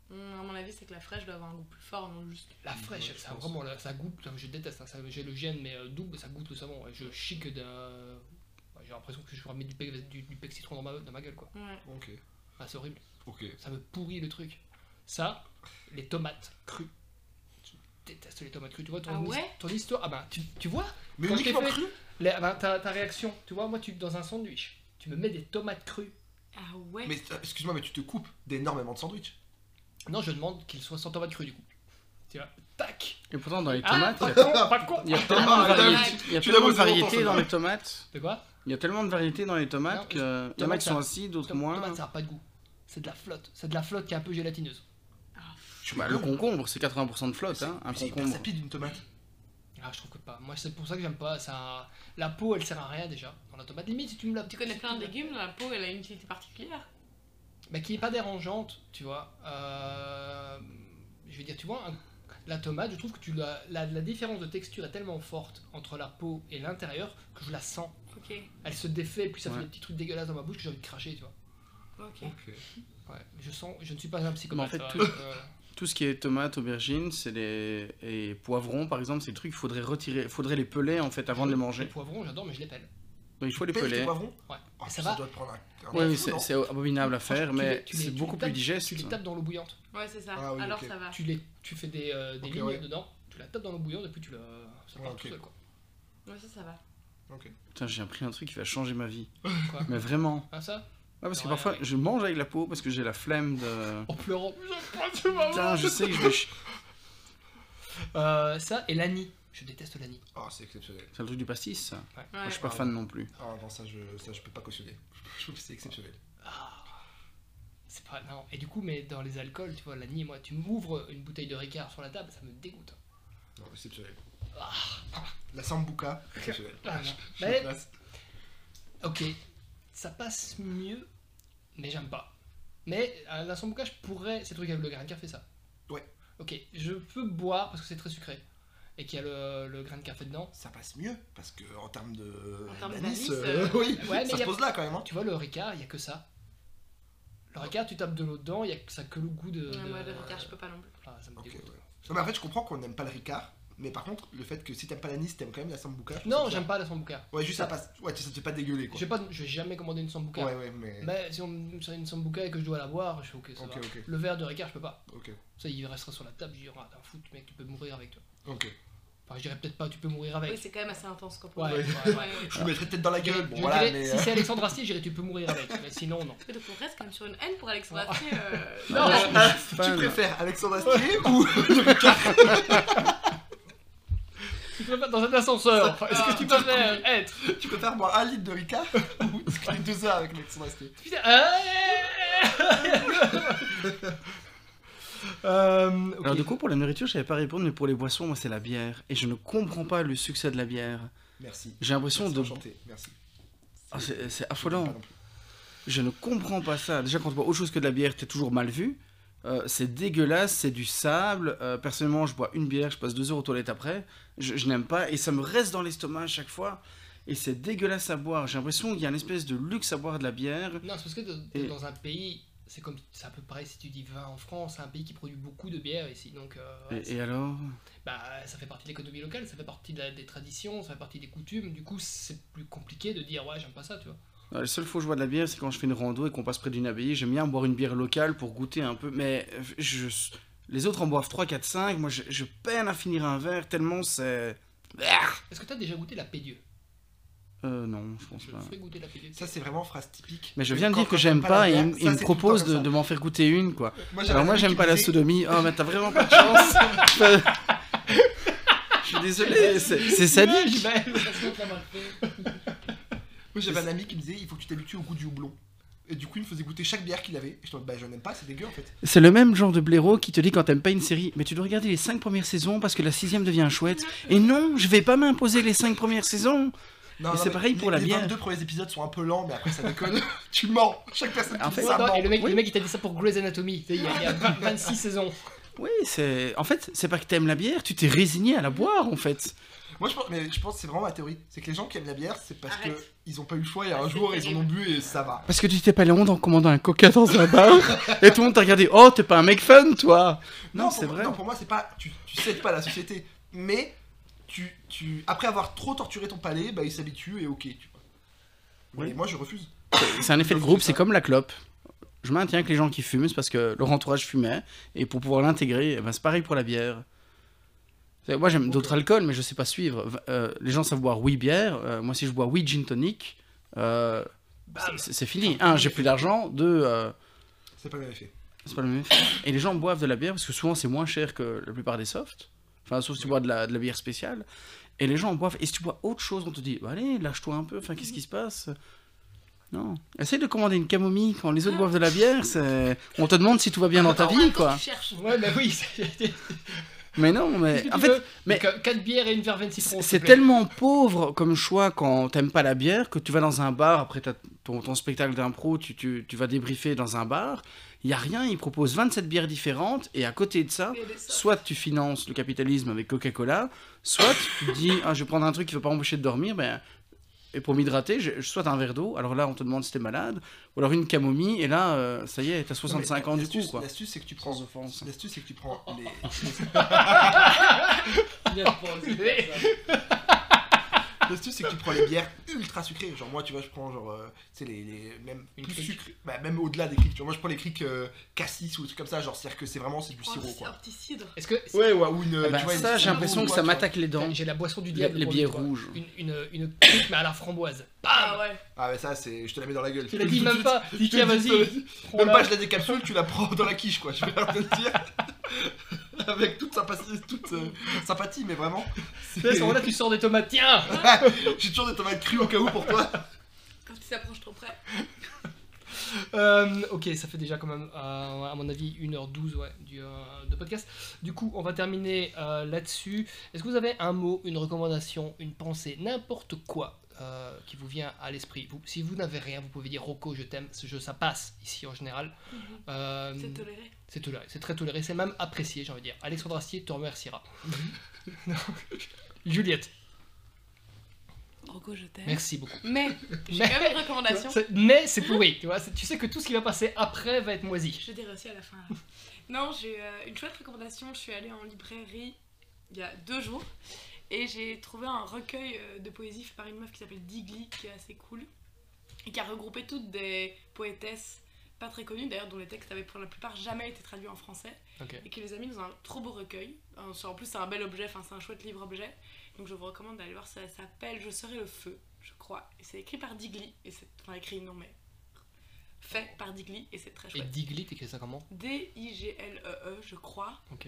Speaker 10: Hum, à mon avis, c'est que la fraîche doit avoir un goût plus fort, non juste.
Speaker 8: La fraîche,
Speaker 3: je
Speaker 8: ça,
Speaker 3: pense.
Speaker 8: vraiment, là, ça goûte, là, je déteste, hein, ça- j'ai le gène, mais euh, double, ça goûte le savon. ouais. Je chique d'un... ouais, J'ai l'impression que je remets du, pe- du, du pec citron dans ma, dans ma gueule, quoi.
Speaker 10: Ouais.
Speaker 3: ok
Speaker 8: Ah, c'est horrible,
Speaker 3: euh, ok
Speaker 8: ça me pourrit le truc. Ça, les tomates crues. Je déteste les tomates crues, tu vois, ton,
Speaker 10: Ah
Speaker 8: his-
Speaker 10: ouais
Speaker 8: ton histoire... Ah bah, tu, tu vois
Speaker 3: mais
Speaker 8: Quand je t'ai
Speaker 3: uniquement
Speaker 8: fait-
Speaker 3: cru
Speaker 8: les- ah bah, ta, ta réaction, tu vois, moi, tu dans un sandwich, tu me mets des tomates crues.
Speaker 10: Ah ouais.
Speaker 3: mais euh, excuse-moi mais tu te coupes d'énormément de sandwichs
Speaker 8: Non, je demande qu'il soit sans tomates crues, du coup. Tu vois, tac
Speaker 9: Et pourtant, dans les
Speaker 8: Ah,
Speaker 9: tomates,
Speaker 8: pas
Speaker 9: il y a-
Speaker 8: con, pas con.
Speaker 9: il y a tellement de
Speaker 3: Ah, dingue.
Speaker 9: variétés- il y a
Speaker 3: Tu
Speaker 9: tellement
Speaker 3: l'avoues,
Speaker 9: de
Speaker 3: c'est longtemps,
Speaker 9: variétés
Speaker 3: ça.
Speaker 9: dans les tomates.
Speaker 8: De quoi
Speaker 9: Il y a tellement de variétés dans les
Speaker 8: Non,
Speaker 9: tomates que il y en a
Speaker 8: tomate,
Speaker 9: qui sont
Speaker 8: ça-
Speaker 9: acides, d'autres
Speaker 8: Tom-
Speaker 9: moins.
Speaker 8: Tomate, ça n'a pas de goût. C'est de la flotte. C'est de la flotte qui est un peu gélatineuse.
Speaker 9: Bah, le concombre, c'est 80% de flotte, hein, un
Speaker 3: Mais c'est hyper
Speaker 9: concombre.
Speaker 3: sapide une tomate
Speaker 8: Ah, je trouve que pas. Moi, c'est pour ça que j'aime pas. Ça... La peau, elle sert à rien déjà. Dans la tomate, limite, si tu me la.
Speaker 10: Tu connais
Speaker 8: si tu
Speaker 10: plein de
Speaker 8: me la-
Speaker 10: légumes, la peau, elle a une utilité particulière.
Speaker 8: Mais qui est pas dérangeante, tu vois. Euh, Je veux dire, tu vois, un- la tomate, je trouve que tu la... La... la différence de texture est tellement forte entre la peau et l'intérieur que je la sens.
Speaker 10: Ok.
Speaker 8: Elle se défait, puis ça fait
Speaker 9: Ouais.
Speaker 8: des petits trucs dégueulasses dans ma bouche que j'ai envie de cracher, tu vois.
Speaker 10: Ok.
Speaker 8: Ouais, je sens, je ne suis pas un psychopathe.
Speaker 9: fait,
Speaker 8: euh,
Speaker 9: tout-
Speaker 8: euh,
Speaker 9: Tout ce qui est tomates, aubergines, c'est les et poivrons par exemple, c'est le truc qu'il faudrait retirer, faudrait les peler en fait avant de les
Speaker 8: Les
Speaker 9: manger.
Speaker 8: poivrons, j'adore, mais je les pèle.
Speaker 9: Donc, il faut les
Speaker 3: Pèle tes
Speaker 9: peler.
Speaker 3: poivrons
Speaker 8: Ouais.
Speaker 3: Oh,
Speaker 8: ça
Speaker 3: ça,
Speaker 8: va.
Speaker 3: doit te prendre un, un
Speaker 9: Oui, oui,
Speaker 3: fou, non
Speaker 9: c'est c'est abominable à faire,
Speaker 8: Franchement, tu
Speaker 9: mais
Speaker 8: les- tu les-
Speaker 9: c'est
Speaker 8: tu les
Speaker 9: beaucoup
Speaker 8: tapes-
Speaker 9: plus digeste.
Speaker 8: Tu les tapes dans l'eau bouillante.
Speaker 10: Ouais, c'est ça.
Speaker 3: Ah oui,
Speaker 10: Alors
Speaker 3: ok.
Speaker 10: ça va.
Speaker 8: Tu, les, tu fais des, euh, des
Speaker 3: Ok,
Speaker 8: lignes
Speaker 3: ouais.
Speaker 8: dedans, tu la tapes dans l'eau bouillante et puis tu le. Ça part
Speaker 3: Ouais, ok.
Speaker 8: tout seul quoi.
Speaker 10: Ouais, ça, ça va.
Speaker 9: Putain, j'ai appris un truc qui va changer ma vie.
Speaker 8: Quoi
Speaker 9: Mais vraiment.
Speaker 8: Hein, ça
Speaker 9: Ah, parce que
Speaker 8: Ouais,
Speaker 9: parfois,
Speaker 8: ouais.
Speaker 9: je mange avec la peau parce que j'ai la flemme de.
Speaker 8: En pleurant. Je crois que tu
Speaker 10: Oh,
Speaker 8: vas
Speaker 9: Putain,
Speaker 8: voir.
Speaker 9: je sais que je vais. chi-
Speaker 8: Euh, Ça et l'ani. Je déteste l'ani.
Speaker 3: Oh, c'est exceptionnel.
Speaker 9: C'est le truc du pastis. ça.
Speaker 10: Ouais.
Speaker 9: Moi, je suis pas fan non plus.
Speaker 3: Ah non, ça je, ça, je peux pas cautionner. Je trouve que c'est exceptionnel.
Speaker 8: Ah. C'est pas. Non. Et du coup, mais dans les alcools, tu vois, l'ani, moi, tu m'ouvres une bouteille de Ricard sur la table, ça me dégoûte. hein.
Speaker 3: Non, exceptionnel. La sambuca, exceptionnel.
Speaker 8: Ah,
Speaker 3: Je-
Speaker 8: non.
Speaker 3: je
Speaker 8: Mais-
Speaker 3: la place.
Speaker 8: Ok, ça passe mieux, mais j'aime pas. Mais à la sambuca, je pourrais. C'est le truc avec le grain de café, ça
Speaker 3: Ouais.
Speaker 8: Ok, je peux boire parce que c'est très sucré et qu'il y a le, le grain de café dedans.
Speaker 3: Ça passe mieux, parce que en termes de.
Speaker 10: En termes
Speaker 3: d'anis,
Speaker 10: d'anis,
Speaker 3: euh,
Speaker 10: euh,
Speaker 3: oui,
Speaker 8: ouais, mais
Speaker 3: ça
Speaker 8: y
Speaker 3: se
Speaker 8: a-
Speaker 3: pose là quand même. hein.
Speaker 8: Tu vois, le Ricard, il y a que ça. Le Ricard, tu tapes de l'eau dedans, il y a que ça que le goût de.
Speaker 10: Ouais,
Speaker 8: de-
Speaker 10: moi, le Ricard, je peux pas non plus.
Speaker 8: Ah, ça me
Speaker 3: Ok,
Speaker 8: dégoûte.
Speaker 3: ouais. Non, mais en fait, je comprends qu'on n'aime pas le ricard, mais par contre, le fait que si t'aimes pas l'anis, t'aimes quand même la sambuca. je trouve ça
Speaker 8: Non,
Speaker 3: bizarre.
Speaker 8: j'aime pas la sambuca.
Speaker 3: Ouais, juste ça passe. Ouais, tu- ça te fait pas dégueuler quoi.
Speaker 8: Je vais pas, je vais jamais commander une sambuca.
Speaker 3: Ouais, ouais, mais.
Speaker 8: Mais Bah, si on me sert une sambuca et que je dois la boire, je fais ok, ça
Speaker 3: Ok,
Speaker 8: va.
Speaker 3: ok.
Speaker 8: Le verre de Ricard, je peux pas.
Speaker 3: Ok,
Speaker 8: Ça, il restera sur la table, je dirais, ah, t'en fous, mec, tu peux mourir avec toi.
Speaker 3: ok.
Speaker 8: Enfin, je dirais peut-être pas, tu peux mourir avec.
Speaker 10: Oui, c'est quand même assez intense quand
Speaker 8: Ouais,
Speaker 10: on
Speaker 8: ouais, ouais.
Speaker 3: Je le mettrais peut-être dans la
Speaker 8: Je
Speaker 3: gueule, bon
Speaker 8: dirais-
Speaker 3: voilà, mais. euh.
Speaker 8: Si c'est Alexandre Astier, je dirais tu peux mourir avec, mais sinon non.
Speaker 10: Mais donc on reste quand même sur une haine pour Alexandre
Speaker 8: Oh.
Speaker 10: Astier. euh,
Speaker 8: Non,
Speaker 3: euh,
Speaker 9: je suis
Speaker 3: Tu
Speaker 9: fan.
Speaker 3: préfères Alexandre Astier ou le ricard
Speaker 8: Tu préfères dans un ascenseur, est-ce que tu préfères être
Speaker 3: Tu préfères boire un litre de Ricard ou discuter deux heures avec Alexandre Astier
Speaker 8: Putain, ah, euh, euh, ok.
Speaker 9: Alors, du coup, pour la nourriture, je savais pas répondre, mais pour les boissons, moi, c'est la bière. Et je ne comprends pas le succès de la bière.
Speaker 3: Merci.
Speaker 9: J'ai l'impression
Speaker 3: Merci,
Speaker 9: de.
Speaker 3: enchanté, merci.
Speaker 9: Ah, c'est c'est
Speaker 3: Pas
Speaker 9: affolant.
Speaker 3: non plus.
Speaker 9: Je ne comprends pas ça. Déjà, quand tu bois autre chose que de la bière, t'es toujours mal vu. Euh, c'est dégueulasse, c'est du sable. Euh, personnellement, je bois une bière, je passe deux heures aux toilettes après. Je, je n'aime pas et ça me reste dans l'estomac à chaque fois. Et c'est dégueulasse à boire. J'ai l'impression qu'il y a une espèce de luxe à boire de la bière.
Speaker 8: Non, c'est parce que t'es-
Speaker 3: Mm.
Speaker 8: t'es dans un pays, c'est comme c'est un peu pareil si tu dis vin en France, c'est un pays qui produit beaucoup de bière ici, donc euh, ouais,
Speaker 9: Et, et alors
Speaker 8: bah, ça fait partie de l'économie locale, ça fait partie de la- des traditions, ça fait partie des coutumes, du coup c'est plus compliqué de dire ouais j'aime pas ça, tu vois.
Speaker 9: Non, La seule fois où je bois de la bière, c'est quand je fais une rando et qu'on passe près d'une abbaye. J'aime bien boire une bière locale pour goûter un peu. Mais euh, je... les autres en boivent 3, 4, 5. Moi, je, je peine à finir un verre tellement c'est.
Speaker 8: Est-ce que t'as déjà goûté la Pédieu
Speaker 9: Euh, non, je pense
Speaker 8: Je
Speaker 9: pas.
Speaker 8: fais goûter la pilule.
Speaker 3: Ça, c'est vraiment phrase typique.
Speaker 9: Mais je viens de
Speaker 3: Quand-
Speaker 9: dire que
Speaker 3: quand
Speaker 9: j'aime
Speaker 3: t'aimes
Speaker 9: pas
Speaker 3: la
Speaker 9: et
Speaker 3: bière,
Speaker 9: il me-
Speaker 3: ça,
Speaker 9: il me
Speaker 3: c'est
Speaker 9: propose
Speaker 3: tout le
Speaker 9: de,
Speaker 3: temps
Speaker 9: de m'en faire goûter une, quoi.
Speaker 3: comme ça. Moi,
Speaker 9: Alors moi,
Speaker 3: j'avais
Speaker 9: j'aime pas la
Speaker 3: utilisé-
Speaker 9: sodomie. Oh, mais t'as vraiment pas de chance. Je suis désolé, c'est c'est sadique.
Speaker 8: Imagine.
Speaker 11: Parce qu'on te l'a mal fait.
Speaker 3: Moi, j'avais un ami qui me disait il faut que tu t'habitues au goût du houblon. Et du coup, il me faisait goûter chaque bière qu'il avait. Et je te dis bah, je n'aime pas, c'est dégueu en fait.
Speaker 9: C'est le même genre de blaireau qui te dit quand t'aimes pas une série, mais tu dois regarder les 5 premières saisons parce que la sixième devient chouette. Et non, je vais pas m'imposer les 5 premières saisons.
Speaker 3: Non,
Speaker 9: Et c'est
Speaker 3: mais
Speaker 9: pareil pour
Speaker 3: les-
Speaker 9: la bière.
Speaker 3: Les 22 premiers épisodes sont un peu lents, mais après, ça déconne. tu mens. Chaque personne
Speaker 9: En
Speaker 3: qui
Speaker 9: fait,
Speaker 3: dit ça
Speaker 8: Attends,
Speaker 3: ment.
Speaker 8: et le mec, le mec, il t'a dit ça pour Grey's Anatomy. Tu sais, Il y a, il y a 20 26 saisons.
Speaker 9: Oui, c'est. En fait, c'est pas que t'aimes la bière, tu t'es résigné à la boire en fait.
Speaker 3: Moi, je pense, mais je pense que c'est vraiment ma théorie. C'est que les gens qui aiment la bière, c'est parce que
Speaker 10: Arrête.
Speaker 3: ils ont pas eu le choix. Il y a
Speaker 10: Ah,
Speaker 3: un
Speaker 10: c'est
Speaker 3: jour, ils en
Speaker 10: terrible.
Speaker 3: ont bu et ça va.
Speaker 9: Parce que tu t'es pas la honte en commandant un coca dans un bar et tout le monde t'a regardé. Oh, t'es pas un mec fun, toi. Non,
Speaker 3: pour
Speaker 9: c'est
Speaker 3: moi-
Speaker 9: vrai.
Speaker 3: Non, pour moi, c'est pas. Tu, tu cèdes pas à la société, mais tu, tu, après avoir trop torturé ton palais, bah, il s'habitue et ok. Tu vois.
Speaker 9: Oui.
Speaker 3: Mais moi, je refuse.
Speaker 9: C'est un effet de
Speaker 3: Je
Speaker 9: groupe,
Speaker 3: sais
Speaker 9: c'est
Speaker 3: pas.
Speaker 9: comme la clope. Je maintiens que les gens qui fument, c'est parce que leur entourage fumait, et pour pouvoir l'intégrer, eh ben, c'est pareil pour la bière. C'est- Moi j'aime
Speaker 3: Ok.
Speaker 9: d'autres alcools, mais je sais pas suivre. V- euh, les gens savent boire oui bière, euh, moi si je bois oui gin tonic, euh, c'est- c'est c'est fini. Un, j'ai plus d'argent, deux, euh,
Speaker 3: C'est pas le même effet.
Speaker 9: c'est pas le même effet. Et les gens boivent de la bière parce que souvent c'est moins cher que la plupart des softs, enfin sauf si tu bois de la, de la bière spéciale. Et les gens en boivent, et si tu bois autre chose, on te dit, bah, allez, lâche-toi un peu, enfin qu'est-ce qui se passe non. Essaye de commander une camomille quand les autres boivent de la bière. c'est- On te demande si tout va bien dans ta
Speaker 10: En même
Speaker 9: vie,
Speaker 10: temps,
Speaker 9: quoi.
Speaker 10: Tu cherches.
Speaker 8: Ouais, bah oui. c'est-
Speaker 9: Mais non, mais en fait, mais-
Speaker 8: mais 4 euh, bières et une verveine citron. s'il
Speaker 9: c'est
Speaker 8: te plaît.
Speaker 9: tellement pauvre comme choix quand t'aimes pas la bière que tu vas dans un bar après ta- ton, ton spectacle d'impro, tu, tu, tu vas débriefer dans un bar. Il y a rien, ils proposent 27 bières différentes et à côté de ça,
Speaker 10: Mais elle est soft.
Speaker 9: soit tu finances le capitalisme avec Coca-Cola, soit tu te dis ah, je vais prendre un truc qui ne va pas m'empêcher de dormir, ben, et pour m'hydrater, je- soit un verre d'eau, alors là on te demande si t'es malade, ou alors une camomille, et là euh, ça y est, t'as 65
Speaker 3: Non,
Speaker 9: ans
Speaker 3: mais
Speaker 9: du coup
Speaker 3: l'astuce-
Speaker 9: quoi.
Speaker 3: L'astuce, c'est que tu prends.
Speaker 9: Sans offense.
Speaker 3: L'astuce, c'est que tu prends les.
Speaker 11: Il a pas osé faire ça.
Speaker 3: L'astuce, c'est que tu prends les bières ultra sucrées. Genre, moi, tu vois, je prends, genre, euh, tu sais, les, les- même
Speaker 8: Une
Speaker 3: plus
Speaker 8: crique.
Speaker 3: sucrées. Bah, même au-delà des criques. Tu vois, moi, je prends les criques euh, cassis ou des trucs comme ça. Genre, c'est-à-dire que c'est vraiment, c'est du
Speaker 10: Oh,
Speaker 3: sirop,
Speaker 10: c'est
Speaker 3: quoi.
Speaker 10: un petit cidre.
Speaker 8: Est-ce que
Speaker 3: Ouais, ouais, ou une.
Speaker 9: Eh ben,
Speaker 3: tu vois, une-
Speaker 9: ça, j'ai l'impression que ça
Speaker 3: tu vois.
Speaker 9: m'attaque les dents.
Speaker 8: j'ai la boisson du
Speaker 9: Les,
Speaker 8: diable
Speaker 9: les
Speaker 8: pour
Speaker 9: bières
Speaker 8: lui, toi.
Speaker 9: rouges.
Speaker 8: Une une une crique, mais à la framboise. Bam.
Speaker 10: Ah ouais.
Speaker 3: Ah, mais ça, c'est. Je te la mets dans la gueule.
Speaker 8: Tu l'as dit même pas. Dis
Speaker 3: te
Speaker 8: tiens,
Speaker 3: le dis
Speaker 8: vas-y.
Speaker 3: Même
Speaker 8: prends-la.
Speaker 3: pas, je la décapsule, tu la prends dans la quiche, quoi. Je vais te le dire. Avec toute, sympathie, toute euh, sympathie, mais vraiment.
Speaker 8: Tu sais, À ce moment-là, tu sors des tomates. Tiens.
Speaker 3: J'ai toujours des tomates crues au cas où pour toi.
Speaker 10: Quand tu s'approches trop près.
Speaker 8: Euh, ok, ça fait déjà quand même, euh, à mon avis, 1h12 ouais, du, euh, de podcast. Du coup, on va terminer euh, là-dessus. Est-ce que vous avez un mot, une recommandation, une pensée, n'importe quoi euh, qui vous vient à l'esprit Vous- Si vous n'avez rien, vous pouvez dire Rocco, je t'aime. Ce jeu, ça passe ici en général. Euh,
Speaker 10: Mhm. C'est toléré.
Speaker 8: c'est toléré, c'est très toléré, c'est même apprécié, j'ai envie de dire. Alexandre Astier te remerciera.
Speaker 10: Mhm.
Speaker 8: Juliette,
Speaker 10: Rocco, je t'aime.
Speaker 8: merci beaucoup.
Speaker 10: Mais, j'ai
Speaker 8: Mais-
Speaker 10: quand même une recommandation.
Speaker 8: C'est- Mais c'est pourri, tu vois. c'est- Tu sais que tout ce qui va passer après va être moisi.
Speaker 10: Je dirai aussi à la fin. là. non, j'ai euh, une chouette recommandation. Je suis allée en librairie il y a deux jours et j'ai trouvé un recueil euh, de poésie fait par une meuf qui s'appelle Digli, qui est assez cool et qui a regroupé toutes des poétesses pas très connues d'ailleurs, dont les textes avaient pour la plupart jamais été traduits en français
Speaker 8: Ok.
Speaker 10: et qui les a mis dans un trop beau recueil. Euh, c'est- En plus, c'est un bel objet, enfin, c'est un chouette livre-objet. Donc, je vous recommande d'aller voir ça. Ça s'appelle Je serai le feu, je crois. Et c'est écrit par Digli, et c'est. Enfin, écrit, non, mais. Fait par Digli, et c'est très
Speaker 8: Et
Speaker 10: chouette.
Speaker 8: Digli, t'écris ça comment
Speaker 10: D-I-G-L-E-E, E je crois.
Speaker 8: Ok.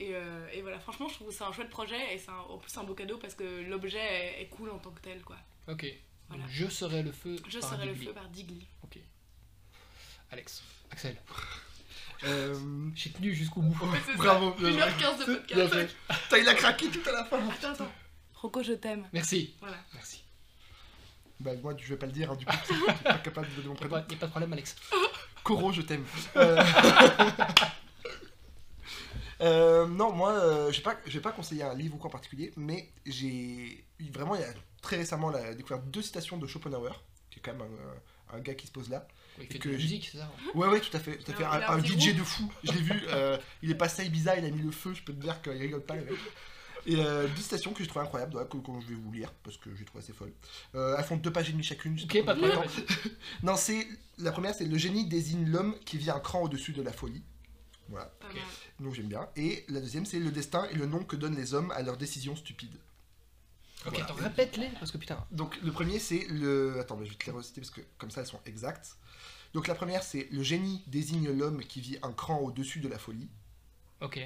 Speaker 10: Et, euh, et voilà, franchement, je trouve que c'est un chouette projet et c'est un- en plus un beau cadeau parce que l'objet est, est cool en tant que tel, quoi.
Speaker 8: Ok.
Speaker 10: Voilà.
Speaker 8: Donc, je serai le feu.
Speaker 10: Je
Speaker 8: par
Speaker 10: serai le
Speaker 8: Digli.
Speaker 10: feu par Digli.
Speaker 8: Ok. Alex. Axel.
Speaker 3: Euh,
Speaker 8: J'ai tenu jusqu'au bout.
Speaker 10: C'est ça,
Speaker 3: Bravo, bien
Speaker 10: 1h15 de
Speaker 3: bien
Speaker 10: podcast.
Speaker 3: fait. Putain, il a craqué tout à la fin.
Speaker 10: Attends, attends. Rocco, je t'aime.
Speaker 8: Merci.
Speaker 10: Voilà.
Speaker 8: Merci.
Speaker 3: Bah, moi, je vais pas le dire, hein, du coup, parce que je suis pas capable de donner mon
Speaker 8: Il n'y
Speaker 3: prénom.
Speaker 8: a, pas de problème, Alex.
Speaker 3: Coro, je t'aime. Euh, euh, non, moi, euh, je vais pas, je vais pas conseiller un livre ou quoi en particulier, mais j'ai eu vraiment, il y a très récemment, là, découvert deux citations de Schopenhauer, qui est quand même un, euh, un gars qui se pose là.
Speaker 8: Il fait
Speaker 3: Et
Speaker 8: de
Speaker 3: que
Speaker 8: la
Speaker 3: j'ai-
Speaker 8: musique, c'est ça hein.
Speaker 3: Ouais, ouais, tout à fait. Tout à fait.
Speaker 10: Alors, il a
Speaker 3: Un,
Speaker 10: un
Speaker 3: un
Speaker 10: petit
Speaker 3: DJ de fou. Je l'ai vu. euh, il est passé à Ibiza, il a mis le feu. Je peux te dire qu'il rigole pas, le mec. Et euh, deux citations que j'ai trouvé incroyables, ouais, que, que je vais vous lire parce que j'ai trouvé assez folle. Euh, elles font deux pages et demie chacune. j'ai
Speaker 8: Ok, pas de problème.
Speaker 3: Non, c'est la première, c'est le génie désigne l'homme qui vit un cran au-dessus de la folie. Voilà,
Speaker 10: Pas
Speaker 8: Ok.
Speaker 10: mal.
Speaker 3: donc j'aime bien. Et la deuxième, c'est le destin et le nom que donnent les hommes à leurs décisions stupides.
Speaker 8: Ok,
Speaker 3: Voilà.
Speaker 8: attends, répète-les, parce que putain.
Speaker 3: Donc le premier c'est le... Attends, mais je vais te les reciter parce que comme ça elles sont exactes. Donc la première c'est le génie désigne l'homme qui vit un cran au-dessus de la folie.
Speaker 8: Ok.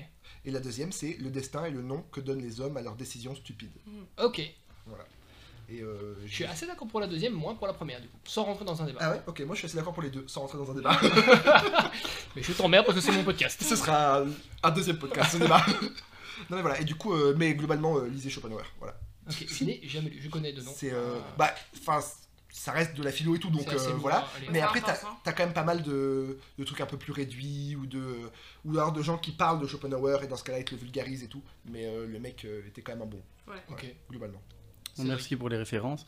Speaker 3: Et la deuxième c'est le destin et le nom que donnent les hommes à leurs décisions stupides.
Speaker 8: Ok.
Speaker 3: Et euh,
Speaker 8: Je suis assez d'accord pour la deuxième, moins pour la première, du coup. Sans rentrer dans un débat.
Speaker 3: Ah ouais Ok, moi je suis assez d'accord pour les deux, sans rentrer dans un débat.
Speaker 8: Mais je t'emmerde parce que c'est mon podcast.
Speaker 3: Ce sera un- un deuxième podcast, ce débat. non mais voilà, et du coup, euh, mais globalement, euh, lisez Schopenhauer, voilà.
Speaker 8: Ok, je n'ai jamais lu, je connais de nom.
Speaker 3: C'est... euh, bah, enfin, c- ça reste de la philo et tout, donc
Speaker 8: Ah. C'est assez
Speaker 3: euh,
Speaker 8: lourd,
Speaker 3: voilà.
Speaker 8: hein, allez.
Speaker 3: Mais
Speaker 10: Ouais,
Speaker 3: après, t'as
Speaker 10: intense, hein.
Speaker 3: t'as quand même pas mal de, de trucs un peu plus réduits, ou de ou alors de gens qui parlent de Schopenhauer, et dans ce cas-là, ils te le vulgarisent et tout. Mais euh, le mec euh, était quand même un bon,
Speaker 8: Ok.
Speaker 3: globalement.
Speaker 8: C'est
Speaker 9: Merci pour les références.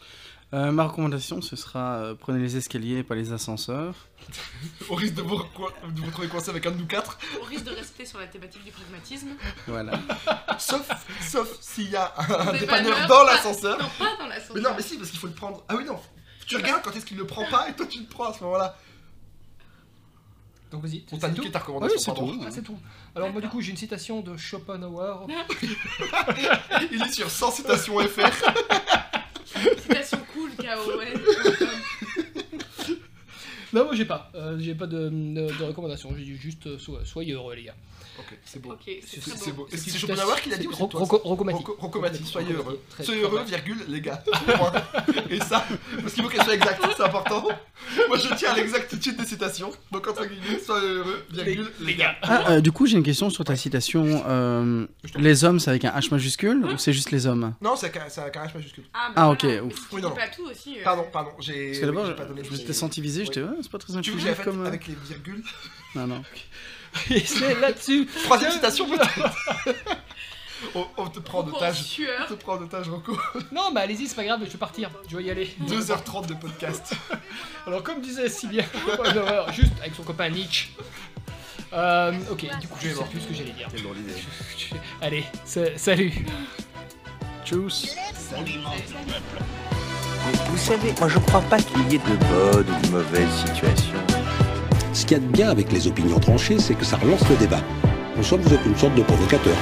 Speaker 9: Euh, ma recommandation, ce sera euh, prenez les escaliers et pas les ascenseurs.
Speaker 3: Au risque de vous, recoi- de vous retrouver coincé avec un de nous quatre,
Speaker 10: Au risque de rester sur la thématique du pragmatisme.
Speaker 9: Voilà.
Speaker 3: sauf, sauf s'il y a un
Speaker 10: Des
Speaker 3: dépanneur
Speaker 10: panneurs,
Speaker 3: dans
Speaker 10: pas-
Speaker 3: l'ascenseur.
Speaker 10: Non, pas dans la
Speaker 3: Mais non, mais si, parce qu'il faut le prendre. Ah oui, non. Tu regardes quand est-ce qu'il le prend pas et toi tu le prends à ce moment-là.
Speaker 8: Donc vas-y,
Speaker 3: On t'a
Speaker 8: c'est tout
Speaker 3: niqué ta
Speaker 9: oui,
Speaker 3: recommandation.
Speaker 9: c'est
Speaker 3: pardon.
Speaker 9: tout.
Speaker 8: Ah, c'est tout. Alors moi du coup j'ai une citation de Schopenhauer.
Speaker 3: Il est sur 100 citations FR.
Speaker 10: Citation cool, K.O.N.
Speaker 8: Non moi j'ai pas, Euh, j'ai pas de, de, de recommandation, j'ai dit juste euh, so- soyez heureux les gars.
Speaker 3: Ok, c'est beau.
Speaker 10: Ok, c'est très beau.
Speaker 3: C'est beau. Est-ce que c'est
Speaker 8: citation-
Speaker 3: Schopenhauer qui l'a dit ou c'est
Speaker 8: Ro-
Speaker 3: toi
Speaker 8: Rocco- Rocomatique.
Speaker 3: Rocco- Rocomatique, soyez heureux.
Speaker 8: Très-
Speaker 3: Soyez
Speaker 8: très
Speaker 3: heureux,
Speaker 8: bien.
Speaker 3: virgule, les gars. Point. Et ça, parce qu'il faut qu'elle soit exacte, c'est important. Moi je tiens à l'exactitude des citations. Donc entre guillemets, soyez heureux, virgule, les, gars.
Speaker 9: Ah, euh, du coup, j'ai une question sur ta citation. euh, les hommes, c'est avec un H majuscule ou c'est juste les hommes
Speaker 3: Non, c'est un, c'est un carrage majuscule.
Speaker 10: Ah, mais
Speaker 9: Ah,
Speaker 10: voilà.
Speaker 9: ok,
Speaker 10: Mais
Speaker 9: ouf.
Speaker 10: tu
Speaker 3: Oui, non,
Speaker 10: dis
Speaker 3: non.
Speaker 10: pas tout aussi. euh,
Speaker 3: Pardon, pardon, j'ai.
Speaker 9: Parce que d'abord,
Speaker 3: oui,
Speaker 9: je,
Speaker 3: j'ai pas donné
Speaker 9: je
Speaker 3: mes-
Speaker 9: m'étais senti visé, j'étais,
Speaker 3: Oui.
Speaker 9: Ah, c'est pas très
Speaker 3: Tu veux que j'aille
Speaker 9: intelligent
Speaker 3: fait
Speaker 9: comme. euh,
Speaker 3: avec les virgules
Speaker 9: Non, non.
Speaker 8: Et c'est là-dessus.
Speaker 3: Troisième citation, peut-être on, on te prend en
Speaker 10: beaucoup en
Speaker 3: otage. On
Speaker 10: sueur.
Speaker 3: te prend en otage, Rocco.
Speaker 8: Non mais allez-y c'est pas grave, je vais partir, je vais y aller.
Speaker 3: 2h30 de podcast.
Speaker 8: Alors comme disait si bien Schopenhauer, juste avec son copain Nietzsche. Euh, ok, du coup je sais plus ce que j'allais dire.
Speaker 1: Quelle drôle d'idée.
Speaker 8: Allez, sa- salut.
Speaker 9: Tchuss.
Speaker 6: Mais vous savez, moi je crois pas qu'il y ait de bonnes ou de mauvaises situations.
Speaker 7: Ce qu'il y a de bien avec les opinions tranchées, c'est que ça relance le débat. Nous sommes aucune sorte de provocateur.